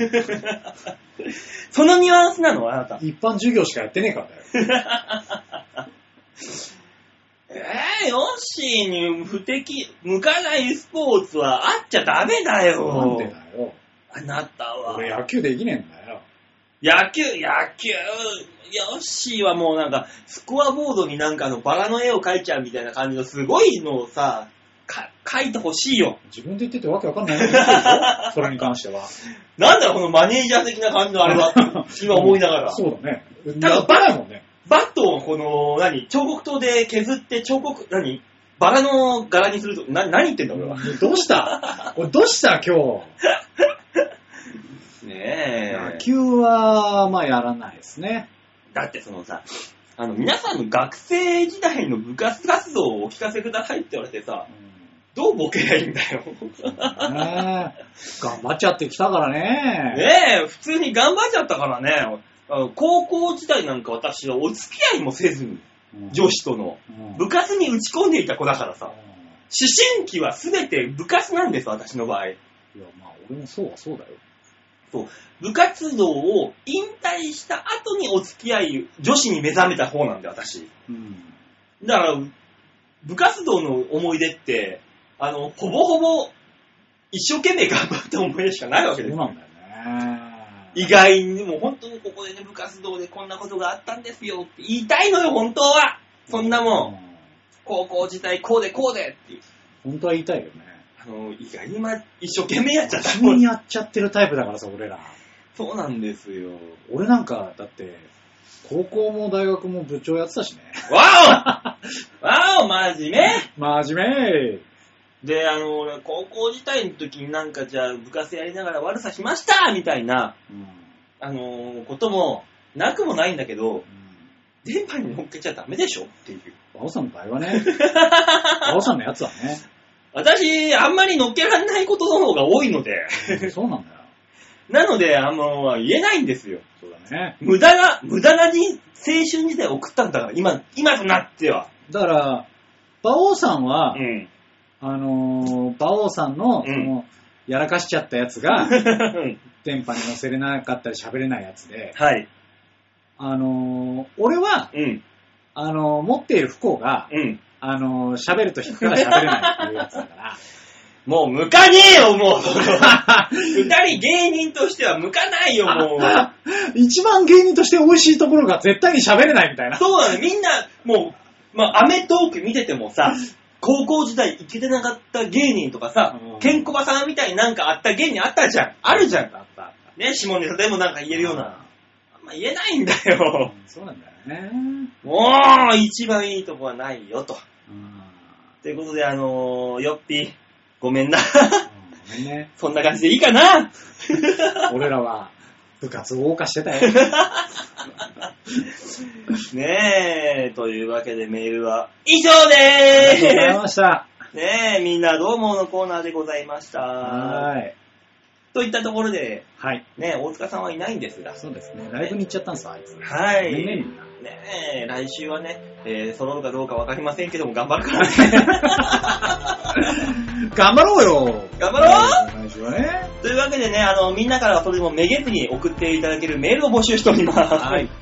[SPEAKER 2] そのニュアンスなの、あなた。
[SPEAKER 5] 一般授業しかやってねえからだよ。
[SPEAKER 2] えー、ヨッシーに不適、向かないスポーツはあっちゃダメだ
[SPEAKER 5] なん
[SPEAKER 2] よ。
[SPEAKER 5] でだよ。
[SPEAKER 2] あなたは。
[SPEAKER 5] 俺、野球できねえんだよ。
[SPEAKER 2] 野球、野球、ヨッシーはもうなんか、スコアボードになんかあのバラの絵を描いちゃうみたいな感じのすごいのをさ、か描いてほしいよ。
[SPEAKER 5] 自分で言っててわけわかんないこと言ってるよそれに関しては。
[SPEAKER 2] なんだろう、このマネージャー的な感じのあれ <laughs> は、今思いながら。
[SPEAKER 5] そうだね。
[SPEAKER 2] だ
[SPEAKER 5] やってないもんね。
[SPEAKER 2] バットをこの、何、彫刻刀で削って彫刻、何バラの柄にすると、な、何言ってんだ俺は。
[SPEAKER 5] どうした俺どうした今日。
[SPEAKER 2] ねえ。
[SPEAKER 5] 野球は、まあやらないですね。
[SPEAKER 2] だってそのさ、あの、皆さんの学生時代の部活活動をお聞かせくださいって言われてさ
[SPEAKER 5] う、ん
[SPEAKER 2] どうボケりゃいいんだよ。
[SPEAKER 5] ねえ頑張っちゃってきたからね。
[SPEAKER 2] ねえ、普通に頑張っちゃったからね、あの高校時代なんか私はお付き合いもせずに、
[SPEAKER 5] うん
[SPEAKER 2] 女子との。
[SPEAKER 5] うん
[SPEAKER 2] 部活に打ち込んでいた子だからさ、思春期は全て部活なんです、私の場合。
[SPEAKER 5] いや、まあ俺もそうはそうだよ。
[SPEAKER 2] 部活動を引退した後にお付き合い、女子に目覚めた方なんで、私。
[SPEAKER 5] うん。
[SPEAKER 2] だから、部活動の思い出って、あの、ほぼほぼ、一生懸命頑張った思い出しかないわ
[SPEAKER 5] そ
[SPEAKER 2] け
[SPEAKER 5] う
[SPEAKER 2] ですよ
[SPEAKER 5] なんだよね。
[SPEAKER 2] 意外にもう本当にここでね、部活動でこんなことがあったんですよって言いたいのよ、本当は。そんなもん。
[SPEAKER 5] うん
[SPEAKER 2] 高校時代こうでこうでっていう。
[SPEAKER 5] 本当は言いた <laughs> いよね。
[SPEAKER 2] あの、意外にま、一生懸命やっちゃったも
[SPEAKER 5] 君
[SPEAKER 2] ん。
[SPEAKER 5] やっちゃってるタイプだからさ、俺ら。
[SPEAKER 2] そうなんですよ。
[SPEAKER 5] 俺なんか、だって、高校も大学も部長やってた <laughs> しね。
[SPEAKER 2] わ <laughs> おわお、真面目
[SPEAKER 5] 真面
[SPEAKER 2] で、あの、俺高校時代の時になんかじゃあ部活やりながら悪さしましたみたいな、
[SPEAKER 5] 目、うん
[SPEAKER 2] あのことも、なくもないんだけど、電波に乗っけちゃダメでしょっていう。
[SPEAKER 5] バオさんの場合は <laughs> ね、バオさんのやつはね、
[SPEAKER 2] 私、あんまり乗っけられないことの方が多いので。
[SPEAKER 5] そうなんだよ。
[SPEAKER 2] なので、あの、言えないんですよ。
[SPEAKER 5] そうだね。
[SPEAKER 2] 無駄な、無駄な人、青春時代を送ったんだから、今、今となっては。
[SPEAKER 5] だから、バオさんは、
[SPEAKER 2] ん。
[SPEAKER 5] あのー、馬王さんの、
[SPEAKER 2] ん
[SPEAKER 5] そのやらかしちゃったやつが、 <laughs> 電波に乗せれなかったり喋れないやつで、
[SPEAKER 2] はい。
[SPEAKER 5] あのー、俺は、
[SPEAKER 2] うん。
[SPEAKER 5] あのー、持っている不幸が、
[SPEAKER 2] うん。
[SPEAKER 5] あのー、喋ると引くから喋れないっていうやつだから、
[SPEAKER 2] もう向かねえよ、もう。二人芸人としては向かないよ、も <laughs> う。
[SPEAKER 5] 一番芸人として美味しいところが絶対に喋れないみたいな。
[SPEAKER 2] そうな <laughs> の、みんな、もう、まあ、アメトーク見てても <laughs> さ、高校時代行けてなかった芸人とかさ
[SPEAKER 5] う、ん
[SPEAKER 2] ケンコバさんみたいになんかあった芸人あったじゃん。あるじゃん。ね、下ネタでもなんか言えるような。あんま言えないんだよ。
[SPEAKER 5] そうなんだよね。
[SPEAKER 2] もう、一番いいとこはないよ、と。
[SPEAKER 5] うん
[SPEAKER 2] ということで、あのー、よっぴー、ごめんな。 <laughs>
[SPEAKER 5] ごめんね。
[SPEAKER 2] そんな感じでいいかな
[SPEAKER 5] 俺らは部活を謳歌して
[SPEAKER 2] <laughs>
[SPEAKER 5] たよ。
[SPEAKER 2] ねえ、というわけでメールは以上
[SPEAKER 5] ありがとうござい
[SPEAKER 2] で
[SPEAKER 5] ました。
[SPEAKER 2] すねえ、みんなどうものコーナーでございました。
[SPEAKER 5] はーい。
[SPEAKER 2] といったところで、
[SPEAKER 5] はい。
[SPEAKER 2] ね、大塚さんはいないんですが。
[SPEAKER 5] そうですね。ライブに行っちゃったんですよ、あいつ。
[SPEAKER 2] は
[SPEAKER 5] ごめんね、
[SPEAKER 2] い。
[SPEAKER 5] みんな。
[SPEAKER 2] ねえ、来週はね、えー、揃うかどうかわかりませんけども、頑張るからね。
[SPEAKER 5] 頑張ろうよ
[SPEAKER 2] 頑張ろ
[SPEAKER 5] う来週はね。
[SPEAKER 2] というわけでね、あの、みんなからはそれでもめげずに送っていただけるメールを募集しております。
[SPEAKER 5] はい。
[SPEAKER 2] <laughs>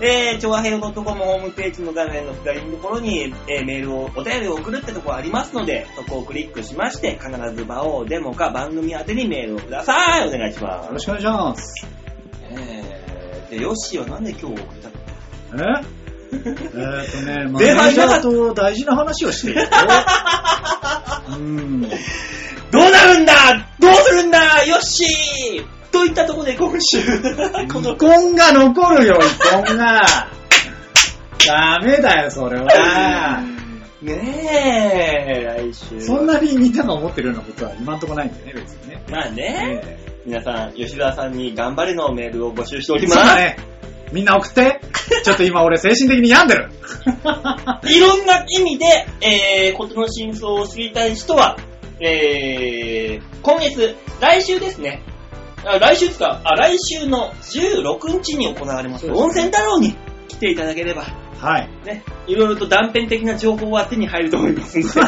[SPEAKER 2] えー、ちょわへよ .com ホームページの画面の左のところに、えーメールを、お便りを送るってところありますので、そこをクリックしまして、必ず場をデモか番組宛てにメールをください。お願いしま
[SPEAKER 5] よろ
[SPEAKER 2] す。
[SPEAKER 5] しくお願いします。
[SPEAKER 2] えー、で、ヨッシーはなんで今日送ったの <laughs>
[SPEAKER 5] ええーっとね、マ
[SPEAKER 2] 前
[SPEAKER 5] ネー
[SPEAKER 2] 半
[SPEAKER 5] ジ
[SPEAKER 2] な
[SPEAKER 5] ャ
[SPEAKER 2] かっ
[SPEAKER 5] ーと大事な話をしてるよ。うん。
[SPEAKER 2] どうなるんだどうするんだヨッシーといったところで今週、 <laughs> この
[SPEAKER 5] 遺恨が残るよ、遺恨が。ダメだよ、それは。
[SPEAKER 2] ねえ、来週は。
[SPEAKER 5] そんなにみんなが思ってるようなことは今んとこないんだよね、別にね。
[SPEAKER 2] まあね、
[SPEAKER 5] ええ
[SPEAKER 2] 皆さん、吉田さんに頑張れのメールを募集しており
[SPEAKER 5] そ
[SPEAKER 2] ま
[SPEAKER 5] う
[SPEAKER 2] す。
[SPEAKER 5] だね。みんな送って。ちょっと今俺精神的に病んでる。
[SPEAKER 2] いろんな意味で、えー、ことの真相を知りたい人は、えー、今月、来週ですね。あ来週ですかあ、来週の16日に行われます。
[SPEAKER 5] そうですね
[SPEAKER 2] 温泉太郎に来ていただければ、
[SPEAKER 5] はい。
[SPEAKER 2] ね、いろいろと断片的な情報は手に入ると思いますん
[SPEAKER 5] <laughs>
[SPEAKER 2] で。
[SPEAKER 5] そ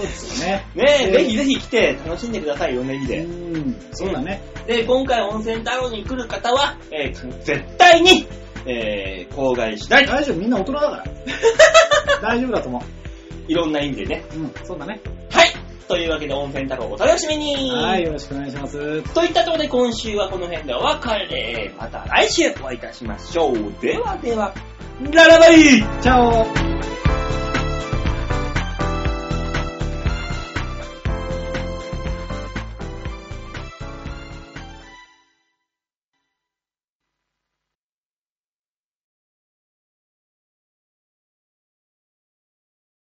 [SPEAKER 5] うですよね。
[SPEAKER 2] ねえ、
[SPEAKER 5] えー
[SPEAKER 2] ぜひぜひ来て楽しんでください、いろんな意味
[SPEAKER 5] う
[SPEAKER 2] で。
[SPEAKER 5] ん。そうだね。
[SPEAKER 2] で、今回温泉太郎に来る方は、えー、絶対に、えー、口外しない。
[SPEAKER 5] 大丈夫、みんな大人だ <laughs> から。大丈夫だと思
[SPEAKER 2] いろんな意味でね。
[SPEAKER 5] う。うん、そうだね。
[SPEAKER 2] はいというわけで温泉太郎お楽しみに
[SPEAKER 5] はい、よろしくお願いします。
[SPEAKER 2] といったところで今週はこの辺でお別れ。また来週お会いいたしましょう。ではでは、ララバイ
[SPEAKER 5] チャオ